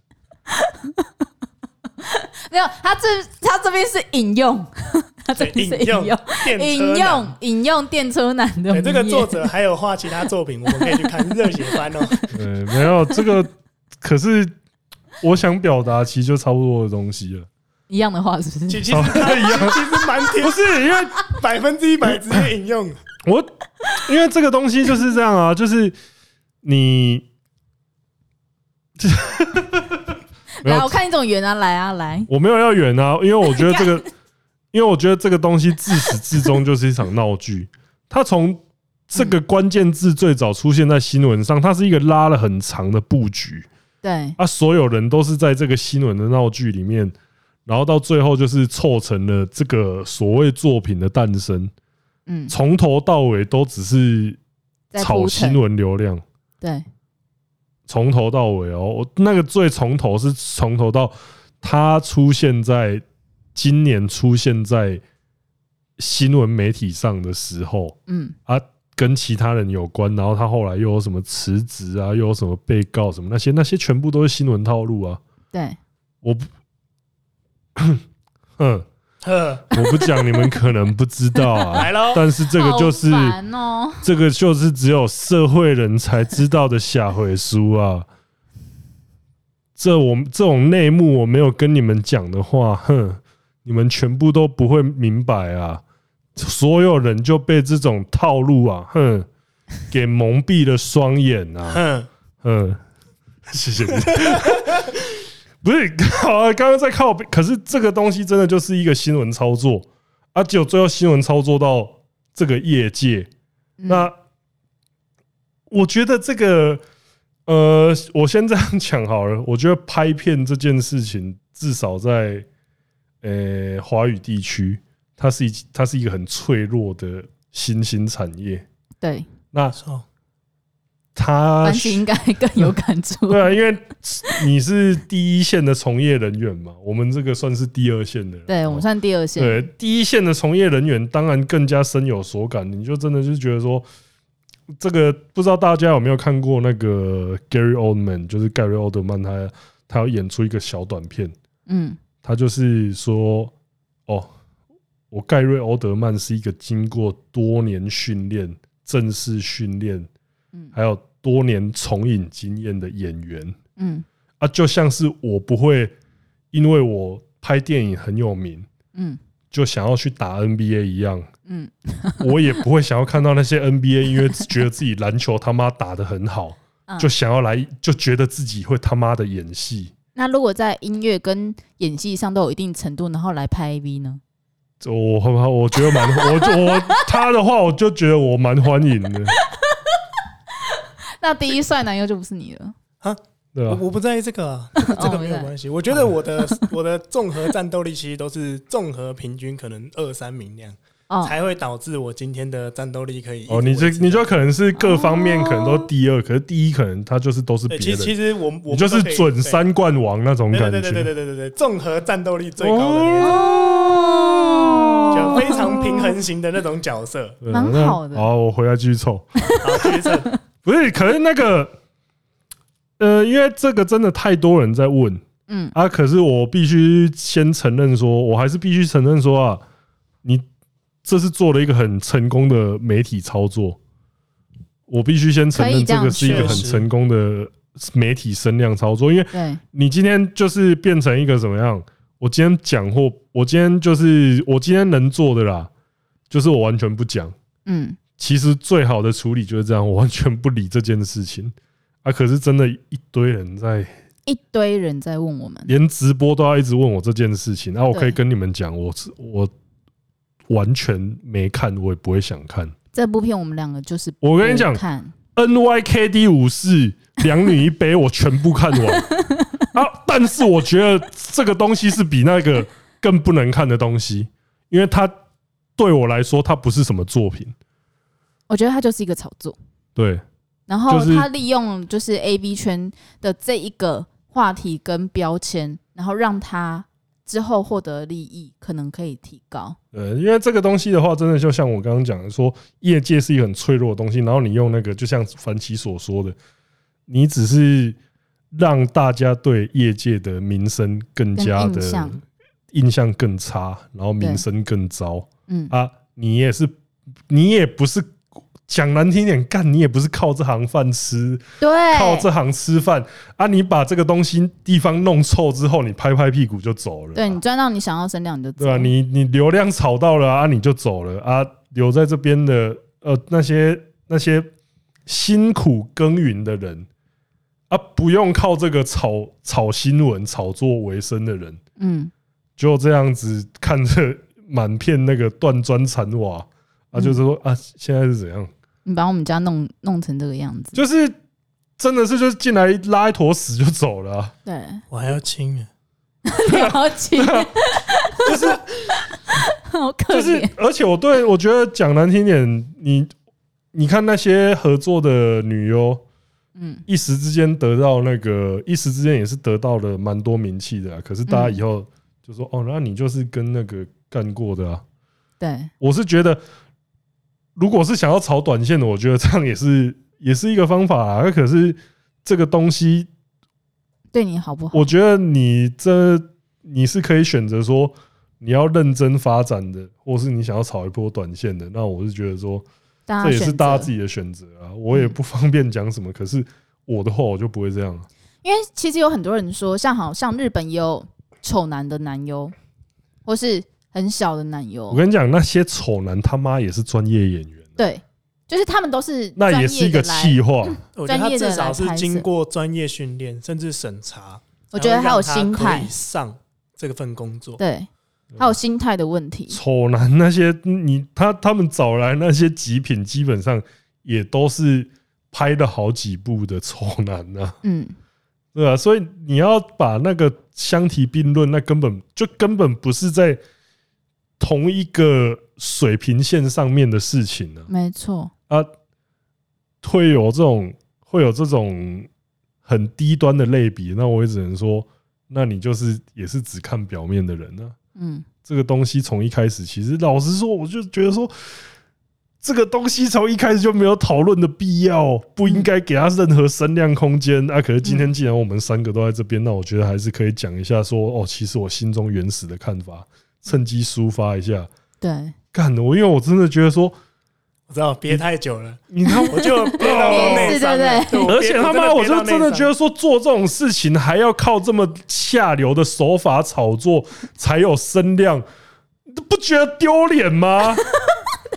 Speaker 2: 没有，他这他这边是引用， <laughs> 他这边是
Speaker 3: 对
Speaker 2: 引用，
Speaker 3: 电车
Speaker 2: 引
Speaker 3: 男
Speaker 2: 用引用电车男的
Speaker 3: 哎对，这个
Speaker 2: 名
Speaker 3: 作
Speaker 2: 言
Speaker 3: 者还有画其他作品，我们可以去看热血番哦。
Speaker 1: 呃，没有这个，可是我想表达其实就差不多的东西了，
Speaker 2: <laughs> 一样的话，是不是？
Speaker 3: 其其实他其实蛮
Speaker 2: 哦
Speaker 3: 贴
Speaker 1: 不，是因为
Speaker 3: 百分之一百直接
Speaker 2: <laughs>
Speaker 3: 引用。
Speaker 1: 我因为这个东西就是这样啊，就是你。没有
Speaker 2: 来，我看你这种圆啊，来啊，来，
Speaker 1: 我没有要远啊，因为我觉得这个，
Speaker 2: 哎
Speaker 1: 因为我觉得这个东西自始至终就是一场闹剧。它从这个关键字最早出现在新闻上，它是一个拉了很长的布局
Speaker 2: 对，
Speaker 1: 啊，所有人都是在这个新闻的闹剧里面，然后到最后就是凑成了这个所谓作品的诞生，
Speaker 2: 嗯，
Speaker 1: 从头到尾都只是
Speaker 2: 在
Speaker 1: 炒
Speaker 2: 铺陈
Speaker 1: 新，闻流量。
Speaker 2: 对，
Speaker 1: 从头到尾哦，我那个最从头是从头到它出现在今年出现在新闻媒体上的时候，
Speaker 2: 嗯，
Speaker 1: 跟其他人有关，然后他后来又有什么辞职啊，又有什么被告什么那些，那些全部都是新闻套路啊！
Speaker 2: 对，
Speaker 1: 我不， <coughs> 哼，
Speaker 3: 呵，
Speaker 1: 我不讲你们可能不知道啊
Speaker 3: <laughs> 来，喽，
Speaker 1: 但是这个就是
Speaker 2: 好烦哦，
Speaker 1: 这个就是只有社会人才知道的下回书啊。这我们这种内幕我没有跟你们讲的话，哼，你们全部都不会明白啊！所有人就被这种套路啊，哼，给蒙蔽了双眼啊，
Speaker 3: 嗯，
Speaker 1: 哼，谢谢你。不是，好啊，刚刚在靠背，可是这个东西真的就是一个新闻操作，啊，只有最后新闻操作到这个业界，
Speaker 2: 嗯
Speaker 1: 那我觉得这个，呃，我先这样讲好了。 <laughs> 我觉得拍片这件事情，至少在呃华语地区，它是一它是一个很脆弱的新兴产业。
Speaker 2: 对，
Speaker 1: 那
Speaker 3: 说
Speaker 1: 它
Speaker 2: 凡奇应该 <laughs> 更有感触，
Speaker 1: 对啊，因为你是第一线的从业人员嘛，我们这个算是第二线的人。
Speaker 2: 对我们算第二线，
Speaker 1: 对第一线的从业人员，当然更加深有所感。你就真的就是觉得说，这个不知道大家有没有看过那个 Gary Oldman，就是盖瑞奥德曼，他他要演出一个小短片，
Speaker 2: 嗯，
Speaker 1: 他就是说，哦，我盖瑞欧德曼是一个经过多年训练、正式训练，
Speaker 2: 嗯
Speaker 1: 还有多年从影经验的演员。
Speaker 2: 嗯
Speaker 1: 啊，就像是我不会因为我拍电影很有名，
Speaker 2: 嗯
Speaker 1: 就想要去打 NBA 一样，
Speaker 2: 嗯，
Speaker 1: <laughs> 我也不会想要看到那些 NBA，因为觉得自己篮球他妈打得很
Speaker 2: <laughs>
Speaker 1: 好，
Speaker 2: 嗯
Speaker 1: 就想要来，就觉得自己会他妈的演戏。
Speaker 2: 那如果在音乐跟演技上都有一定程度，然后来拍 AV 呢？ <laughs>
Speaker 1: 我我我觉得蛮， <laughs> 我就我他的话，我就觉得我蛮欢迎的，
Speaker 2: 那第一帅男优就不是你了，
Speaker 1: 对
Speaker 3: 我
Speaker 1: 吧、
Speaker 3: 我不在意这个啊，这
Speaker 2: 哦
Speaker 3: 个这个没有关系。我觉得我的我的综合战斗力其实都是综合平均可能二三名那样，
Speaker 2: 哦，
Speaker 3: 才会导致我今天的战斗力可以一直
Speaker 1: 哦，你就
Speaker 3: 维持
Speaker 1: 你就可能是各方面可能都第二，可是第一可能他就是都是
Speaker 3: 哦
Speaker 1: 别
Speaker 3: 对，其实其
Speaker 1: 人，
Speaker 3: 实我我
Speaker 1: 你就是准
Speaker 3: 三，
Speaker 1: 三冠王那种
Speaker 3: 对
Speaker 1: 感
Speaker 3: 对
Speaker 1: 觉
Speaker 3: 对对对对对对对，综合战斗力最高的那种，
Speaker 1: 哦
Speaker 3: 就非常平衡型的那种角色。
Speaker 1: 对啊
Speaker 2: 蛮
Speaker 1: 那
Speaker 2: 好的
Speaker 1: 好，我回来继续凑。
Speaker 3: 好，决策
Speaker 1: 不是，可是那个，呃，因为这个真的太多人在问
Speaker 2: 嗯
Speaker 1: 啊。可是我必须先承认说，我还是必须承认说啊，你这是做了一个很成功的媒体操作。我必须先承
Speaker 2: 可
Speaker 1: 认
Speaker 2: 以这
Speaker 1: 这
Speaker 2: 样
Speaker 1: 个是一个很
Speaker 3: 确实
Speaker 1: 成功的媒体声量操作，因为
Speaker 2: 对，
Speaker 1: 你今天就是变成一个怎么样？我今天讲或我今天就是我今天能做的啦，就是我完全不讲。
Speaker 2: 嗯
Speaker 1: 其实最好的处理就是这样，我完全不理这件事情啊。可是真的，一堆人在
Speaker 2: 一堆人在问我们，
Speaker 1: 连直播都要一直问我这件事情。那、啊、我可以
Speaker 2: 对
Speaker 1: 跟你们讲，我是我完全没看，我也不会想看。
Speaker 2: 这部片我们两个就是
Speaker 1: 我跟你讲
Speaker 2: 不看
Speaker 1: N Y K D 武士两女一杯，我全部看完啊。但是我觉得这个东西是比那个更不能看的东西，因为它对我来说，它不是什么作品。
Speaker 2: 我觉得它就是一个炒作。
Speaker 1: 对，
Speaker 2: 然后
Speaker 1: 就是
Speaker 2: 他利用就是 A B 圈的这一个话题跟标签，然后让他之后获得利益可能可以提高。
Speaker 1: 呃，因为这个东西的话，真的就像我刚刚讲的，说业界是一个很脆弱的东西，然后你用那个，就像凡奇所说的，你只是让大家对业界的名声更加
Speaker 2: 跟印
Speaker 1: 的
Speaker 2: 象
Speaker 1: 印象更差，然后名
Speaker 2: 对
Speaker 1: 声更糟
Speaker 2: 嗯，
Speaker 1: 啊！你也是，你也不是讲难听点，干你也不是靠这行饭吃，
Speaker 2: 对，
Speaker 1: 靠这行吃饭啊！你把这个东西地方弄臭之后，你拍拍屁股就走了啊，
Speaker 2: 对你赚到你想要的声量你就走
Speaker 1: 对吧、你你流量炒到了啊，你就走了啊，留在这边的呃那些那些辛苦耕耘的人啊，不用靠这个炒炒新闻、炒作为生的人，
Speaker 2: 嗯，
Speaker 1: 就这样子看着满片那个断砖残瓦啊，
Speaker 2: 嗯
Speaker 1: 就是说啊，现在是怎样？
Speaker 2: 你把我们家弄弄成这个样子，
Speaker 1: 就是真的是就是进来拉一坨屎就走了啊、
Speaker 2: 对，
Speaker 3: <laughs>
Speaker 2: <laughs>
Speaker 3: 我还要亲啊，
Speaker 2: 了解，
Speaker 1: 就是
Speaker 2: <laughs> 好
Speaker 1: <laughs>
Speaker 2: 可
Speaker 1: 就是
Speaker 2: 怜。，
Speaker 1: 而且我对我觉得讲难听点，你你看那些合作的女优，
Speaker 2: 嗯，
Speaker 1: 一时之间得到那个，一时之间也是得到了蛮多名气的、啊。可是大家
Speaker 2: 嗯
Speaker 1: 以后就说、哦，那你就是跟那个干过的啊。
Speaker 2: 对，
Speaker 1: 我是觉得，如果是想要炒短线的，我觉得这样也是 <laughs> 也是一个方法啊。那可是这个东西，
Speaker 2: 对你好不好？
Speaker 1: 我觉得你这你是可以选择说你要认真发展的，或是你想要炒一波短线的。那我是觉得说，
Speaker 2: 大
Speaker 1: 这
Speaker 2: 家
Speaker 1: 也是
Speaker 2: 选
Speaker 1: 大家
Speaker 2: 择。
Speaker 1: 自己的选择啊，我也不方便讲什么。可是我的话，我就不会这样啊。
Speaker 2: 因为其实有很多人说，像好像日本也有丑男的男优，或是很小的男优
Speaker 1: 我，跟你讲，那些丑男他妈也是专业演员，
Speaker 2: 对，就是他们都是
Speaker 1: 那也
Speaker 2: 专
Speaker 1: 是一
Speaker 2: 业
Speaker 1: 个
Speaker 2: 的来嗯
Speaker 1: 气 <laughs> 话。
Speaker 3: 我觉得他
Speaker 2: 专业的
Speaker 3: 至少
Speaker 2: 来
Speaker 3: 是
Speaker 2: 拍摄
Speaker 3: 经过专业训练，甚至审查。
Speaker 2: 我觉得
Speaker 3: 才会
Speaker 2: 还有
Speaker 3: 让
Speaker 2: 心
Speaker 3: 可
Speaker 2: 态
Speaker 3: 以上这个份工作。
Speaker 2: 对，还有心态的问题。
Speaker 1: 丑男那些你他他们找来那些极品，基本上也都是拍了好几部的丑男啊， <laughs>
Speaker 2: 嗯，
Speaker 1: 对啊，所以你要把那个相提并论，那根本就根本不是在同一个水平线上面的事情啊呢、
Speaker 2: 没错，
Speaker 1: 会有这种会有这种很低端的类比，那我也只能说，那你就是也是只看表面的人啊。
Speaker 2: 嗯，
Speaker 1: 这个东西从一开始，其实老实说，我就觉得说，这个东西从一开始就没有讨论的必要，不应该给他任何声量空间。啊，可是今天既然我们三个都在这边，那我觉得还是可以讲一下说，哦，其实我心中原始的看法，趁机抒发一下。
Speaker 3: <laughs>
Speaker 2: 对，
Speaker 1: 干的，我因为我真的觉得说，
Speaker 3: 我知道憋太久 <laughs> 了，
Speaker 1: 你他哦
Speaker 3: 我就哦憋到内伤了。
Speaker 2: 是
Speaker 3: 对我
Speaker 1: 而
Speaker 3: 憋
Speaker 1: 且他妈，我就真的觉，
Speaker 3: 我
Speaker 1: 得说做这种事情还要靠这么下流的手法炒作才有声量，你都不觉得丢脸吗？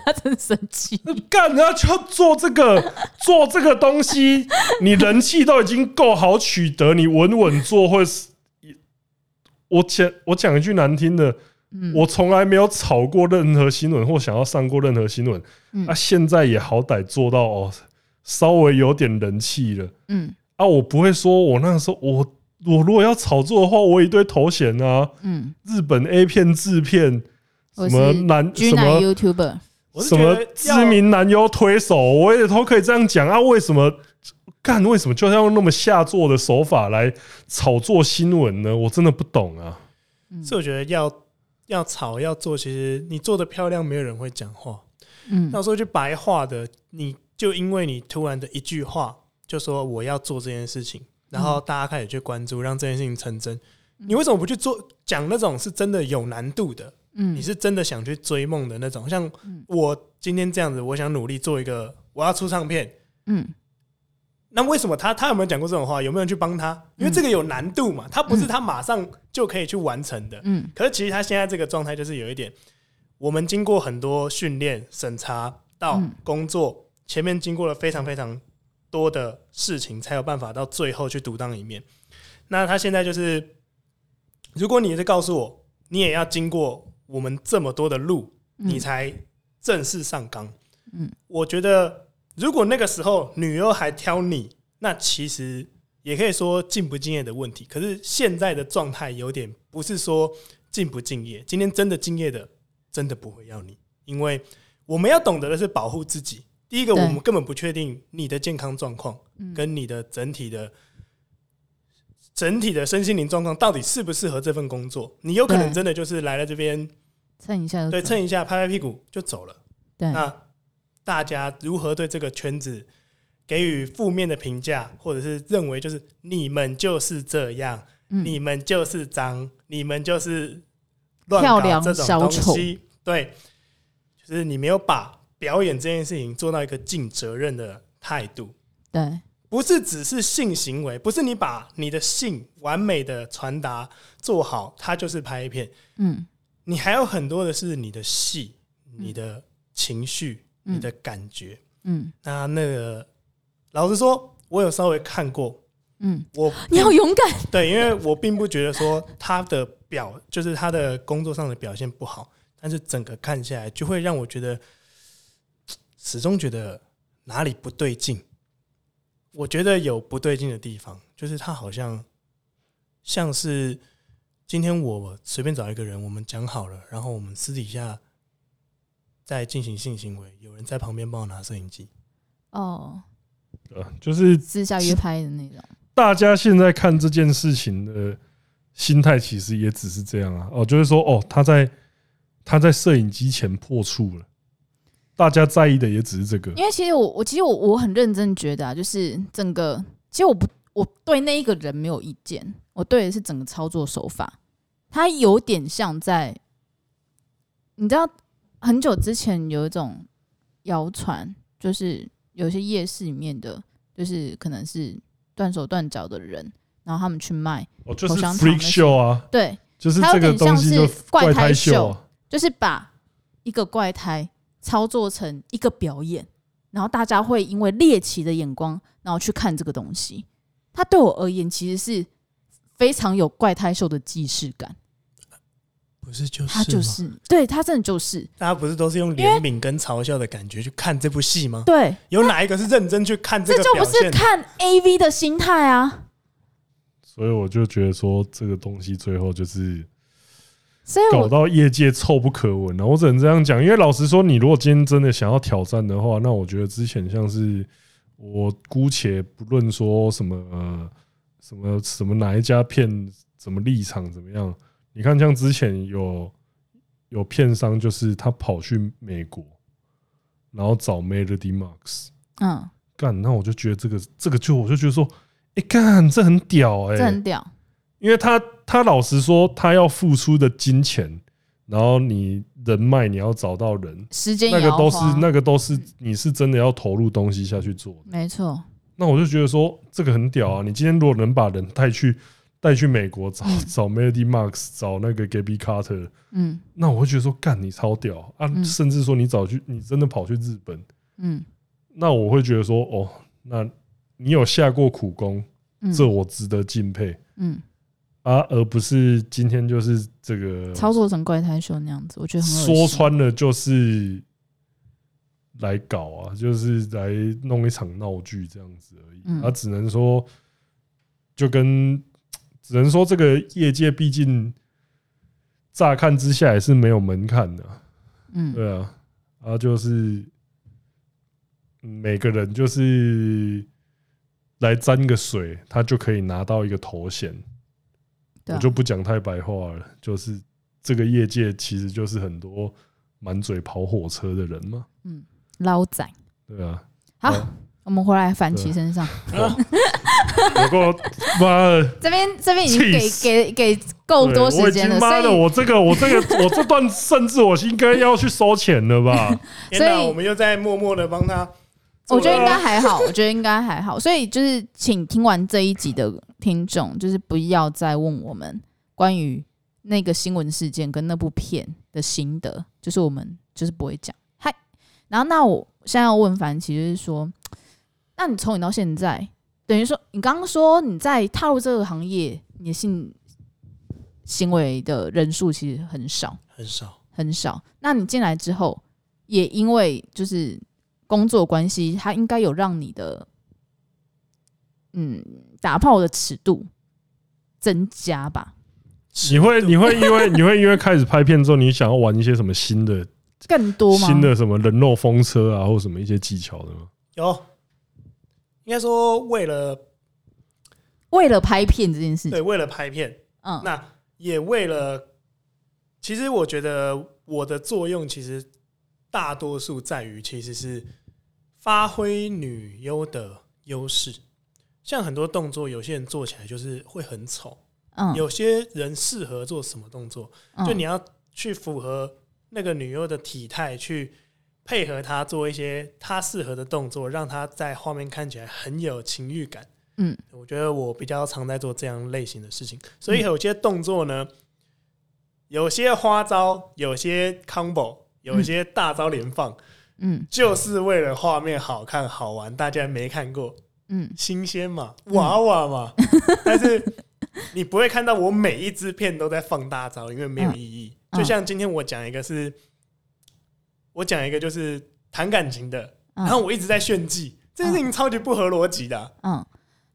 Speaker 2: 他真生气。
Speaker 1: 干，你要就做这个做这个东西，你人气都已经够好取得，你稳稳做会是。我讲我讲一句难听的，
Speaker 2: 嗯，
Speaker 1: 我从来没有炒过任何新闻或想要上过任何新闻，
Speaker 2: 嗯
Speaker 1: 啊，现在也好歹做到哦，稍微有点人气了。
Speaker 2: 嗯
Speaker 1: 啊，我不会说我那时候我我如果要炒作的话，我有一堆头衔啊，
Speaker 2: 嗯，
Speaker 1: 日本 A 片制片，
Speaker 2: 我
Speaker 1: 什
Speaker 2: 是
Speaker 1: 么男
Speaker 2: 居
Speaker 1: 什
Speaker 2: 男
Speaker 1: 么
Speaker 2: YouTuber，
Speaker 3: 我是
Speaker 1: 什
Speaker 3: 觉
Speaker 1: 么
Speaker 3: 得
Speaker 1: 知名男优推手，我也都可以这样讲啊。为什么干？为什么就要用那么下作的手法来炒作新闻呢？我真的不懂啊。
Speaker 2: 嗯
Speaker 3: 是我觉得要要吵要做，其实你做的漂亮，没有人会讲话。
Speaker 2: 嗯
Speaker 3: 那时候就白话的，你就因为你突然的一句话，就说我要做这件事情，然后大家开始去关注，让这件事情成真。你为什么不去做讲那种是真的有难度的？
Speaker 2: 嗯，
Speaker 3: 你是真的想去追梦的那种。像
Speaker 2: 嗯
Speaker 3: 我今天这样子，我想努力做一个，我要出唱片。
Speaker 2: 嗯
Speaker 3: 那为什么他他有没有讲过这种话？有没有人去帮他？因为
Speaker 2: 嗯
Speaker 3: 这个有难度嘛，他不是他马上就可以去完成的。
Speaker 2: 嗯
Speaker 3: 可是其实他现在这个状态就是有一点，我们经过很多训练、审查到
Speaker 2: 嗯
Speaker 3: 工作，前面经过了非常非常多的事情，才有办法到最后去独当一面。那他现在就是，如果你是告诉我，你也要经过我们这么多的路，你才正式上岗。
Speaker 2: 嗯
Speaker 3: 嗯，我觉得如果那个时候女优还挑你，那其实也可以说敬不敬业的问题。可是现在的状态有点不是说敬不敬业。今天真的敬业的，真的不会要你，因为我们要懂得的是保护自己。第一个，我
Speaker 2: 对
Speaker 3: 们根本不确定你的健康状况
Speaker 2: 嗯
Speaker 3: 跟你的整体的、整体的身心灵状况到底适不适合这份工作。你有可能
Speaker 2: 对
Speaker 3: 真的就是来了这边，
Speaker 2: 蹭一下就
Speaker 3: 对，
Speaker 2: 走
Speaker 3: 蹭一下，拍拍屁股就走了。
Speaker 2: 嗯对
Speaker 3: 那大家如何对这个圈子给予负面的评价，或者是认为就是你们就是这样，
Speaker 2: 嗯
Speaker 3: 你们就是脏，你们就是乱
Speaker 2: 跳
Speaker 3: 搞
Speaker 2: 梁
Speaker 3: 这种
Speaker 2: 小
Speaker 3: 东
Speaker 2: 丑
Speaker 3: 西，对，就是你没有把表演这件事情做到一个尽责任的态度。
Speaker 2: 对
Speaker 3: 不是只是性行为，不是你把你的性完美的传达做好，它就是拍片。
Speaker 2: 嗯
Speaker 3: 你还有很多的是你的戏、
Speaker 2: 嗯
Speaker 3: 你的情绪、
Speaker 2: 嗯
Speaker 3: 你的感觉。
Speaker 2: 嗯
Speaker 3: 那那个，老实说，我有稍微看过，
Speaker 2: 嗯，
Speaker 3: 我
Speaker 2: 你好勇敢，
Speaker 3: 对，因为我并不觉得说他的表，就是他的工作上的表现不好，但是整个看下来，就会让我觉得始终觉得哪里不对劲。我觉得有不对劲的地方，就是他好像像是今天我随便找一个人，我们讲好了，然后我们私底下再进行性行为，有人在旁边帮我拿摄影机。
Speaker 2: 哦，
Speaker 1: 呃，就是
Speaker 2: 私下约拍的那种，
Speaker 1: 大家现在看这件事情的心态，其实也只是这样啊。哦，就是说，哦，他在他在摄影机前破处了，大家在意的也只是这个。
Speaker 2: 因为其实我我其实我我很认真觉得啊，就是整个其实我不我对那一个人没有意见，我对的是整个操作手法，他有点像在，你知道很久之前有一种谣传，就是有些夜市里面的，就是可能是断手断脚的人，然后他们去卖，
Speaker 1: 哦，就是
Speaker 2: 口香糖
Speaker 1: freak
Speaker 2: 那
Speaker 1: show 啊，
Speaker 2: 对，
Speaker 1: 就是
Speaker 2: 它
Speaker 1: 这
Speaker 2: 有
Speaker 1: 个
Speaker 2: 点像
Speaker 1: 东西就是
Speaker 2: 怪
Speaker 1: 胎
Speaker 2: 胎
Speaker 1: 秀
Speaker 2: 秀
Speaker 1: 啊。，
Speaker 2: 就是把一个怪胎操作成一个表演，然后大家会因为猎奇的眼光，然后去看这个东西。它对我而言其实是非常有怪胎秀的既视感，
Speaker 3: 不是就是
Speaker 2: 它就是，对，它真的就是，
Speaker 3: 大家不是都是用怜悯跟嘲笑的感觉去看这部戏吗？
Speaker 2: 对，
Speaker 3: 有哪一个是认真去看
Speaker 2: 这
Speaker 3: 个
Speaker 2: 就
Speaker 3: 表
Speaker 2: 不是
Speaker 3: 现的？
Speaker 2: 看 A V 的心态啊。
Speaker 1: 所以我就觉得说，这个东西最后就是
Speaker 2: 所以
Speaker 1: 搞
Speaker 2: 我
Speaker 1: 到业界臭不可闻啊了、我只能这样讲，因为老实说，你如果今天真的想要挑战的话，那我觉得之前像是我姑且不论说什么、呃、什么什么哪一家骗什么立场怎么样，你看像之前有有片商就是他跑去美国，然后找 Melody Max
Speaker 2: 嗯，
Speaker 1: 干，那我就觉得这个这个就我就觉得说，哎、干这很屌哎、
Speaker 2: 这很屌，
Speaker 1: 因为他他老实说，他要付出的金钱，然后你人脉，你要找到人，
Speaker 2: 时间
Speaker 1: 那
Speaker 2: 也
Speaker 1: 个
Speaker 2: 要
Speaker 1: 都是
Speaker 2: 花嗯
Speaker 1: 那个都是你是真的要投入东西下去做的。
Speaker 2: 没错，
Speaker 1: 那我就觉得说，这个很屌啊！你今天如果能把人带去带去美国找找 Melody Max，找那个 Gabby Carter，
Speaker 2: 嗯
Speaker 1: 那我会觉得说，干你超屌啊！
Speaker 2: 嗯
Speaker 1: 甚至说你找去，你真的跑去日本，
Speaker 2: 嗯
Speaker 1: 那我会觉得说，哦，那你有下过苦功，
Speaker 2: 嗯，
Speaker 1: 这我值得敬佩。
Speaker 2: 嗯
Speaker 1: 啊，而不是今天就是这个
Speaker 2: 操作成怪胎秀那样子，我觉得很恶
Speaker 1: 说
Speaker 2: 心
Speaker 1: 穿了就是来搞啊，就是来弄一场闹剧这样子而已。
Speaker 2: 嗯
Speaker 1: 啊，只能说就跟只能说这个业界毕竟乍看之下也是没有门槛的啊、
Speaker 2: 嗯
Speaker 1: 对啊，啊，就是嗯每个人就是来沾个水，他就可以拿到一个头衔。
Speaker 2: 对啊
Speaker 1: 我就不讲太白话了，就是这个业界其实就是很多满嘴跑火车的人嘛，
Speaker 2: 捞仔。
Speaker 1: 对
Speaker 2: <laughs>
Speaker 1: 啊，
Speaker 2: 好
Speaker 1: 好，
Speaker 2: 我们回来反其身上。
Speaker 1: 不过妈的，
Speaker 2: 这边这边已经给
Speaker 1: 气死
Speaker 2: 给给够
Speaker 1: 对
Speaker 2: 多
Speaker 1: 我
Speaker 2: 时
Speaker 1: 已经
Speaker 2: 间了，
Speaker 1: 妈的，
Speaker 2: 所以
Speaker 1: 我这个我这个我这段甚至我应该要去收钱了
Speaker 2: <laughs>
Speaker 1: 吧？
Speaker 3: 天
Speaker 2: 所
Speaker 3: 哪，
Speaker 2: 以
Speaker 3: 我们又在默默的帮他
Speaker 2: 我
Speaker 3: 做了。
Speaker 2: 觉得应该还好，我觉得应该还好。所以就是，请听完这一集的听众，就是不要再问我们关于那个新闻事件跟那部片的心得，就是我们就是不会讲。嗨，然后那我现在要问凡奇，就是说，那你从你到现在，等于说你刚刚说你在踏入这个行业，你的性行为的人数其实很少。
Speaker 3: 很少，
Speaker 2: 很少。那你进来之后，也因为就是工作关系，它应该有让你的嗯打炮的尺度增加吧？
Speaker 1: 你会
Speaker 3: 尺度
Speaker 1: 你会因为你会因为开始拍片之后，你想要玩一些什么新的
Speaker 2: 更多吗？
Speaker 1: 新的什么人肉风车啊，或什么一些技巧的吗？
Speaker 3: 有，应该说为了
Speaker 2: 为了拍片这件事
Speaker 3: 对
Speaker 2: 情，
Speaker 3: 为了拍片，
Speaker 2: 嗯，
Speaker 3: 那也为了，其实我觉得我的作用其实大多数在于其实是发挥女优的优势。像很多动作，有些人做起来就是会很丑，
Speaker 2: 嗯，
Speaker 3: 有些人适合做什么动作，
Speaker 2: 嗯
Speaker 3: 就你要去符合那个女优的体态，去配合她做一些她适合的动作，让她在画面看起来很有情欲感。
Speaker 2: 嗯，
Speaker 3: 我觉得我比较常在做这样类型的事情，所以有些动作呢，有些花招，有些 combo，有些大招连放，
Speaker 2: 嗯
Speaker 3: 就是为了画面好看好玩，大家没看过，
Speaker 2: 嗯
Speaker 3: 新鲜嘛，娃娃嘛， <laughs> 但是你不会看到我每一支片都在放大招，因为没有意义。
Speaker 2: 嗯
Speaker 3: 就像今天我讲一个是，我讲一个就是谈感情的，
Speaker 2: 嗯
Speaker 3: 然后我一直在炫技，这件事情超级不合逻辑的啊、
Speaker 2: 嗯，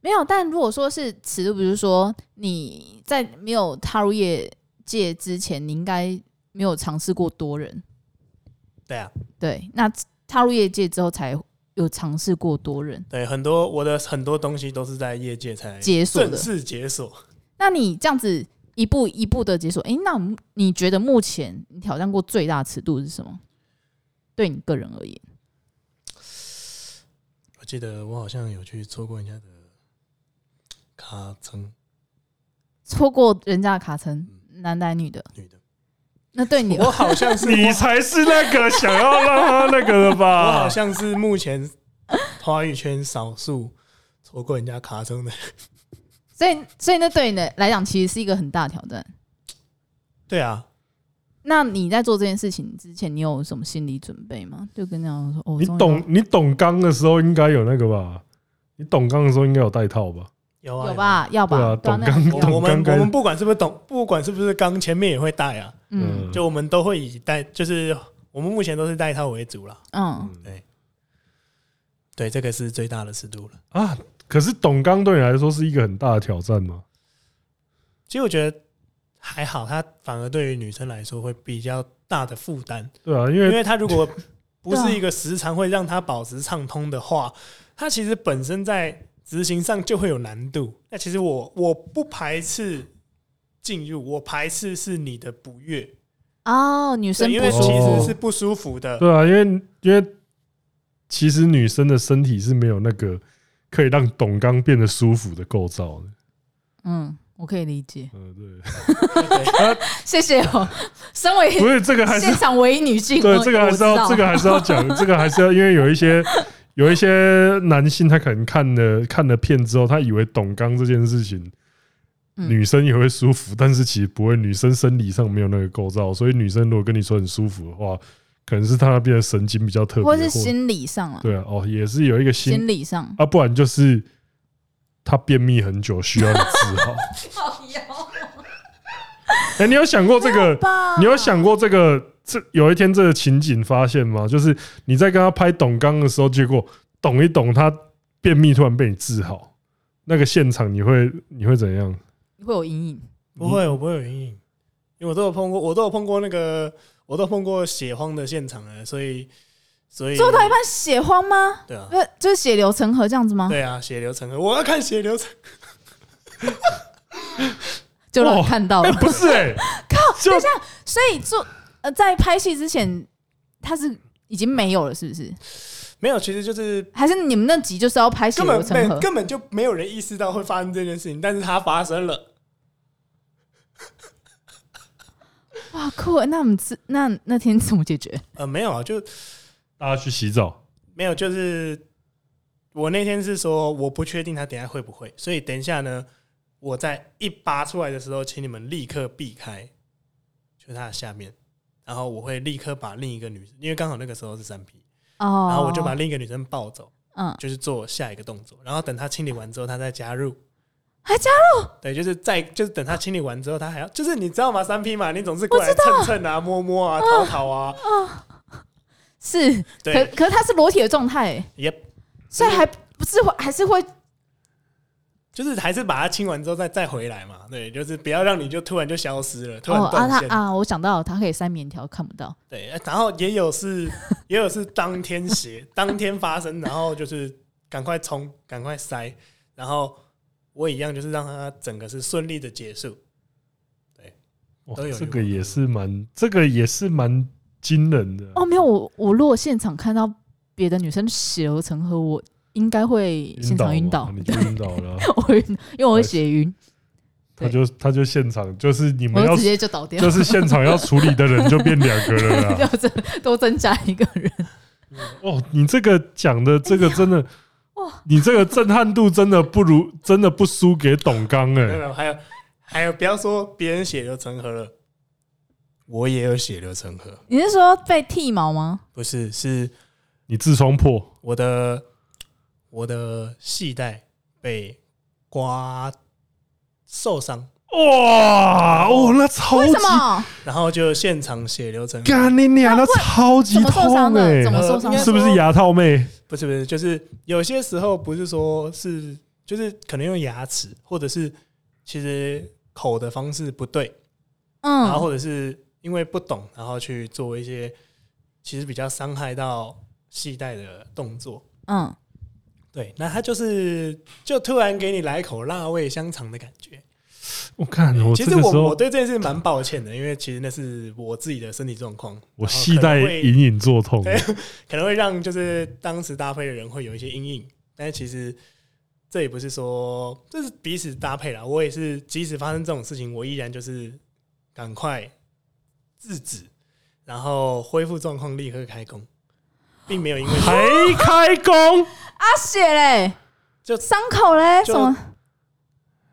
Speaker 2: 没有。但如果说是尺度，比如说你在没有踏入业界之前，你应该没有尝试过多人，
Speaker 3: 对啊，
Speaker 2: 对？那踏入业界之后才有尝试过多人。
Speaker 3: 对，很多我的很多东西都是在业界才
Speaker 2: 解锁的
Speaker 3: 正式解锁。
Speaker 2: 那你这样子一步一步的解锁，诶，那你你觉得目前你挑战过最大尺度是什么？对你个人而言，
Speaker 3: 我记得我好像有去做过人家的卡层
Speaker 2: 错过人家的卡层，
Speaker 3: 嗯
Speaker 2: 男男女的，
Speaker 3: 女的，
Speaker 2: 那对你
Speaker 3: 我好
Speaker 2: <laughs>
Speaker 3: 像是
Speaker 1: <laughs> 你才是那个想要让他那个的
Speaker 3: 我好
Speaker 1: 吧？
Speaker 3: 像是目前华语圈少数错过人家卡层的。 <laughs>
Speaker 2: 所以所以那对你来讲其实是一个很大的挑战。
Speaker 3: 对啊，
Speaker 2: 那你在做这件事情之前，你有什么心理准备吗？就跟那样说，
Speaker 1: <laughs>
Speaker 2: 哦，
Speaker 1: 你
Speaker 2: 终于
Speaker 1: 懂你懂钢的时候应该有那个吧？你懂钢的时候应该有带套吧？
Speaker 3: 有啊
Speaker 2: 有？吧？要吧？
Speaker 1: 对啊
Speaker 2: 对啊
Speaker 1: 懂
Speaker 2: 那
Speaker 1: 刚
Speaker 3: 有
Speaker 2: 有
Speaker 3: 啊我我们
Speaker 1: 刚刚
Speaker 3: 我们不管是不是懂，不管是不是刚前面也会带啊，
Speaker 2: 嗯
Speaker 3: 就我们都会以带，就是我们目前都是带套为主啦。
Speaker 2: 嗯，
Speaker 3: 对，这个是最大的尺度了。
Speaker 1: 啊，可是懂钢对你来说是一个很大的挑战吗？
Speaker 3: 其实我觉得还好，它反而对于女生来说会比较大的负担，
Speaker 1: 对啊，因
Speaker 3: 因
Speaker 1: 为
Speaker 3: 为它如果不
Speaker 2: 对啊
Speaker 3: 是一个时常会让它保持畅通的话，它其实本身在执行上就会有难度。那其实我我不排斥进入，我排斥是你的不悦，
Speaker 2: 哦，女
Speaker 3: 对
Speaker 2: 生
Speaker 3: 因
Speaker 2: 不
Speaker 3: 为
Speaker 2: 舒
Speaker 3: 其
Speaker 2: 服
Speaker 3: 实是不舒服的。
Speaker 1: 对啊，因为因为其实女生的身体是没有那个可以让懂钢变得舒服的构造的。
Speaker 2: 嗯，我可以理解。
Speaker 1: 嗯，对。
Speaker 3: 对
Speaker 2: 谢谢哦， <laughs> 身为
Speaker 1: 不是这个还是
Speaker 2: <laughs> 现场唯一女性，
Speaker 1: 对
Speaker 2: 我
Speaker 1: 这个还是
Speaker 2: 我知
Speaker 1: 要
Speaker 2: 道
Speaker 1: 这个还是要讲，这个还是要因为有一些有一些男性他可能看了看了片之后，他以为懂刚这件事情。
Speaker 2: 嗯
Speaker 1: 女生也会舒服，但是其实不会。女生生理上没有那个构造，所以女生如果跟你说很舒服的话，可能是她那边的神经比较特别，
Speaker 2: 或是心理上啊，
Speaker 1: 对啊，哦，也是有一个心
Speaker 2: 心理上。
Speaker 1: 啊，不然就是她便秘很久，需要你治
Speaker 2: <laughs>
Speaker 1: 好。哎、你有想过这个？你有想过这个？这有一天这个情景发现吗？就是你在跟他拍董刚的时候，结果懂一懂他便秘突然被你治好，那个现场你会你会怎样？
Speaker 2: 会有阴影？
Speaker 3: 不会，我不会有阴影，因为我都有碰过，我都有碰过那个，我都有碰过血荒的现场了，所以，所以
Speaker 2: 做到一半血荒吗？
Speaker 3: 对啊
Speaker 2: 不，是，就是血流成河这样子吗？
Speaker 3: 对啊，血流成河，我要看血流成河，
Speaker 2: 就让我
Speaker 1: 哇
Speaker 2: 看到
Speaker 1: 哎、
Speaker 2: 了。
Speaker 1: 不是哎、就
Speaker 2: 哦等一下， <laughs> 所以做呃，在拍戏之前，他是已经没有了，是不是？
Speaker 3: 没有，其实就是
Speaker 2: 还是你们那集就是要拍血
Speaker 3: 根
Speaker 2: 流
Speaker 3: 本
Speaker 2: 成河
Speaker 3: 没？根本就没有人意识到会发生这件事情，但是它发生了。
Speaker 2: 哇酷！啊那我们是那那天怎么解决？
Speaker 3: 呃，没有啊，就
Speaker 1: 大家去洗澡，
Speaker 3: 没有，就是我那天是说我不确定他等一下会不会，所以等一下呢，我在一拔出来的时候，请你们立刻避开，就是他的下面，然后我会立刻把另一个女，因为刚好那个时候是三 P，
Speaker 2: 哦，
Speaker 3: 然后我就把另一个女生抱走，
Speaker 2: 嗯，
Speaker 3: 就是做下一个动作，然后等他清理完之后，他再加入。
Speaker 2: 还啊加
Speaker 3: 入？对，就是在就是等他清理完之后，他还要就是你知道吗？三 P 嘛，你总是过来蹭蹭啊、摸摸啊、讨讨啊，
Speaker 2: 是，可 <laughs>
Speaker 3: 对
Speaker 2: 可是他是裸体的状态欸，
Speaker 3: ，Yep，
Speaker 2: 所以还不是会还是会
Speaker 3: 就是还是把它清完之后再再回来嘛，对，就是不要让你就突然就消失了，突然
Speaker 2: 哦啊，
Speaker 3: 断
Speaker 2: 他
Speaker 3: 线。
Speaker 2: 啊，我想到了它可以塞棉条，看不到。
Speaker 3: 对，呃然后也有是 <laughs> 也有是当天写， <laughs> 当天发生，然后就是赶快冲，赶快塞，然后我一样就是让它整个是顺利的结束。
Speaker 1: 哇
Speaker 3: 都有
Speaker 1: 这
Speaker 3: 用
Speaker 1: 个也是蛮，这个也是蛮惊人的。
Speaker 2: 哦，没有，我我如果现场看到别的女生血流成河，我应该会现场晕倒
Speaker 1: 嘛，啊你就晕倒了啊，
Speaker 2: <laughs> 我会晕，因为我会血晕，
Speaker 1: 他就他就现场就是你
Speaker 2: 我
Speaker 1: 们
Speaker 2: 就
Speaker 1: 要
Speaker 2: 直接就倒 <laughs> 掉，
Speaker 1: 就是现场要处理的人就变两个人
Speaker 2: <laughs>
Speaker 1: 了啊。
Speaker 2: 就增多增加一个人。
Speaker 1: 哦，你这个讲的这个真的
Speaker 2: 哇，
Speaker 1: 你这个震撼度真的不如，真的不输给董刚
Speaker 3: 没有，
Speaker 1: 哎。
Speaker 3: 没有还有还有，不要说别人血流成河了，我也有血流成河，
Speaker 2: 你是说被剃毛吗？
Speaker 3: 不是，是
Speaker 1: 你痔疮破，
Speaker 3: 我的我的系带被刮受伤，
Speaker 1: 哇哦，那超
Speaker 2: 为
Speaker 1: 级
Speaker 2: 什么？
Speaker 3: 然后就现场血流成河。
Speaker 1: 干你娘，那超级
Speaker 2: 怎么受伤
Speaker 1: 痛
Speaker 2: 的？
Speaker 1: 哎
Speaker 2: 怎！么受伤的
Speaker 3: 呃应该？
Speaker 1: 是不是牙套妹？
Speaker 3: 不是不是，就是有些时候不是说是，就是可能用牙齿，或者是其实口的方式不对，然后
Speaker 2: 嗯，
Speaker 3: 或者是因为不懂，然后去做一些其实比较伤害到系带的动作。
Speaker 2: 嗯，
Speaker 3: 对，那他就是就突然给你来一口辣味香肠的感觉。
Speaker 1: 我看嗯我
Speaker 3: 哎其
Speaker 1: 这
Speaker 3: 实
Speaker 1: 个时
Speaker 3: 我我
Speaker 1: 候
Speaker 3: 对这件事蛮抱歉的，因为其实那是我自己的身体状况，
Speaker 1: 我
Speaker 3: 然后
Speaker 1: 系
Speaker 3: 可能
Speaker 1: 带
Speaker 3: 会
Speaker 1: 隐隐作痛。哎
Speaker 3: 对可能会让就是当时搭配的人会有一些阴影，但是其实这也不是说这是彼此搭配啦。我也是，即使发生这种事情，我依然就是赶快制止，然后恢复状况，立刻开工，并没有因为
Speaker 1: 还开工，
Speaker 2: 啊血嘞，
Speaker 3: 就
Speaker 2: 伤口嘞，
Speaker 3: 就
Speaker 2: 什么？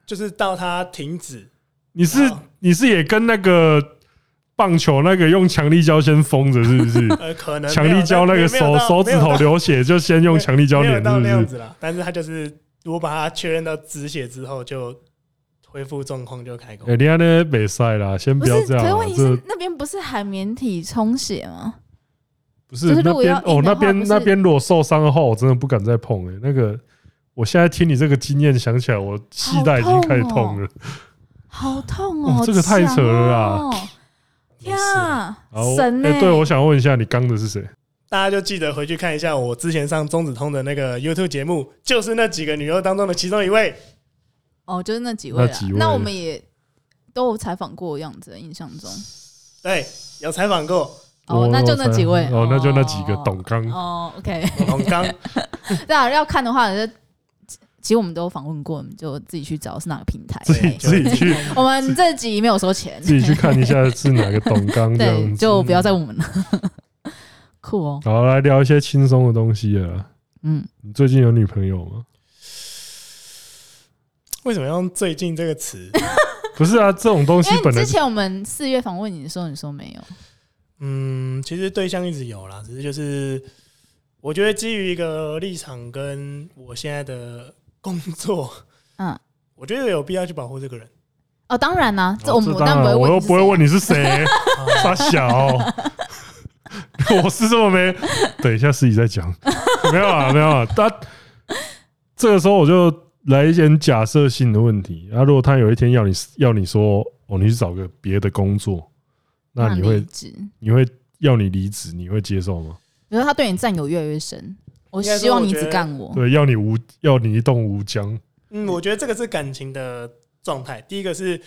Speaker 3: 就是到他停止，
Speaker 1: 你是你是也跟那个棒球那个用强力胶先封着是不是？
Speaker 3: 呃，可能
Speaker 1: 强力胶那个手手指头
Speaker 3: 流
Speaker 1: 流血就先用强力胶
Speaker 3: 没
Speaker 1: 粘是
Speaker 3: 有到
Speaker 1: 不
Speaker 3: 那样
Speaker 1: 是？
Speaker 3: 子啦。但是他就是我把它确认到止血之后，就恢复状况就开工。
Speaker 1: 哎，你看那北赛啦，先
Speaker 2: 不
Speaker 1: 要
Speaker 2: 是，
Speaker 1: 这样
Speaker 2: 可是
Speaker 1: 啊
Speaker 2: 问，题
Speaker 1: 这
Speaker 2: 是那边不是海绵体充血吗？
Speaker 1: 不
Speaker 2: 就是是
Speaker 1: 那
Speaker 2: 如果
Speaker 1: 边
Speaker 2: 要
Speaker 1: 哦
Speaker 2: 硬的话
Speaker 1: 那边
Speaker 2: 不是
Speaker 1: 那边如果受伤的话，我真的不敢再碰哎。那个我现在听你这个经验，想起来我系带已经开始
Speaker 2: 哦
Speaker 1: 痛了。
Speaker 2: 好痛
Speaker 1: 哦
Speaker 2: 哦！
Speaker 1: 这个太扯了啦
Speaker 2: 好强哦！天
Speaker 3: 啊！
Speaker 2: 啊
Speaker 1: 然后，
Speaker 2: 神呢、
Speaker 1: 哎，对，我想问一下，你刚的是谁？
Speaker 3: 大家就记得回去看一下我之前上中子通的那个 YouTube 节目，就是那几个女优当中的其中一位。
Speaker 2: 哦，就是那几位
Speaker 1: 那
Speaker 2: 啦
Speaker 1: 几。位
Speaker 2: 那我们也都有采访过的样子，印象中。
Speaker 3: 对，哎有采访过
Speaker 2: 哦，那就那几位。
Speaker 1: 哦，那就那几个董刚。
Speaker 2: 哦，OK， <laughs>
Speaker 3: 王刚，
Speaker 2: 那要看的话，就其实我们都访问过，你们就自己去找是哪个平台。
Speaker 1: <laughs> 自己
Speaker 2: 对
Speaker 1: 自己去
Speaker 2: 我们这集没有收钱，
Speaker 1: <laughs> 自己去看一下是哪个董刚这样
Speaker 2: <laughs> 对，
Speaker 1: 子。
Speaker 2: 就不要再问我们了。酷哦，
Speaker 1: 好，来聊一些轻松的东西了。
Speaker 2: 嗯，
Speaker 1: 你最近有女朋友吗？
Speaker 3: <laughs> 为什么要用“最近”这个词？
Speaker 1: 不是啊，这种东西
Speaker 2: 因为
Speaker 1: 本
Speaker 2: 你
Speaker 1: 来
Speaker 2: 之前我们四月访问你的时候，你说没有，
Speaker 3: 嗯，其实对象一直有啦，只是就是我觉得基于一个立场跟我现在的工作，
Speaker 2: 嗯，
Speaker 3: <laughs> 我觉得有必要去保护这个人。
Speaker 2: 哦，当然啦、这我们
Speaker 1: 哦
Speaker 2: 当
Speaker 1: 当然
Speaker 2: 然
Speaker 1: 我
Speaker 2: 不会问，
Speaker 1: 又不会问，你是谁， <laughs>
Speaker 3: 啊
Speaker 1: 傻小。我是这么没，等一下自己再讲。 <laughs> 没有啊，没有啊。但这个时候我就来一点假设性的问题。啊，如果他有一天要你要你说哦，你去找个别的工作，那你
Speaker 2: 离
Speaker 1: 会
Speaker 2: 职。
Speaker 1: 你会要你离职，你会接受吗？
Speaker 2: 比如说他对你占有越来越深，我
Speaker 3: 应该说
Speaker 2: 希望你
Speaker 3: 我觉
Speaker 2: 只
Speaker 3: 得
Speaker 2: 干我。
Speaker 1: 对，要你无要你一动无疆。
Speaker 3: 嗯，我觉得这个是感情的状态。第一个是，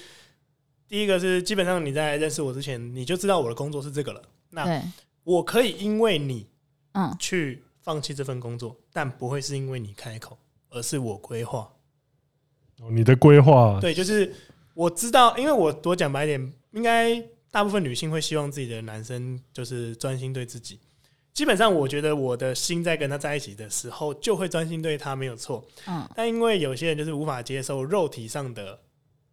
Speaker 3: 第一个是基本上你在认识我之前，你就知道我的工作是这个了。那
Speaker 2: 对，
Speaker 3: 我可以因为你
Speaker 2: 嗯，
Speaker 3: 去放弃这份工作，但不会是因为你开口，而是我规划。
Speaker 1: 哦你的规划
Speaker 3: 对，就是我知道，因为我我讲白一点，应该大部分女性会希望自己的男生就是专心对自己。基本上，我觉得我的心在跟他在一起的时候，就会专心对他，没有错。
Speaker 2: 嗯，
Speaker 3: 但因为有些人就是无法接受肉体上的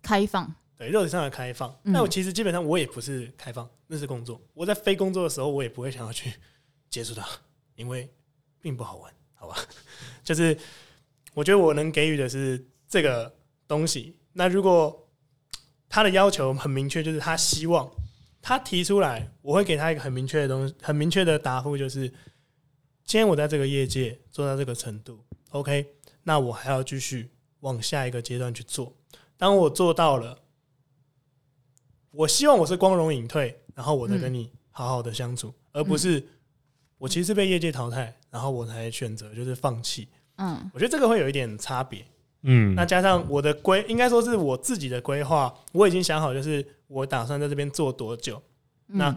Speaker 2: 开放，
Speaker 3: 对肉体上的开放，
Speaker 2: 嗯
Speaker 3: 那我其实基本上我也不是开放，那是工作。我在非工作的时候，我也不会想要去接触它，因为并不好玩，好吧？ <laughs> 就是我觉得我能给予的是这个东西。那如果他的要求很明确，就是他希望他提出来，我会给他一个很明确的东西，很明确的答复，就是今天我在这个业界做到这个程度，OK，那我还要继续，往下一个阶段去做。当我做到了，我希望我是光荣隐退，然后我再跟你好好的相处，而不是我其实是被业界淘汰，然后我才选择就是放弃。
Speaker 2: 嗯
Speaker 3: 我觉得这个会有一点差别。
Speaker 1: 嗯，
Speaker 3: 那加上我的规，应该说是我自己的规划，我已经想好，就是我打算在这边做多久。那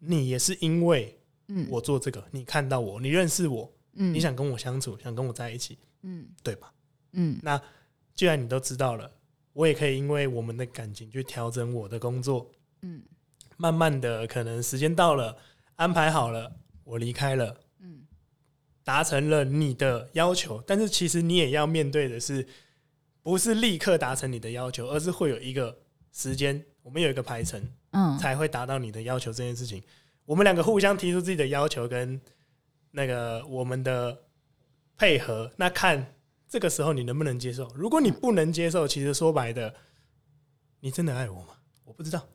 Speaker 3: 你也是因为
Speaker 2: 嗯
Speaker 3: 我做这个，你看到我，你认识我，
Speaker 2: 嗯
Speaker 3: 你想跟我相处，想跟我在一起，
Speaker 2: 嗯
Speaker 3: 对吧？
Speaker 2: 嗯
Speaker 3: 既然你都知道了，我也可以因为我们的感情去调整我的工作，
Speaker 2: 嗯
Speaker 3: 慢慢的，可能时间到了，安排好了，我离开了，
Speaker 2: 嗯
Speaker 3: 达成了你的要求，但是其实你也要面对的是，不是立刻达成你的要求，而是会有一个时间，我们有一个排程
Speaker 2: 嗯
Speaker 3: 才会达到你的要求这件事情。我们两个互相提出自己的要求跟那个我们的配合，那看这个时候你能不能接受。如果你不能接受，其实说白的，你真的爱我吗？我不知道。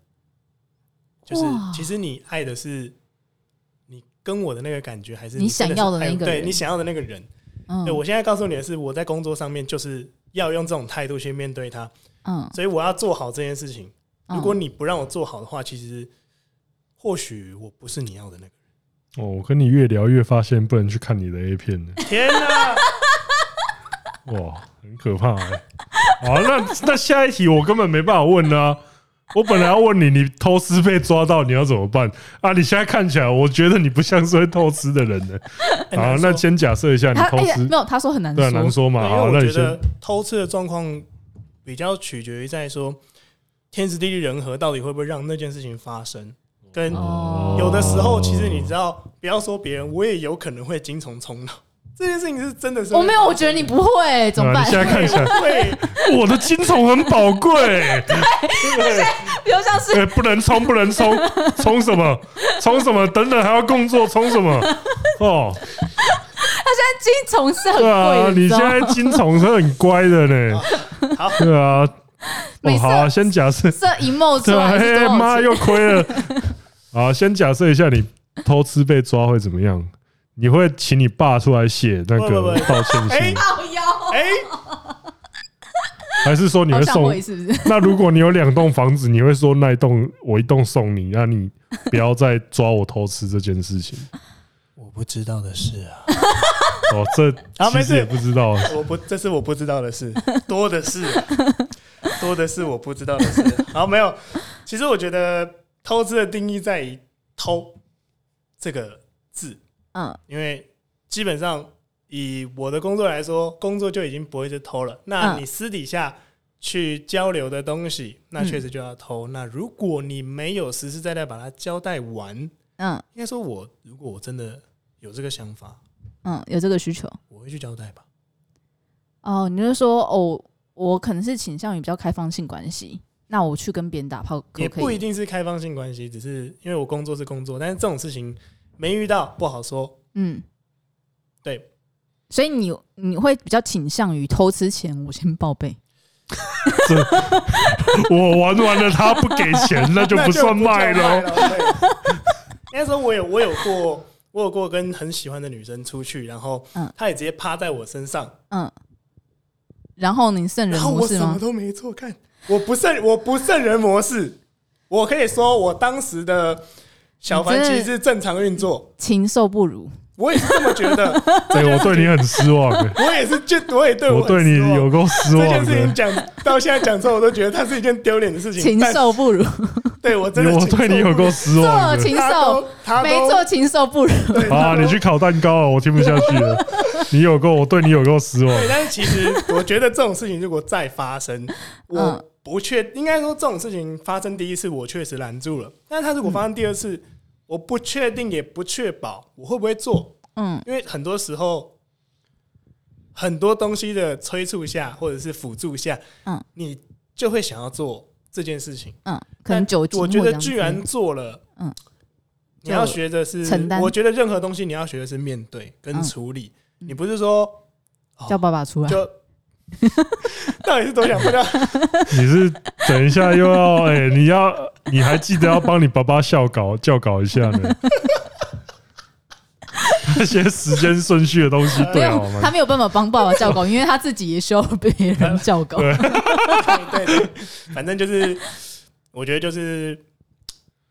Speaker 3: 就是
Speaker 2: 嗯哇
Speaker 3: 其实你爱的是你跟我的那个感觉，还是
Speaker 2: 你
Speaker 3: 真
Speaker 2: 想要的
Speaker 3: 是爱
Speaker 2: 那
Speaker 3: 我
Speaker 2: 个
Speaker 3: 对
Speaker 2: 人
Speaker 3: 你想要的那个人。
Speaker 2: 嗯，
Speaker 3: 对我现在告诉你的是，我在工作上面就是要用这种态度去面对它，
Speaker 2: 嗯，
Speaker 3: 所以我要做好这件事情。
Speaker 2: 嗯
Speaker 3: 如果你不让我做好的话，其实或许我不是你要的那个人。
Speaker 1: 哦，我跟你越聊越发现不能去看你的 A 片了，
Speaker 3: <laughs> 天哪！
Speaker 1: 哇，很可怕哎、好，那那下一题我根本没办法问啊。我本来要问你，你偷吃被抓到，你要怎么办啊？你现在看起来，我觉得你不像是会偷吃的人呢、
Speaker 3: 很
Speaker 1: 好，
Speaker 3: 哎难说
Speaker 1: 那先假设一下你
Speaker 2: 他
Speaker 1: 偷
Speaker 2: 哎呀
Speaker 1: 吃，
Speaker 2: 没有，他说很难
Speaker 1: 对啊，难
Speaker 2: 说，
Speaker 1: 说嘛。
Speaker 3: 对
Speaker 1: 好，
Speaker 3: 因为
Speaker 1: 那
Speaker 3: 我
Speaker 1: 你
Speaker 3: 觉
Speaker 1: 先
Speaker 3: 得偷吃的状况比较取决于在说天时地利人和到底会不会让那件事情发生，跟
Speaker 2: 哦
Speaker 3: 有的时候其实你知道，不要说别人，我也有可能会精虫冲脑。这件事情是真的是
Speaker 2: 我没有，我觉得你不会，怎么
Speaker 1: 哦啊
Speaker 2: 办
Speaker 1: 你？现在看起来，
Speaker 3: 会
Speaker 1: 我的金虫很宝贵、
Speaker 2: <laughs> 比如像是
Speaker 1: 对，不能冲，不能冲，冲什么？冲什么？等等还要工作，冲什么？哦，
Speaker 2: 金虫是很
Speaker 1: 对啊，
Speaker 2: 贵的，
Speaker 1: 你
Speaker 2: 知道
Speaker 1: 现
Speaker 2: 吗
Speaker 1: 在金虫是很乖的呢。
Speaker 3: <laughs> 好
Speaker 1: 对啊，哦
Speaker 2: 每次
Speaker 1: 好啊，先假设，
Speaker 2: <laughs> 这一梦出
Speaker 1: 对啊，
Speaker 2: 来是多
Speaker 1: 嘿，
Speaker 2: 少
Speaker 1: 妈
Speaker 2: 钱
Speaker 1: 又亏
Speaker 2: <laughs>
Speaker 1: 了。好，先假设一下，你偷吃被抓会怎么样？你会请你爸出来写那
Speaker 3: 不不
Speaker 1: 个
Speaker 3: 不
Speaker 1: 道歉信
Speaker 3: 哎，
Speaker 2: 靠腰，
Speaker 3: 哎、
Speaker 1: 还是说你
Speaker 2: 好
Speaker 1: 会
Speaker 2: 想
Speaker 1: 送
Speaker 2: 回是不是？
Speaker 1: 那如果你有两栋房子，你会说那一栋我一栋送你，那你不要再抓我偷吃这件事情。
Speaker 3: 我不知道的事啊，
Speaker 2: <laughs>
Speaker 1: 哦，这
Speaker 3: 好
Speaker 1: 其
Speaker 3: 没
Speaker 1: 实
Speaker 3: 事
Speaker 1: 也不知道。
Speaker 3: <laughs> 我不，这是我不知道的事，多的是啊、多的是我不知道的事。好，没有，其实我觉得偷吃的定义在于“偷”这个字，
Speaker 2: 嗯
Speaker 3: 因为基本上以我的工作来说，工作就已经不会是偷了。那
Speaker 2: 嗯
Speaker 3: 你私底下去交流的东西，那确实就要偷。那如果你没有实实在在把它交代完，应
Speaker 2: 嗯
Speaker 3: 该说我如果我真的有这个想法，
Speaker 2: 嗯，有这个需求
Speaker 3: 我会去交代吧。
Speaker 2: 哦。你就说哦，我可能是倾向于比较开放性关系，那我去跟别人打炮可
Speaker 3: 也
Speaker 2: 不可
Speaker 3: 不一
Speaker 2: 以？
Speaker 3: 定是开放性关系，只是因为我工作是工作，但是这种事情没遇到不好说。
Speaker 2: 嗯，
Speaker 3: 对。
Speaker 2: 所以你你会比较倾向于偷吃前我先报备，
Speaker 1: 我玩完了，他不给钱，那就
Speaker 3: <laughs> 那
Speaker 1: 不算卖
Speaker 3: 卖
Speaker 1: 喽。
Speaker 3: 了。对 <laughs> 应该说，我有我有过，我有过跟很喜欢的女生出去，然后
Speaker 2: 嗯
Speaker 3: 她也直接趴在我身上，
Speaker 2: 嗯，然后你圣人
Speaker 3: 然后
Speaker 2: 模
Speaker 3: 我
Speaker 2: 式
Speaker 3: 什
Speaker 2: 吗
Speaker 3: 么？都没做，看我不胜我不胜人模式，我可以说我当时的小
Speaker 2: 你真
Speaker 3: 凡
Speaker 2: 的
Speaker 3: 其实是正常运作，
Speaker 2: 禽兽不如，
Speaker 3: 我也是这么觉得，
Speaker 1: 对哎我对你很失望，欸
Speaker 3: 我也是就我也
Speaker 1: <laughs>
Speaker 3: 对
Speaker 1: 我
Speaker 3: 很
Speaker 1: 对你
Speaker 3: 失望
Speaker 1: 有够失
Speaker 3: 这件
Speaker 1: 望
Speaker 3: 事情
Speaker 1: 的。
Speaker 3: 讲到现在讲出来，我都觉得它是一件丢脸的事情。
Speaker 2: 禽
Speaker 3: 但
Speaker 2: 兽不
Speaker 3: <laughs>
Speaker 2: 如，
Speaker 3: 对我真的禽
Speaker 1: 我
Speaker 3: 兽不
Speaker 1: 对你有够失望
Speaker 2: 做
Speaker 1: 的。
Speaker 2: 禽
Speaker 3: 他
Speaker 2: 兽
Speaker 3: 都，他都
Speaker 2: 没做禽兽
Speaker 3: <laughs>
Speaker 2: 不如。
Speaker 3: 对
Speaker 1: 好啊，
Speaker 3: 他都
Speaker 1: 你去烤蛋糕了，我听不下去
Speaker 3: <laughs>
Speaker 1: 了。你有够，我对你有够失望。
Speaker 3: 对，但是其实我觉得这种事情如果再发生，
Speaker 2: 嗯
Speaker 3: 我不确应该说这种事情发生第一次我确实拦住了，但是它如果发生第二次，我不确定也不确保我会不会做，
Speaker 2: 嗯
Speaker 3: 因为很多时候很多东西的催促下或者是辅助下，
Speaker 2: 嗯，
Speaker 3: 你就会想要做这件事情。
Speaker 2: 嗯，可能
Speaker 3: 但
Speaker 2: 酒精
Speaker 3: 我
Speaker 2: 或
Speaker 3: 觉
Speaker 2: 者这
Speaker 3: 得
Speaker 2: 样
Speaker 3: 居
Speaker 2: 子
Speaker 3: 然做了，
Speaker 2: 嗯
Speaker 3: 嗯，你要学的是
Speaker 2: 承担
Speaker 3: 我觉得任何东西你要学的是面对跟处理，
Speaker 2: 嗯
Speaker 3: 你不是说哦
Speaker 2: 叫爸爸出来， <laughs>
Speaker 3: 就到底是多想不到， <laughs>
Speaker 1: 你是等一下又要哎、你要
Speaker 3: <laughs>
Speaker 1: 你还记得要帮你爸爸校稿校稿一下呢？那些时间顺序的东西，
Speaker 2: 没
Speaker 3: 啊
Speaker 1: 对啊好
Speaker 2: 啊有，他
Speaker 1: 吗？
Speaker 2: 没有办法帮爸爸叫狗，因为他自己也需要被人叫
Speaker 3: <laughs>
Speaker 2: 狗。
Speaker 3: 对对，反正就是，我觉得就是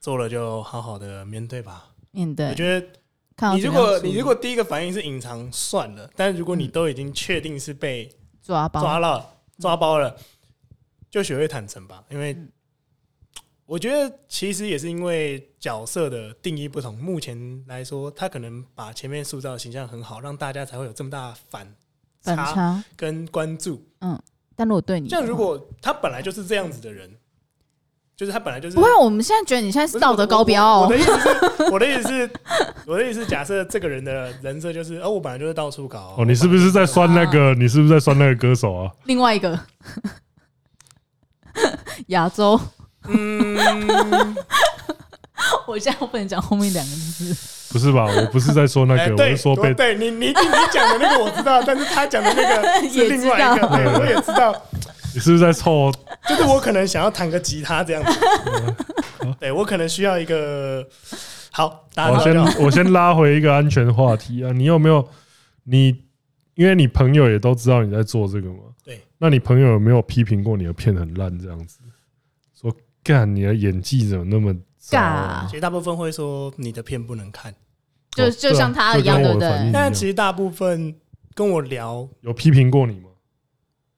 Speaker 3: 做了就好好的面对吧。
Speaker 2: 面
Speaker 3: 我
Speaker 2: 对，
Speaker 3: 觉得
Speaker 2: <laughs> 看到
Speaker 3: 你
Speaker 2: 怎
Speaker 3: 如
Speaker 2: 么样
Speaker 3: 果
Speaker 2: 处
Speaker 3: 你
Speaker 2: 理嗯
Speaker 3: 如果第一个反应是隐藏算了，但如果你都已经确定是被
Speaker 2: 抓包，
Speaker 3: 抓了抓包了，就学会坦诚吧。因为
Speaker 2: 嗯
Speaker 3: 我觉得其实也是因为角色的定义不同，目前来说，他可能把前面塑造的形象很好，让大家才会有这么大的反
Speaker 2: 反
Speaker 3: 差
Speaker 2: 差。嗯
Speaker 3: 跟关注。
Speaker 2: 但如果对你的话，
Speaker 3: 像如果他本来就是这样子的人，就是他本来就是
Speaker 2: 不会，啊我们现在觉得你现在是
Speaker 3: 不是
Speaker 2: 道德高标
Speaker 3: 我我我
Speaker 2: 哦
Speaker 3: 的。意思是，我的意思是，我的意思是，假设这个人的人设就是，哦，我本来就是到处搞。
Speaker 1: 哦，你是不是在酸那
Speaker 3: 啊
Speaker 1: 个？你是不是在酸那个歌手啊？
Speaker 2: 另外一个 <laughs> 亚洲，
Speaker 3: 嗯，
Speaker 2: <laughs> 我现在不能讲后面两个字，
Speaker 1: 不是吧？我不是在说那
Speaker 3: 哎
Speaker 1: 个，我
Speaker 3: 对，
Speaker 1: 是说被
Speaker 3: 对你你你讲的那个我知道，但是他讲的
Speaker 2: <laughs>
Speaker 3: 那个是
Speaker 2: 也知道
Speaker 3: 另外一个，对，我也知道，
Speaker 1: 你是不是在凑
Speaker 3: 就是我可能想要弹个吉他这样子，
Speaker 1: 嗯
Speaker 3: 对我可能需要一个好打
Speaker 1: 我
Speaker 3: 扰
Speaker 1: 先
Speaker 3: 啊就好。
Speaker 1: 我先拉回一个安全话题啊，你有没有你？因为你朋友也都知道你在做这个嘛，
Speaker 3: 对。
Speaker 1: 那你朋友有没有批评过你的片很烂这样子？说干你的演技怎么那么糟啊
Speaker 3: 其实大部分会说你的片不能看，
Speaker 2: 就
Speaker 1: 哦
Speaker 2: 就像他一样，
Speaker 1: 对啊
Speaker 2: 对
Speaker 1: 就跟
Speaker 2: 不
Speaker 1: 我的反应
Speaker 2: 对
Speaker 1: 一？样
Speaker 3: 但其实大部分跟我聊，
Speaker 1: 有批评过你吗？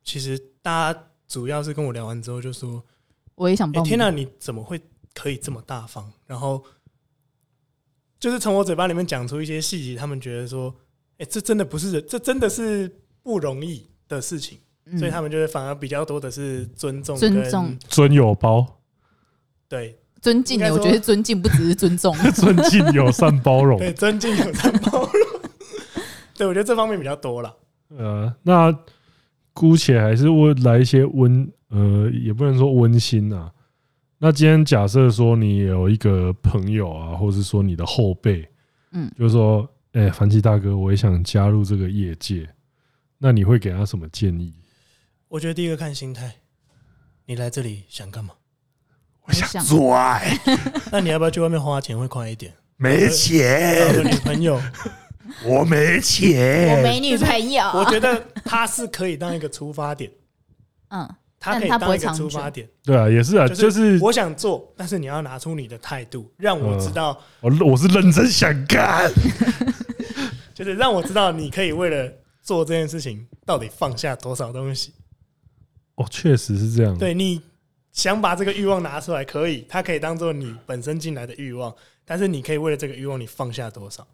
Speaker 3: 其实大家主要是跟我聊完之后就说，
Speaker 2: 我也想
Speaker 3: 哎、
Speaker 2: 帮。
Speaker 3: 天哪、你怎么会可以这么大方？然后就是从我嘴巴里面讲出一些细节，他们觉得说，哎、这真的不是，这真的是不容易的事情，
Speaker 2: 嗯
Speaker 3: 所以他们就是反而比较多的是尊重跟，
Speaker 2: 尊重
Speaker 1: 尊有包，
Speaker 3: 对
Speaker 2: 尊敬
Speaker 3: 应该
Speaker 2: 的，我
Speaker 3: 说
Speaker 2: 觉得尊敬不只是
Speaker 1: <laughs>
Speaker 2: 尊重。
Speaker 1: 尊敬友善包
Speaker 3: <laughs>
Speaker 1: 容。
Speaker 3: 对，尊敬有善包容。 <laughs> 对，我觉得这方面比较多了。
Speaker 1: 呃，那姑且还是我来一些温，呃，也不能说温馨啊。那今天假设说你有一个朋友啊，或是说你的后辈，
Speaker 2: 嗯
Speaker 1: 就是说，哎、凡奇大哥，我也想加入这个业界，那你会给他什么建议？
Speaker 3: 我觉得第一个看心态，你来这里想干嘛？
Speaker 2: 我想
Speaker 1: 做爱，
Speaker 3: 那你要不要去外面花钱会快一点？
Speaker 1: 没
Speaker 3: 然后
Speaker 1: 钱，
Speaker 3: 有女朋友，
Speaker 1: 我没钱，
Speaker 2: 女朋友
Speaker 3: 我觉得他是可以当一个出发点，
Speaker 2: 嗯，
Speaker 3: 他
Speaker 2: 但
Speaker 3: 可以
Speaker 2: 他不
Speaker 3: 当
Speaker 2: 会
Speaker 3: 一个
Speaker 2: 长
Speaker 3: 出
Speaker 2: 久
Speaker 3: 发点。
Speaker 1: 对啊，也是啊，
Speaker 3: 就
Speaker 1: 就是嗯
Speaker 3: 我想做，但是你要拿出你的态度，让我知道，
Speaker 1: 我我是认真想 <laughs> 干，
Speaker 3: 就是让我知道你可以为了做这件事情到底放下多少东西。
Speaker 1: 嗯哦，确实是这样，
Speaker 3: 对你想把这个欲望拿出来，可以，它可以当做你本身进来的欲望，但是你可以为了这个欲望你放下多少？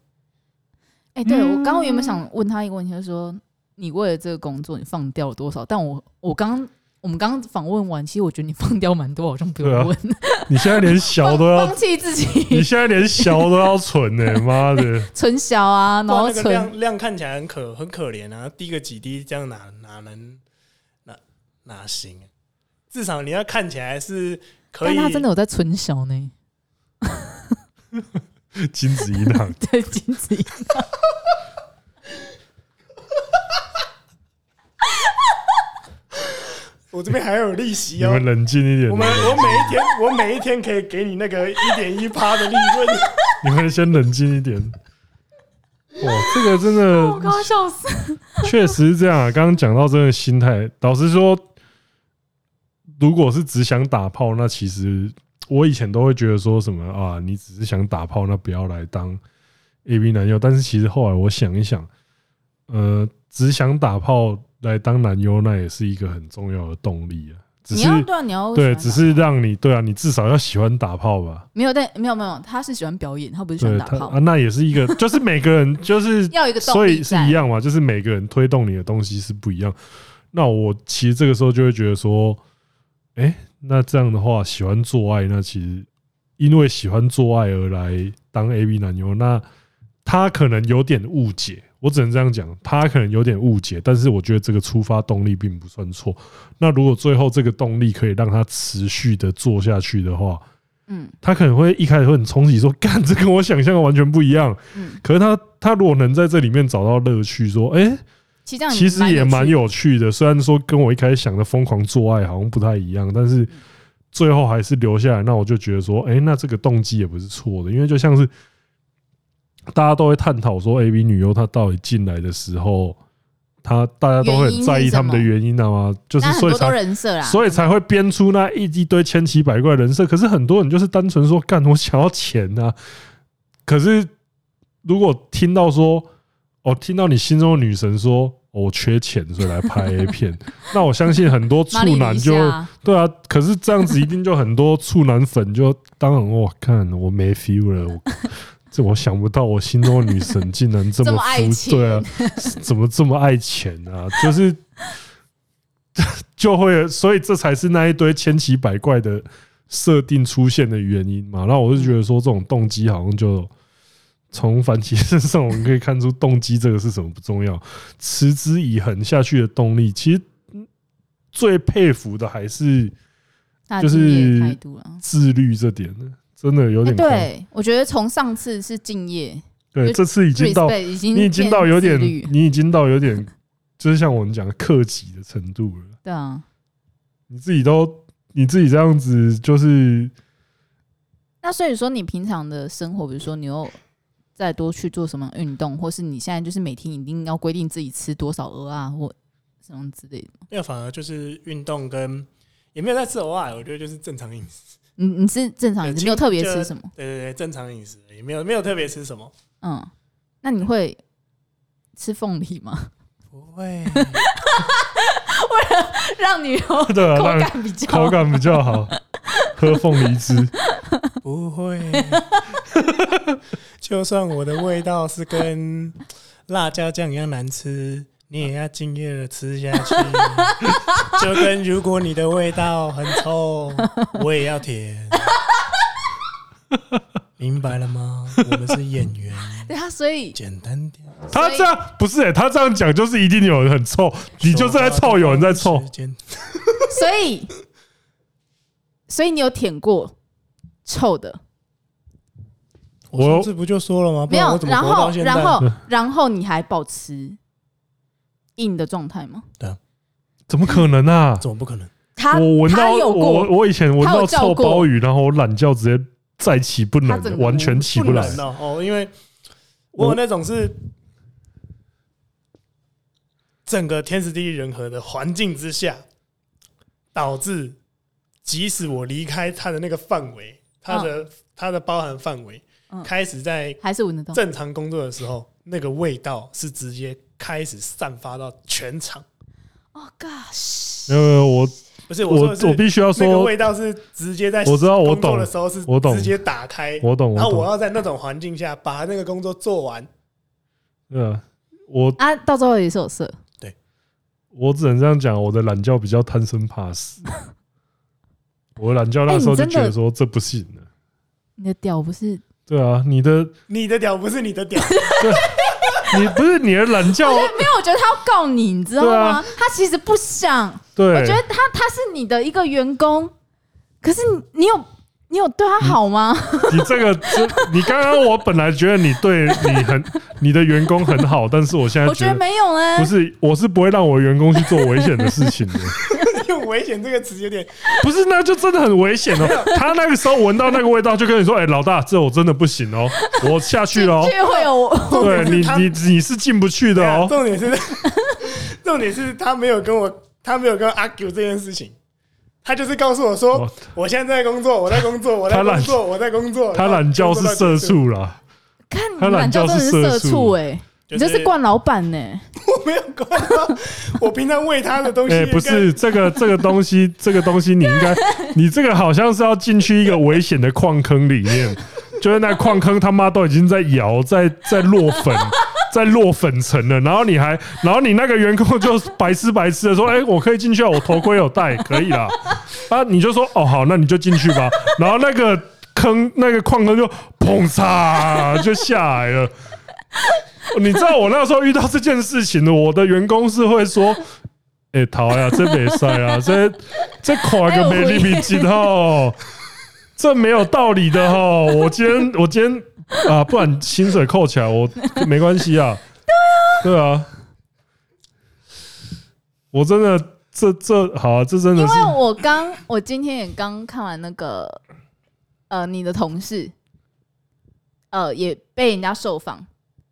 Speaker 2: 哎，对我刚刚原本
Speaker 1: 嗯
Speaker 2: 想问他一个问题，就是说你为了这个工作你放掉了多少？但我我刚我们刚访问完，其实我觉得你放掉蛮多，好像不
Speaker 1: 对啊
Speaker 2: 用问，
Speaker 1: <laughs> 你现在连小
Speaker 2: 放
Speaker 1: 都要
Speaker 2: 放弃自
Speaker 1: 你
Speaker 2: <laughs> 己
Speaker 1: 现在连小都要存呢、妈的！
Speaker 2: 存小啊，然
Speaker 3: 哇
Speaker 2: 后
Speaker 3: 那个
Speaker 2: 存
Speaker 3: 量量看起来很可很可怜啊，滴个几滴这样哪哪能哪哪行、啊？至少你要看起来是可
Speaker 2: 但
Speaker 3: 以，
Speaker 2: 他真的有在存小呢， <laughs>
Speaker 1: 金子银
Speaker 2: <laughs>
Speaker 1: 行，
Speaker 2: 对，
Speaker 1: <laughs>
Speaker 2: 仅此一。
Speaker 3: 我这边还有利息
Speaker 1: 你
Speaker 3: 哦、
Speaker 1: 们冷静一点。
Speaker 3: 我们我每一天我每一天可以给你那个一点一趴的利润，
Speaker 1: 你们先冷静一
Speaker 2: <laughs>
Speaker 1: 点。哇，这个真
Speaker 2: 我刚
Speaker 1: 的
Speaker 2: 刚笑死。
Speaker 1: 确实是这样啊！刚刚讲到真的心态，老实说，如果是只想打炮，那其实我以前都会觉得说什么啊，你只是想打炮，那不要来当 A B 男优。但是其实后来我想一想，呃，只想打炮来当男优，那也是一个很重要的动力啊。只
Speaker 2: 你
Speaker 1: 是
Speaker 2: 要对啊，你要喜
Speaker 1: 对，
Speaker 2: 欢
Speaker 1: 只
Speaker 2: 打
Speaker 1: 是让你对啊，你至少要喜欢打炮吧？
Speaker 2: 没有，但没有没有，他是喜欢表演，他不是喜
Speaker 1: 对
Speaker 2: 欢打
Speaker 1: 他
Speaker 2: 炮
Speaker 1: 啊，，那也是一个，就是每个人就是，
Speaker 2: <laughs> 要有一个动
Speaker 1: 所
Speaker 2: 力
Speaker 1: 以是
Speaker 2: 在
Speaker 1: 一。样嘛，就是每个人推动你的东西是不一样。那我其实这个时候就会觉得说，哎、那这样的话，喜欢做爱，那其实因为喜欢做爱而来当 A B 男优，那他可能有点误解，我只能这样讲，他可能有点误解，但是我觉得这个出发动力并不算错。那如果最后这个动力可以让他持续的做下去的话，
Speaker 2: 嗯
Speaker 1: 他可能会一开始会很冲击，说干这跟我想象的完全不一样。
Speaker 2: 嗯，
Speaker 1: 可是他他如果能在这里面找到乐趣，说哎、诶
Speaker 2: 其实这样
Speaker 1: 其实也蛮
Speaker 2: 趣
Speaker 1: 有趣的。虽然说跟我一开始想的疯狂做爱好像不太一样，但是最后还是留下来。那我就觉得说，哎、那这个动机也不是错的，因为就像是大家都会探讨 <laughs> 说，A B 女优她到底进来的时候，她大家都会很在意他们的原因啊嘛，就是
Speaker 2: 那很
Speaker 1: 所以
Speaker 2: 多都
Speaker 1: 才
Speaker 2: 人设啦，
Speaker 1: 所以才会编出那一一堆千奇百怪的人设。可是很多人就是单纯说，干我想要钱啊。可是如果听到说，哦，听到你心中的女神说，哦我缺钱，所以来拍 A
Speaker 2: <laughs>
Speaker 1: 片，那我相信很多
Speaker 2: 马里
Speaker 1: 处男
Speaker 2: 尼
Speaker 1: 就会
Speaker 2: 夏
Speaker 1: 对啊，可是这样子一定就很多处男粉就当然我看我没 feel 了，我 <laughs> 这我想不到我心中的女神竟然这
Speaker 2: <laughs> 这
Speaker 1: 么
Speaker 2: 么爱
Speaker 1: 肤
Speaker 2: 钱
Speaker 1: 对啊，怎么这么爱钱啊？就是就会，所以这才是那一堆千奇百怪的设定出现的原因嘛。那我是觉得说这种动机好像就。从凡奇身上，我们可以看出动机这个是什么不重要，持之以恒下去的动力，其实嗯最佩服的还是
Speaker 2: 大
Speaker 1: 就
Speaker 2: 敬业
Speaker 1: 是
Speaker 2: 态度了。
Speaker 1: 自律这点呢，真的有
Speaker 2: 哎
Speaker 1: 点夸张、
Speaker 2: 对，我觉得从上次是敬业
Speaker 1: 对，
Speaker 2: 就
Speaker 1: 这次已经到
Speaker 2: ，respect 已经
Speaker 1: 你已经到有点
Speaker 2: 变自律，
Speaker 1: 你已经到有点，就是像我们讲的克己的程度了。
Speaker 2: 对啊。
Speaker 1: 你自己都你自己这样子，就是 <laughs>
Speaker 2: 那所以说，你平常的生活，比如说你又再多去做什么运动，或是你现在就是每天一定要规定自己吃多少鹅啊，或什么之类的。
Speaker 3: <laughs> 没有，反而就是运动跟也没有在吃 OR，我觉得就是正常饮食。
Speaker 2: 你你是正常饮
Speaker 3: 呃
Speaker 2: 食，
Speaker 3: 其
Speaker 2: 没有特别
Speaker 3: 就
Speaker 2: 吃什么？
Speaker 3: 对对对，正常饮食也没有没有特别吃什么，
Speaker 2: 嗯，那你会吃凤梨吗？
Speaker 3: 不会。
Speaker 2: <laughs>
Speaker 1: <laughs>
Speaker 2: 让你有口
Speaker 1: 对啊，让
Speaker 2: 感比较
Speaker 1: 口感比较好。喝凤梨汁，
Speaker 3: 不会，就算我的味道是跟辣椒酱一样难吃，你也要敬业的吃下
Speaker 1: <laughs>
Speaker 3: 去。就跟如果你的味道很臭，我也要舔。明白了吗？我们是演员，
Speaker 2: <laughs> 对啊，所以
Speaker 3: 简单点。
Speaker 1: 他
Speaker 2: 所以
Speaker 1: 这样不是哎、他这样讲就是一定有人很臭，你就是在臭，有人在臭
Speaker 3: 时，间
Speaker 2: 所以所以你有舔过臭的
Speaker 1: 啊我
Speaker 3: 我上次不就说了吗？不
Speaker 2: 没
Speaker 3: 然
Speaker 2: 有
Speaker 3: 我？怎么
Speaker 2: 然
Speaker 3: 活到
Speaker 2: 后
Speaker 3: 现在
Speaker 2: 然后然后你还保持硬的状态吗？
Speaker 1: 怎么可能啊？
Speaker 3: 怎么不可能？
Speaker 2: 他
Speaker 1: 我闻
Speaker 2: 他
Speaker 1: 到
Speaker 2: 有
Speaker 1: 我
Speaker 2: 过，
Speaker 1: 我以前闻
Speaker 2: 他有
Speaker 1: 到
Speaker 2: 叫
Speaker 1: 臭
Speaker 2: 过
Speaker 1: 鲍鱼，然后我懒觉直接再起不
Speaker 2: 他
Speaker 1: 能
Speaker 2: 整，个
Speaker 1: 完全起不来。
Speaker 3: 能哦，哦，因为我有那种是整个天时地利人和的环境之下，导致即使我离开它的那个范围，它的
Speaker 1: 嗯
Speaker 3: 它的包含范围
Speaker 2: 嗯，
Speaker 3: 开始在
Speaker 2: 还是闻得到。
Speaker 3: 正常工作的时候，那个味道是直接开始散发到全场。
Speaker 2: 哦、gosh，
Speaker 1: 没有没有，我
Speaker 3: 不是
Speaker 1: 我
Speaker 3: 我
Speaker 1: 我
Speaker 3: 说的是
Speaker 1: 必须要
Speaker 3: 那个
Speaker 1: 说，
Speaker 3: 味道是直接在
Speaker 1: 我知道我
Speaker 3: 工作
Speaker 1: 懂
Speaker 3: 的时候是
Speaker 1: 我懂
Speaker 3: 直接打开，
Speaker 1: 我懂，
Speaker 3: 然后我
Speaker 1: 懂，
Speaker 3: 要在那种环境下把那个工作做完。
Speaker 1: 嗯，我
Speaker 2: 啊，到最后也是有色。
Speaker 1: 我只能这样讲，我的懒觉比较贪生怕死。我的懒觉那时候就
Speaker 2: 哎你真的
Speaker 1: 觉得说这不行了，
Speaker 2: 你的屌不是
Speaker 1: 对啊，你的
Speaker 3: 你的屌不是你的屌， <laughs>
Speaker 1: 你不是你的懒觉，
Speaker 2: 没有，我觉得他要告你，你知道
Speaker 1: 对
Speaker 2: 吗？
Speaker 1: 啊
Speaker 2: 他其实不想，我
Speaker 1: 对
Speaker 2: 觉，得他他是你的一个员工，可是你你有你有对他好吗？
Speaker 1: 你这个这你刚刚我本来觉得你对你
Speaker 2: <laughs>
Speaker 1: 很你的员工很好，但是我现在
Speaker 2: 我
Speaker 1: 嗯
Speaker 2: 觉
Speaker 1: 觉
Speaker 2: 得
Speaker 1: 得
Speaker 2: 没有呢。
Speaker 1: 不是，我是不会让我的员工去做危险的事
Speaker 2: <laughs>
Speaker 1: 情的。
Speaker 3: 用“危险”这个词有点
Speaker 1: 不是，那就真的很危险
Speaker 2: <laughs>
Speaker 1: 哦。他那个时候闻到那个味道，就跟你说：“哎、老大，这我真的不行哦，我下去了、哦。
Speaker 2: 去啊会有
Speaker 1: <laughs>
Speaker 3: 重
Speaker 1: 对
Speaker 3: 点
Speaker 1: 你
Speaker 3: 是他，，
Speaker 1: 你你是进不去的哦。
Speaker 3: 重点是，重点是 <laughs> 他没有跟我，他没有跟我 argue 这件事情，他就是告诉我说
Speaker 1: 哦，
Speaker 3: 我现在在工作，我在工作，我在
Speaker 1: 他懒
Speaker 3: 工作，我在工
Speaker 2: 啊
Speaker 3: 作。
Speaker 1: 他懒觉是社，畜啦，
Speaker 2: 看你
Speaker 1: 他
Speaker 2: 懒
Speaker 1: 懒
Speaker 2: 觉
Speaker 1: 觉
Speaker 2: 真的是
Speaker 1: 是
Speaker 2: 社
Speaker 1: 社畜
Speaker 2: 畜哎、你
Speaker 3: 就
Speaker 2: 这
Speaker 3: 是
Speaker 2: 是惯老板呢、
Speaker 3: 我没有管到， <laughs> 我平常喂他的东
Speaker 1: <laughs>
Speaker 3: 西
Speaker 1: 哎、
Speaker 3: 跟，
Speaker 1: 不是这个这个东西，这个东西你应
Speaker 3: <laughs>
Speaker 1: 该，你这个好像是要进去一个危险的矿坑里面，就是那矿坑他妈都已经在摇，在在落粉。在落粉层了，然后你还，然后你那个员工就白痴白痴的说：“哎、我可以进去啊，我头盔有戴，可以啦。”啊，你就说：“哦，好，那你就进去吧。”然后那个坑，那个矿坑就砰嚓就下来了。 <laughs> 你知道我那时候遇到这件事情的，我的员工是会说：“哎、桃呀、这没塞啊，这这垮个没力比劲哦，这没有道理的哦。我今天我今天啊，不然薪水扣起来，我没关系啊。对啊，对啊，我真的这这好、啊，这真的
Speaker 2: 因
Speaker 1: 是
Speaker 2: 为我刚我今天也刚看完那个呃你的同事，呃也被人家受访，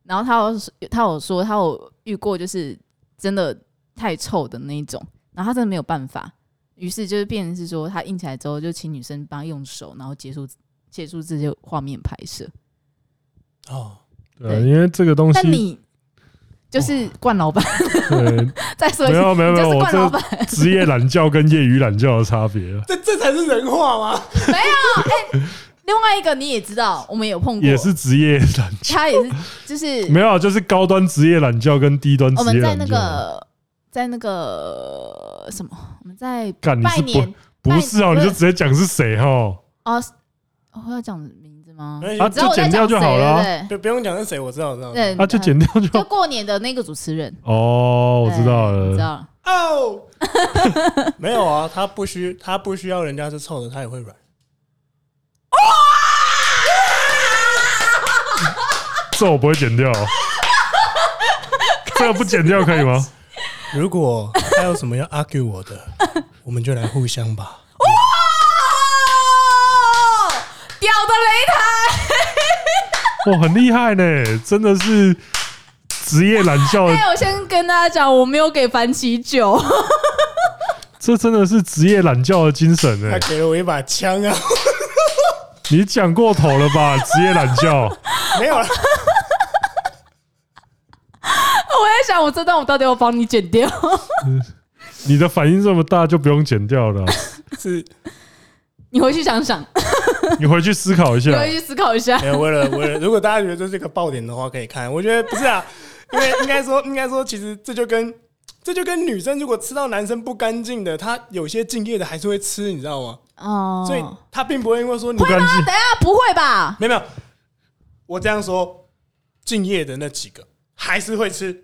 Speaker 2: 然后他有他有说他有遇过就是真的太臭的那一种，然后他真的没有办法，于是就是变成是说他硬起来之后就请女生帮他用手，然后结束结束这些画面拍摄。
Speaker 3: 哦，
Speaker 1: 对啊，因为这个东
Speaker 2: 但
Speaker 1: 西，
Speaker 2: 你就是冠老板， <laughs>
Speaker 1: 对，
Speaker 2: 再说一
Speaker 1: 没
Speaker 2: 次，
Speaker 1: 有没有没
Speaker 2: 你就
Speaker 1: 有，
Speaker 2: 是
Speaker 1: 我
Speaker 2: 冠老板
Speaker 1: 这。职业懒觉跟业余懒觉的差别啊
Speaker 3: 这这才是人话吗？
Speaker 2: 另外一个你也知道，我们有碰过，
Speaker 1: 也是职业懒觉，
Speaker 2: 他也是就
Speaker 1: <laughs>
Speaker 2: 是
Speaker 1: 没有啊，就是高端职业懒觉跟低端 <laughs>
Speaker 2: 我
Speaker 1: 职
Speaker 2: 们
Speaker 1: 业
Speaker 2: 在
Speaker 1: 懒
Speaker 2: 那
Speaker 1: 觉啊。
Speaker 2: 个在那个什么，我们在
Speaker 1: 干你
Speaker 2: 拜
Speaker 1: 是
Speaker 2: 年
Speaker 1: 不不是哦，
Speaker 2: 拜
Speaker 1: 你就直接讲是谁哦，
Speaker 2: 哦，是哦我要讲名字吗？
Speaker 3: 没
Speaker 2: 你
Speaker 3: 关系
Speaker 1: 啊
Speaker 2: 知道我在
Speaker 1: 就剪掉
Speaker 2: 讲
Speaker 1: 就
Speaker 2: 谁
Speaker 1: 好了啊
Speaker 2: 对不
Speaker 3: 哎不不用讲是谁，我知道，我知道。
Speaker 2: 对，对
Speaker 1: 啊就剪掉
Speaker 2: 就
Speaker 1: 就
Speaker 2: 过年的那个主持人，
Speaker 1: <laughs> 哦，我知道
Speaker 2: 对你
Speaker 1: 了，
Speaker 2: 知道了。
Speaker 1: 啊
Speaker 3: 哦， <laughs> 没有啊，他不需他不需要人家是臭的，他也会软。
Speaker 1: 这我不会剪
Speaker 2: <laughs>
Speaker 1: 掉哦，这个不剪掉可以吗？
Speaker 3: <laughs> 如果他有什么要 argue 我 <laughs> 的，我们就来互相吧。
Speaker 2: 哇，屌的擂台！
Speaker 1: 哇，很厉害呢，真的是职业懒觉的
Speaker 2: 哎、我先跟大家讲，我没有给樊奇酒， <laughs>
Speaker 1: 这真的是职业懒觉的精神哎、
Speaker 3: 他给了我一把枪啊，
Speaker 1: 你讲过头了
Speaker 2: <laughs>
Speaker 1: 吧？职业懒觉，
Speaker 3: <laughs> 没 <laughs> 有了。
Speaker 2: 我在想，我这段我到底要帮你剪掉？ <laughs>
Speaker 1: 你的反应这么大就不用剪掉了啊、
Speaker 3: 是
Speaker 2: 你回去
Speaker 1: <laughs>
Speaker 2: 想想，
Speaker 1: 你回去思考一
Speaker 2: <laughs> 你
Speaker 1: 下。
Speaker 2: 回去思考一下。
Speaker 1: 哎
Speaker 3: 没有为了为了，如果大家觉得这是一个爆点的话，可以看。我觉得不是啊，因为应该说应 <laughs> 该说，其实这就跟这就跟女生如果吃到男生不干净的，她有些敬业的还是会吃，你知道吗？
Speaker 2: 哦，
Speaker 3: 所以她并不会因为说你
Speaker 1: 不干净，
Speaker 2: 等一下不会吧？
Speaker 3: 没有没有，我这样说，敬业的那几个还是会吃。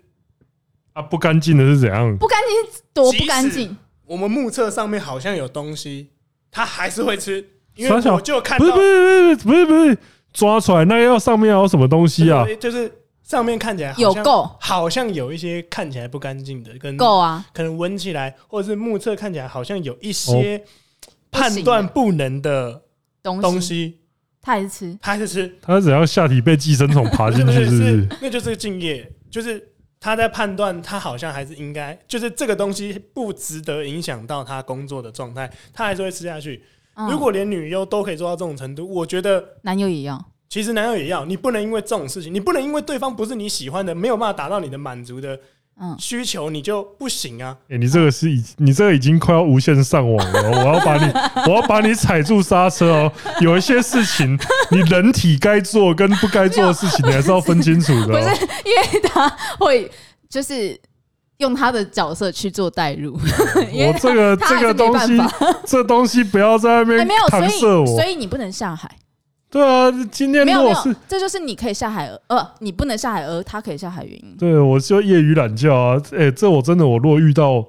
Speaker 1: 啊，不干净的是怎样？
Speaker 2: 不干净是多不干
Speaker 3: 即
Speaker 2: 净
Speaker 3: 使？我们目测上面好像有东西，她还是会吃，因
Speaker 1: 傻
Speaker 3: 为
Speaker 1: 小
Speaker 3: 我就看
Speaker 1: 不
Speaker 3: 到
Speaker 1: 是不是不是不是不是抓出来，那要上面要有什么东西啊？
Speaker 3: 就是上面看起来好
Speaker 2: 有
Speaker 3: 像
Speaker 2: 够
Speaker 3: 好像有一些看起来不干净的跟
Speaker 2: 够啊！
Speaker 3: 可能闻起来或者是目测看起来好像有一些判
Speaker 2: 不行
Speaker 3: 断
Speaker 2: 的
Speaker 3: 不能的
Speaker 2: 东西，
Speaker 3: 东西，
Speaker 2: 他还是吃。
Speaker 3: 他还是吃，
Speaker 1: 他怎样下体被寄生虫爬
Speaker 3: 不
Speaker 1: 进
Speaker 3: 是不
Speaker 1: 去？
Speaker 3: 是
Speaker 1: 是不是
Speaker 3: 是？，那就是敬业，就是他在判断他好像还是应该，就是这个东西不值得影响到他工作的状态，他还是会吃下去。
Speaker 2: 嗯
Speaker 3: 如果连女优都可以做到这种程度，我觉得。
Speaker 2: 男友也要，
Speaker 3: 其实男友也要，你不能因为这种事情，你不能因为对方不是你喜欢的，没有办法达到你的满足的
Speaker 2: 嗯，
Speaker 3: 需求，你就不行啊！
Speaker 1: 哎、你这个是已，你这个已经快要无限上网了哦。我要把你，我要把你踩住刹车哦。有一些事情，你人体该做跟不该做的事情，你还是要分清楚的、
Speaker 2: 不是 <laughs>
Speaker 1: 哦。
Speaker 2: 因为他会就是用他的角色去做代入，因为
Speaker 1: 我这个
Speaker 2: 他
Speaker 1: 这
Speaker 2: 还是
Speaker 1: 个
Speaker 2: 没
Speaker 1: 东西
Speaker 2: 办，
Speaker 1: 这东西不要在那
Speaker 2: 哎
Speaker 1: 边
Speaker 2: 没有，所
Speaker 1: 搪
Speaker 2: 以
Speaker 1: 塞我
Speaker 2: 所。以你不能下海，
Speaker 1: 对啊，今天
Speaker 2: 没
Speaker 1: 如
Speaker 2: 有没
Speaker 1: 果
Speaker 2: 有
Speaker 1: 是，
Speaker 2: 这就是你可以下海，呃，你不能下海，而他可以下海原因。
Speaker 1: 对我就业余懒觉啊，哎、这我真的，我若遇到，我
Speaker 2: 好，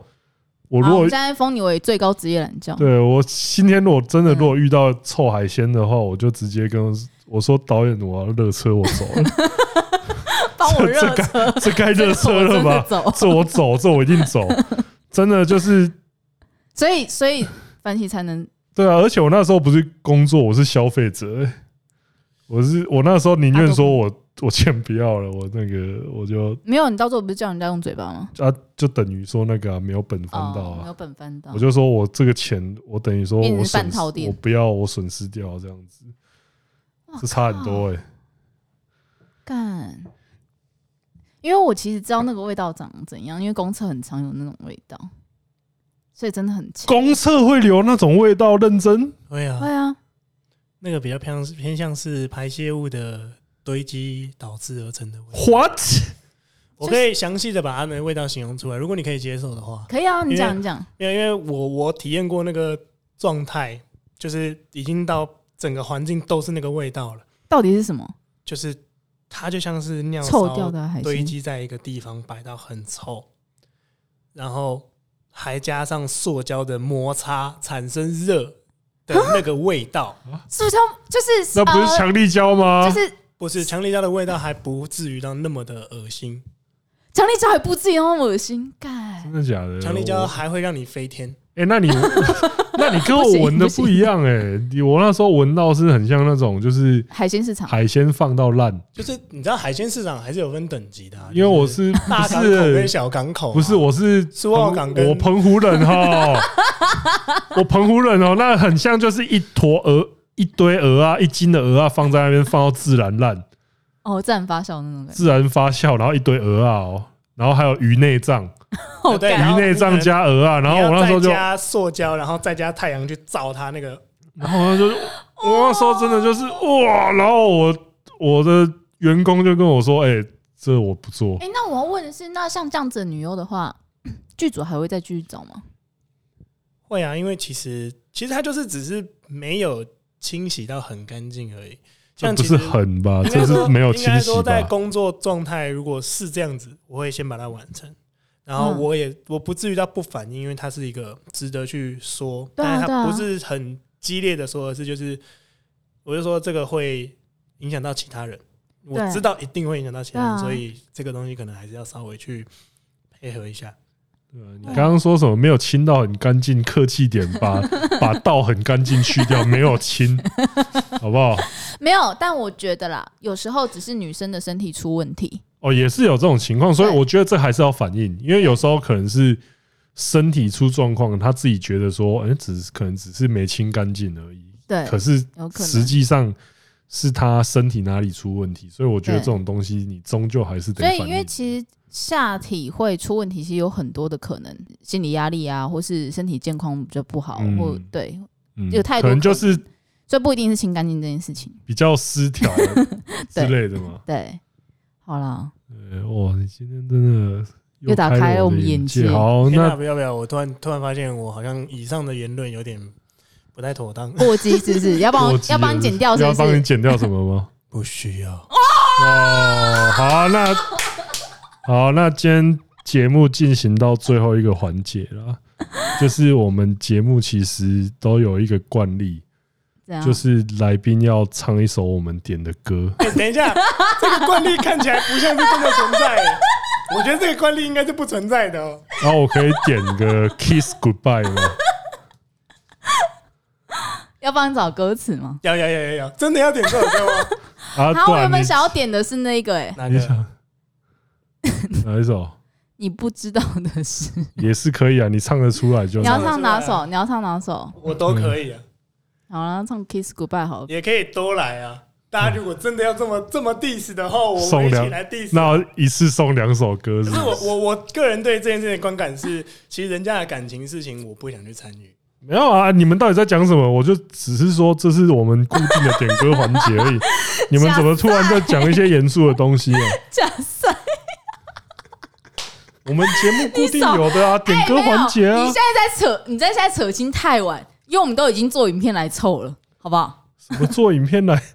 Speaker 2: 我
Speaker 1: 若
Speaker 2: 们现在封你为最高职业懒觉。
Speaker 1: 对我今天如果真的
Speaker 2: 嗯
Speaker 1: 如果遇到臭海鲜的话，我就直接跟我说导演，我要热车，我走了。
Speaker 2: <laughs> 帮我热
Speaker 1: 这
Speaker 2: 车，
Speaker 1: <laughs> 这该热车了吧？
Speaker 2: 这个我真的走
Speaker 1: 这我走，这我一定走。真的就是
Speaker 2: <laughs> 所以所以番茄才能
Speaker 1: 对啊，而且我那时候不是工作，我是消费者、欸我是我那时候宁愿说我我钱不要了，我那个我就
Speaker 2: 没有，你到时候不是叫人家用嘴巴吗？
Speaker 1: 啊，就等于说那个啊、没有本翻到
Speaker 2: 哦，没
Speaker 1: 啊，
Speaker 2: 有本翻到
Speaker 1: 我，就说我这个钱，我等于说
Speaker 2: 变成
Speaker 1: 我
Speaker 2: 半
Speaker 1: 损失，
Speaker 2: 套店
Speaker 1: 我不要，我损失掉这样子，
Speaker 2: 哇
Speaker 1: 这差很多哎、
Speaker 2: 干，因为我其实知道那个味道长怎样，因为公厕很常有那种味道，所以真的很强。
Speaker 1: 公厕会留那种味道，认真
Speaker 3: 对啊
Speaker 2: 对啊，
Speaker 3: 那个比较偏偏向是排泄物的堆积导致而成的味道。
Speaker 1: what？
Speaker 2: 呃
Speaker 3: 我可以详细的把它们的味道形容出来，如果你可以接受的话。
Speaker 2: 可以啊，
Speaker 3: 因为
Speaker 2: 你讲你讲，
Speaker 3: 因为因为我我体验过那个状态，就是已经到整个环境都是那个味道了，
Speaker 2: 到底是什么
Speaker 3: 就是它就像是尿
Speaker 2: 臭掉
Speaker 3: 骚
Speaker 2: 的海
Speaker 3: 堆
Speaker 2: 鲜？
Speaker 3: 积在一个地方，摆到很臭，然后还加上塑胶的摩擦产生热的那个味道，
Speaker 2: 是不是要就是
Speaker 1: 那不是
Speaker 2: 呃
Speaker 1: 强力胶吗？
Speaker 2: 就是
Speaker 3: 不是强力胶的味道还不至于到那么的恶心。
Speaker 2: 强力胶还不自己那么恶心，干
Speaker 1: 真的假的？
Speaker 3: 强力胶啊
Speaker 1: 我
Speaker 3: 还会让你飞天，
Speaker 1: 哎、那你 <laughs> 那你跟
Speaker 2: 不
Speaker 1: 我
Speaker 2: 行
Speaker 1: 闻的
Speaker 2: 不行
Speaker 1: 不一样哎、你我那时候闻到是很像那种就是
Speaker 2: 海鲜市场
Speaker 1: 海鲜放到烂，
Speaker 3: 就是你知道海鲜市场还是有分等级的、啊，
Speaker 1: 因为我
Speaker 3: 就是大
Speaker 1: 不
Speaker 3: 港口跟
Speaker 1: 是
Speaker 3: 小港口啊、
Speaker 1: 不是我是
Speaker 3: 苏澳港跟
Speaker 1: 我澎湖人
Speaker 3: <laughs>
Speaker 1: 哈，我澎湖人哦，那很像就是一坨鹅。一堆鹅啊，一斤的鹅啊，放在那边放到自然烂，
Speaker 2: 哦，自然发酵那种感觉，
Speaker 1: 自然发酵，然后一堆鹅啊、哦，然后还有鱼内脏，
Speaker 2: 好
Speaker 3: 对
Speaker 2: 干
Speaker 3: <laughs> 然
Speaker 1: 鱼
Speaker 3: 后
Speaker 1: 内脏加鹅啊，然后我那时候就
Speaker 3: 你要再加塑胶，然后再加太阳去照它那个，
Speaker 1: 然后他就，我那时候真的就是哇，然后我我的员工就跟我说，哎、这我不做
Speaker 2: 哎、，那我要问的是，那像这样子的女优的话， <clears throat> 剧组还会再继续找吗？
Speaker 3: 会啊，因为其实其实它就是只是没有清洗到很干净而已。
Speaker 1: 这
Speaker 3: 像
Speaker 1: 不
Speaker 3: 其
Speaker 1: 是
Speaker 3: 实
Speaker 1: 很吧？
Speaker 3: 应
Speaker 1: 这
Speaker 3: 该
Speaker 1: 是
Speaker 3: 说
Speaker 1: 没有
Speaker 3: 应
Speaker 1: 清
Speaker 3: 该
Speaker 1: 洗
Speaker 3: 说在
Speaker 1: 吧？
Speaker 3: 工作状态如果是这样子，我会先把它完成，然后
Speaker 2: 嗯
Speaker 3: 我也我不至于到不反应，因为它是一个值得去说，
Speaker 2: 对啊
Speaker 3: 但
Speaker 2: 对
Speaker 3: 是它
Speaker 2: 啊
Speaker 3: 不是很激烈的说，而是就是我就说这个会影响到其他人，我
Speaker 2: 对
Speaker 3: 知道一定会影响到其他人，
Speaker 2: 对啊
Speaker 3: 所以这个东西可能还是要稍微去配合一下。
Speaker 1: 对啊你刚刚说什么没有清到很干净，客气点
Speaker 3: <laughs>
Speaker 1: 把把道很干净去掉，没有清，好不好？
Speaker 2: 没有，但我觉得啦，有时候只是女生的身体出问题，
Speaker 1: 哦，也是有这种情况，所以
Speaker 2: 对
Speaker 1: 我觉得这还是要反应，因为有时候可能是身体出状况，他自己觉得说，哎、只是可能只是没清干净而已，
Speaker 2: 对，
Speaker 1: 可是
Speaker 2: 有可
Speaker 1: 实
Speaker 2: 能。
Speaker 1: 际上是他身体哪里出问题，所以我觉得
Speaker 2: 对
Speaker 1: 这种东西你终究还是得
Speaker 2: 所以，
Speaker 1: 反
Speaker 2: 因为
Speaker 1: 应
Speaker 2: 其实下体会出问题，其实有很多的可能，心理压力啊，或是身体健康比较不好，
Speaker 1: 嗯
Speaker 2: 或对，
Speaker 1: 嗯
Speaker 2: 有太多
Speaker 1: 可能就是
Speaker 2: 所以不一定是清干净这件事情。
Speaker 1: 比较失调啊之类的嘛。
Speaker 2: <laughs> 对，好啦，
Speaker 1: 对哇，你今天真的
Speaker 2: 又打开了
Speaker 1: 我
Speaker 2: 我们
Speaker 1: 的
Speaker 2: 眼界
Speaker 1: 好，
Speaker 3: 天哪，
Speaker 1: 哦那
Speaker 3: 不要不要！我突然突然发现，我好像以上的言论有点不太妥当。
Speaker 2: 过激是
Speaker 1: <laughs>
Speaker 2: 不是？要帮我
Speaker 1: 我急
Speaker 2: 要帮你
Speaker 1: 了
Speaker 2: 剪掉，是
Speaker 1: 要
Speaker 2: 不
Speaker 1: 帮你
Speaker 2: 是？
Speaker 1: 剪掉什么吗？
Speaker 3: 不需要，
Speaker 1: 哦，好啊，那好，那今天节目进行到最后一个环节了，就是我们节目其实都有一个惯例，
Speaker 2: 这样
Speaker 1: 就是来宾要唱一首我们点的歌。
Speaker 3: 哎等一下，这个惯例看起来不像是真的存在耶。我觉得这个惯例应该是不存在的哦。
Speaker 1: 然后我可以点
Speaker 2: <laughs>
Speaker 1: 个 Kiss Goodbye 吗？
Speaker 2: 要帮你找歌词吗？
Speaker 3: 要要要要要，真的要点这首歌吗？
Speaker 1: 啊，
Speaker 2: 然
Speaker 1: 不
Speaker 2: 后我
Speaker 1: 然
Speaker 2: 原本
Speaker 1: 你
Speaker 2: 想要点的是那个、欸，
Speaker 3: 哪
Speaker 1: 你
Speaker 2: <laughs>
Speaker 3: 个？
Speaker 1: 想哪一首
Speaker 2: 你不知道的事，
Speaker 1: 也是可以啊，你唱得出来就
Speaker 2: 你
Speaker 1: 好
Speaker 2: 要唱
Speaker 3: 唱得
Speaker 2: 哪
Speaker 3: 出来啊
Speaker 2: 首？你要唱哪首？
Speaker 3: 我都可以啊，
Speaker 2: 好了，唱 Kiss Goodbye 好了。
Speaker 3: 也可以都来啊。大家如果真的要这么这么 diss 的话，我
Speaker 1: 送
Speaker 3: 们一
Speaker 1: 两
Speaker 3: 起来 diss。
Speaker 1: 那一次送两首歌
Speaker 3: 可
Speaker 1: 是
Speaker 3: 是
Speaker 1: 不
Speaker 3: 我
Speaker 1: 是
Speaker 3: 我我个人对这件事情的观感是，其实人家的感情事情我不想去参与。
Speaker 1: 没有啊？你们到底在讲什么？我就只是说这是我们固定的点歌环节
Speaker 2: <laughs>
Speaker 1: 而已。你们怎么突然在讲一些严肃的东西啊？
Speaker 2: 假赛，
Speaker 1: 我们节目固定
Speaker 2: <laughs> 你少哎
Speaker 1: 有的啊，点歌
Speaker 2: 没有
Speaker 1: 环节啊
Speaker 2: 你现，在在扯，你在现在扯清太晚，因为我们都已经做影片来凑了，好不好？
Speaker 1: 什么做影片来？ <laughs>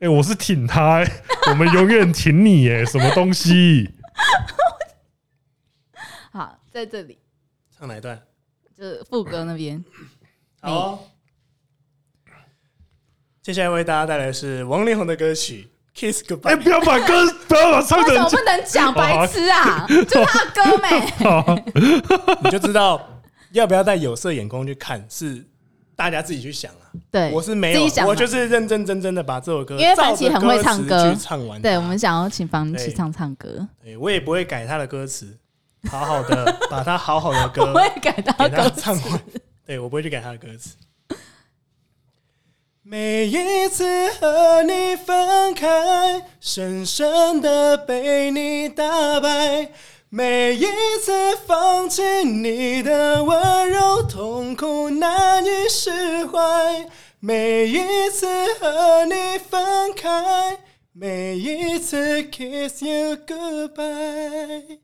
Speaker 1: 哎，我是挺他，欸我们永远挺你 <laughs> 耶，什么东西？
Speaker 2: 好，在这里
Speaker 3: 唱哪一段？
Speaker 2: 就是副歌那边，
Speaker 3: 好哦、接下来为大家带来的是王力宏的歌曲《Kiss
Speaker 1: 哎、
Speaker 3: Goodbye》。
Speaker 1: 不要把歌，不要把唱
Speaker 2: 为
Speaker 1: 成
Speaker 2: 什么不能讲白痴啊？就是他的歌没，
Speaker 1: 这样。
Speaker 3: 你就知道要不要带有色眼光去看，是大家自己去想啊。
Speaker 2: 对，
Speaker 3: 我是没
Speaker 2: 自
Speaker 3: 有
Speaker 2: 己想，的啊
Speaker 3: 我就是认认真真的把这首歌，
Speaker 2: 因为凡奇很会唱歌
Speaker 3: 去唱完它。
Speaker 2: 对，我们想要请方
Speaker 3: 对
Speaker 2: 琦唱唱歌，
Speaker 3: 对我也不会改他的歌词，好好
Speaker 2: <laughs>
Speaker 3: 的把他好好的歌
Speaker 2: 我会给他
Speaker 3: 给他
Speaker 2: 歌
Speaker 3: 唱
Speaker 2: 词。
Speaker 3: 完。 <laughs> 对我不会去改他的歌词。每一次和你分开，深深的被你打败。每一次放弃你的温柔，痛苦难以释怀。每一次和你分开，每一次 kiss you goodbye。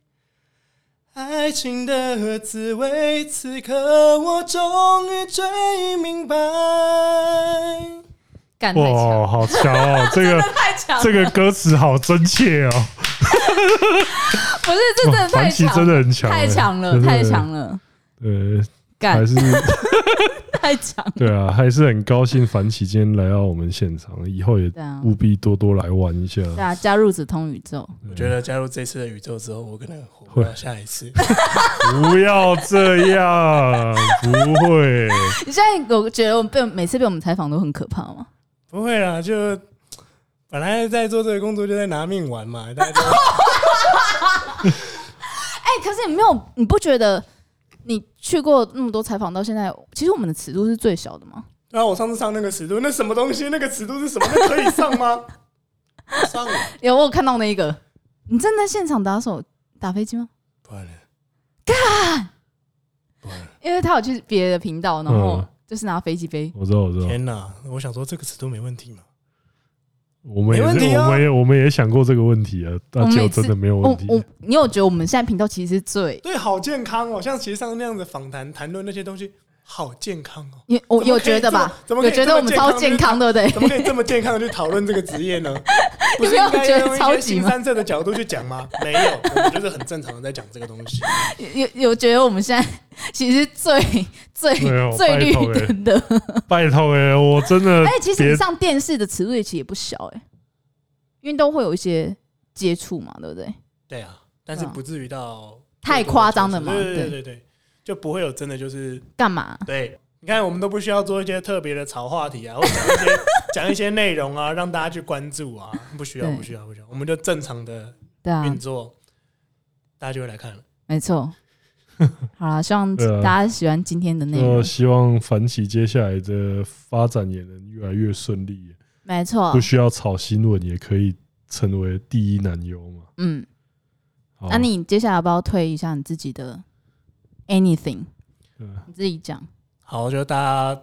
Speaker 3: 爱情的滋味，此刻我终于最明白。
Speaker 2: 感太强，
Speaker 1: 哇，好强哦！这个
Speaker 2: 太强了，
Speaker 1: 这个歌词好真切哦，
Speaker 2: 不是 <laughs> 这真的
Speaker 1: 凡
Speaker 2: 太
Speaker 1: 奇
Speaker 2: 强，
Speaker 1: 欸真的很强，
Speaker 2: 太强了，太强了，
Speaker 1: 了，对，
Speaker 2: 干
Speaker 1: 还是
Speaker 2: 太长了。
Speaker 1: 对啊，还是很高兴凡奇今天来到我们现场，以后也
Speaker 2: 对啊，
Speaker 1: 务必多多来玩一下。
Speaker 2: 对啊，加入子通宇宙，
Speaker 1: 我
Speaker 3: 我觉得加入这次的宇宙之后，我可能活不到下一次。
Speaker 1: 不要这样，不会。
Speaker 2: 你现在有觉得我们被每次被我们采访都很可怕吗？
Speaker 3: <laughs> 不会啦，就本来在做这个工作就在拿命玩 <laughs> 嘛，大家都
Speaker 2: 哎、可是你没有，你不觉得你去过那么多采访到现在，其实我们的尺度是最小的吗？
Speaker 3: 然啊后我上次上那个尺度，那什么东西？那个尺度是什么？那可以上吗？上了，
Speaker 2: 有我有看到那一个，你真的在现场打手打飞机吗？
Speaker 3: 不然呢？
Speaker 2: 因为他有去别的频道，然后
Speaker 1: 嗯
Speaker 2: 就是拿飞机杯，
Speaker 1: 我知道，我知道，
Speaker 3: 天哪！我想说这个尺度没问题嘛，
Speaker 1: 我们
Speaker 3: 没问
Speaker 1: 也
Speaker 3: 题
Speaker 1: 是，我
Speaker 3: 啊
Speaker 1: 们也我们也想过这个问题啊，但
Speaker 2: 哦我
Speaker 1: 就
Speaker 2: 每次
Speaker 1: 真的没有
Speaker 2: 我
Speaker 1: 问题。
Speaker 2: 哦我你有觉得我们现在频道其实是最，
Speaker 3: 对，好健康哦。像其实上那样的访谈谈论那些东西，好健康哦。
Speaker 2: 你我
Speaker 3: 怎么
Speaker 2: 有
Speaker 3: 可以
Speaker 2: 觉得吧？
Speaker 3: 这么
Speaker 2: 有觉得我们超健？康，对不对？
Speaker 3: 怎么可以这么健康的去讨论这个职
Speaker 2: <laughs>
Speaker 3: 业呢？不是
Speaker 2: 有没有
Speaker 3: 应该
Speaker 2: 觉得
Speaker 3: 用一
Speaker 2: 超
Speaker 3: 些
Speaker 2: 级
Speaker 3: 新
Speaker 2: 吗
Speaker 3: 三色的角度去讲吗？没有，我们就是很正常的在讲这个东西。
Speaker 2: 有 <laughs> 有觉得我们现在 <laughs> 其实最最
Speaker 1: 没有
Speaker 2: 最绿
Speaker 1: 拜托欸
Speaker 2: 灯的，
Speaker 1: 拜托哎、我真的
Speaker 2: 而且其实
Speaker 1: <laughs> 别
Speaker 2: 你上电视的尺度也其实也不小哎、运动会有一些接触嘛，对不对？
Speaker 3: 对啊，但是不至于到
Speaker 2: 太夸张了嘛
Speaker 3: 对对对
Speaker 2: 对
Speaker 3: 对对，就不会有真的就是
Speaker 2: 干嘛？
Speaker 3: 对。你看，我们都不需要做一些特别的潮话题啊，或讲一些讲一些内容啊，让大家去关注啊，不需要，
Speaker 2: 对
Speaker 3: 不需要，不需要，我们就正常的
Speaker 2: 对啊，
Speaker 3: 运作，大家就会来看了。
Speaker 1: <laughs>
Speaker 2: 没错。好啦，希望
Speaker 1: 对啊
Speaker 2: 大家喜欢今天的内容
Speaker 1: 呃，。希望凡奇接下来的发展也能越来越顺利，
Speaker 2: 没错
Speaker 1: 不，需要炒新闻也可以成为第一男优嘛。
Speaker 2: 嗯，
Speaker 1: 好
Speaker 2: 那、你接下来要不要推一下你自己的 anything？
Speaker 1: 对
Speaker 2: 你自己讲。
Speaker 3: 好，就大家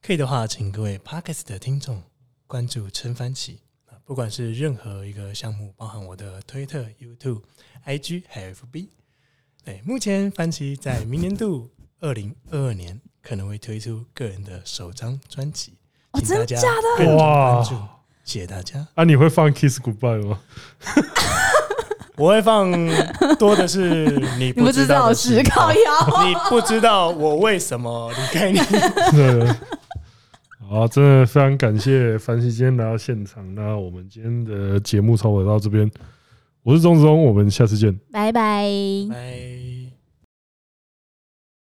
Speaker 3: 可以的话，请各位 Parkes 的听众关注陈凡奇啊，不管是任何一个项目，包含我的推特、YouTube、IG 还有 FB。对，目前凡奇在明年度二零二二年可能会推出个人的首张专辑，
Speaker 2: 哦，
Speaker 3: 请
Speaker 2: 真
Speaker 3: 大家
Speaker 2: 假的？
Speaker 3: 更多关注
Speaker 1: 哇。
Speaker 3: 谢谢大家，
Speaker 1: 啊，你会放 Kiss Goodbye 吗？ <laughs>
Speaker 3: 我会放多的是你
Speaker 2: <laughs> 你不知道
Speaker 3: 的
Speaker 2: 史
Speaker 3: 事
Speaker 2: 靠腰？
Speaker 3: 你不知道我为什么离开你。
Speaker 1: 对，好，真的非常感谢凡奇今天来到现场。那我们今天的节目差不多到这边，我是钟子忠，我们下次见。
Speaker 2: 拜拜。
Speaker 3: 拜。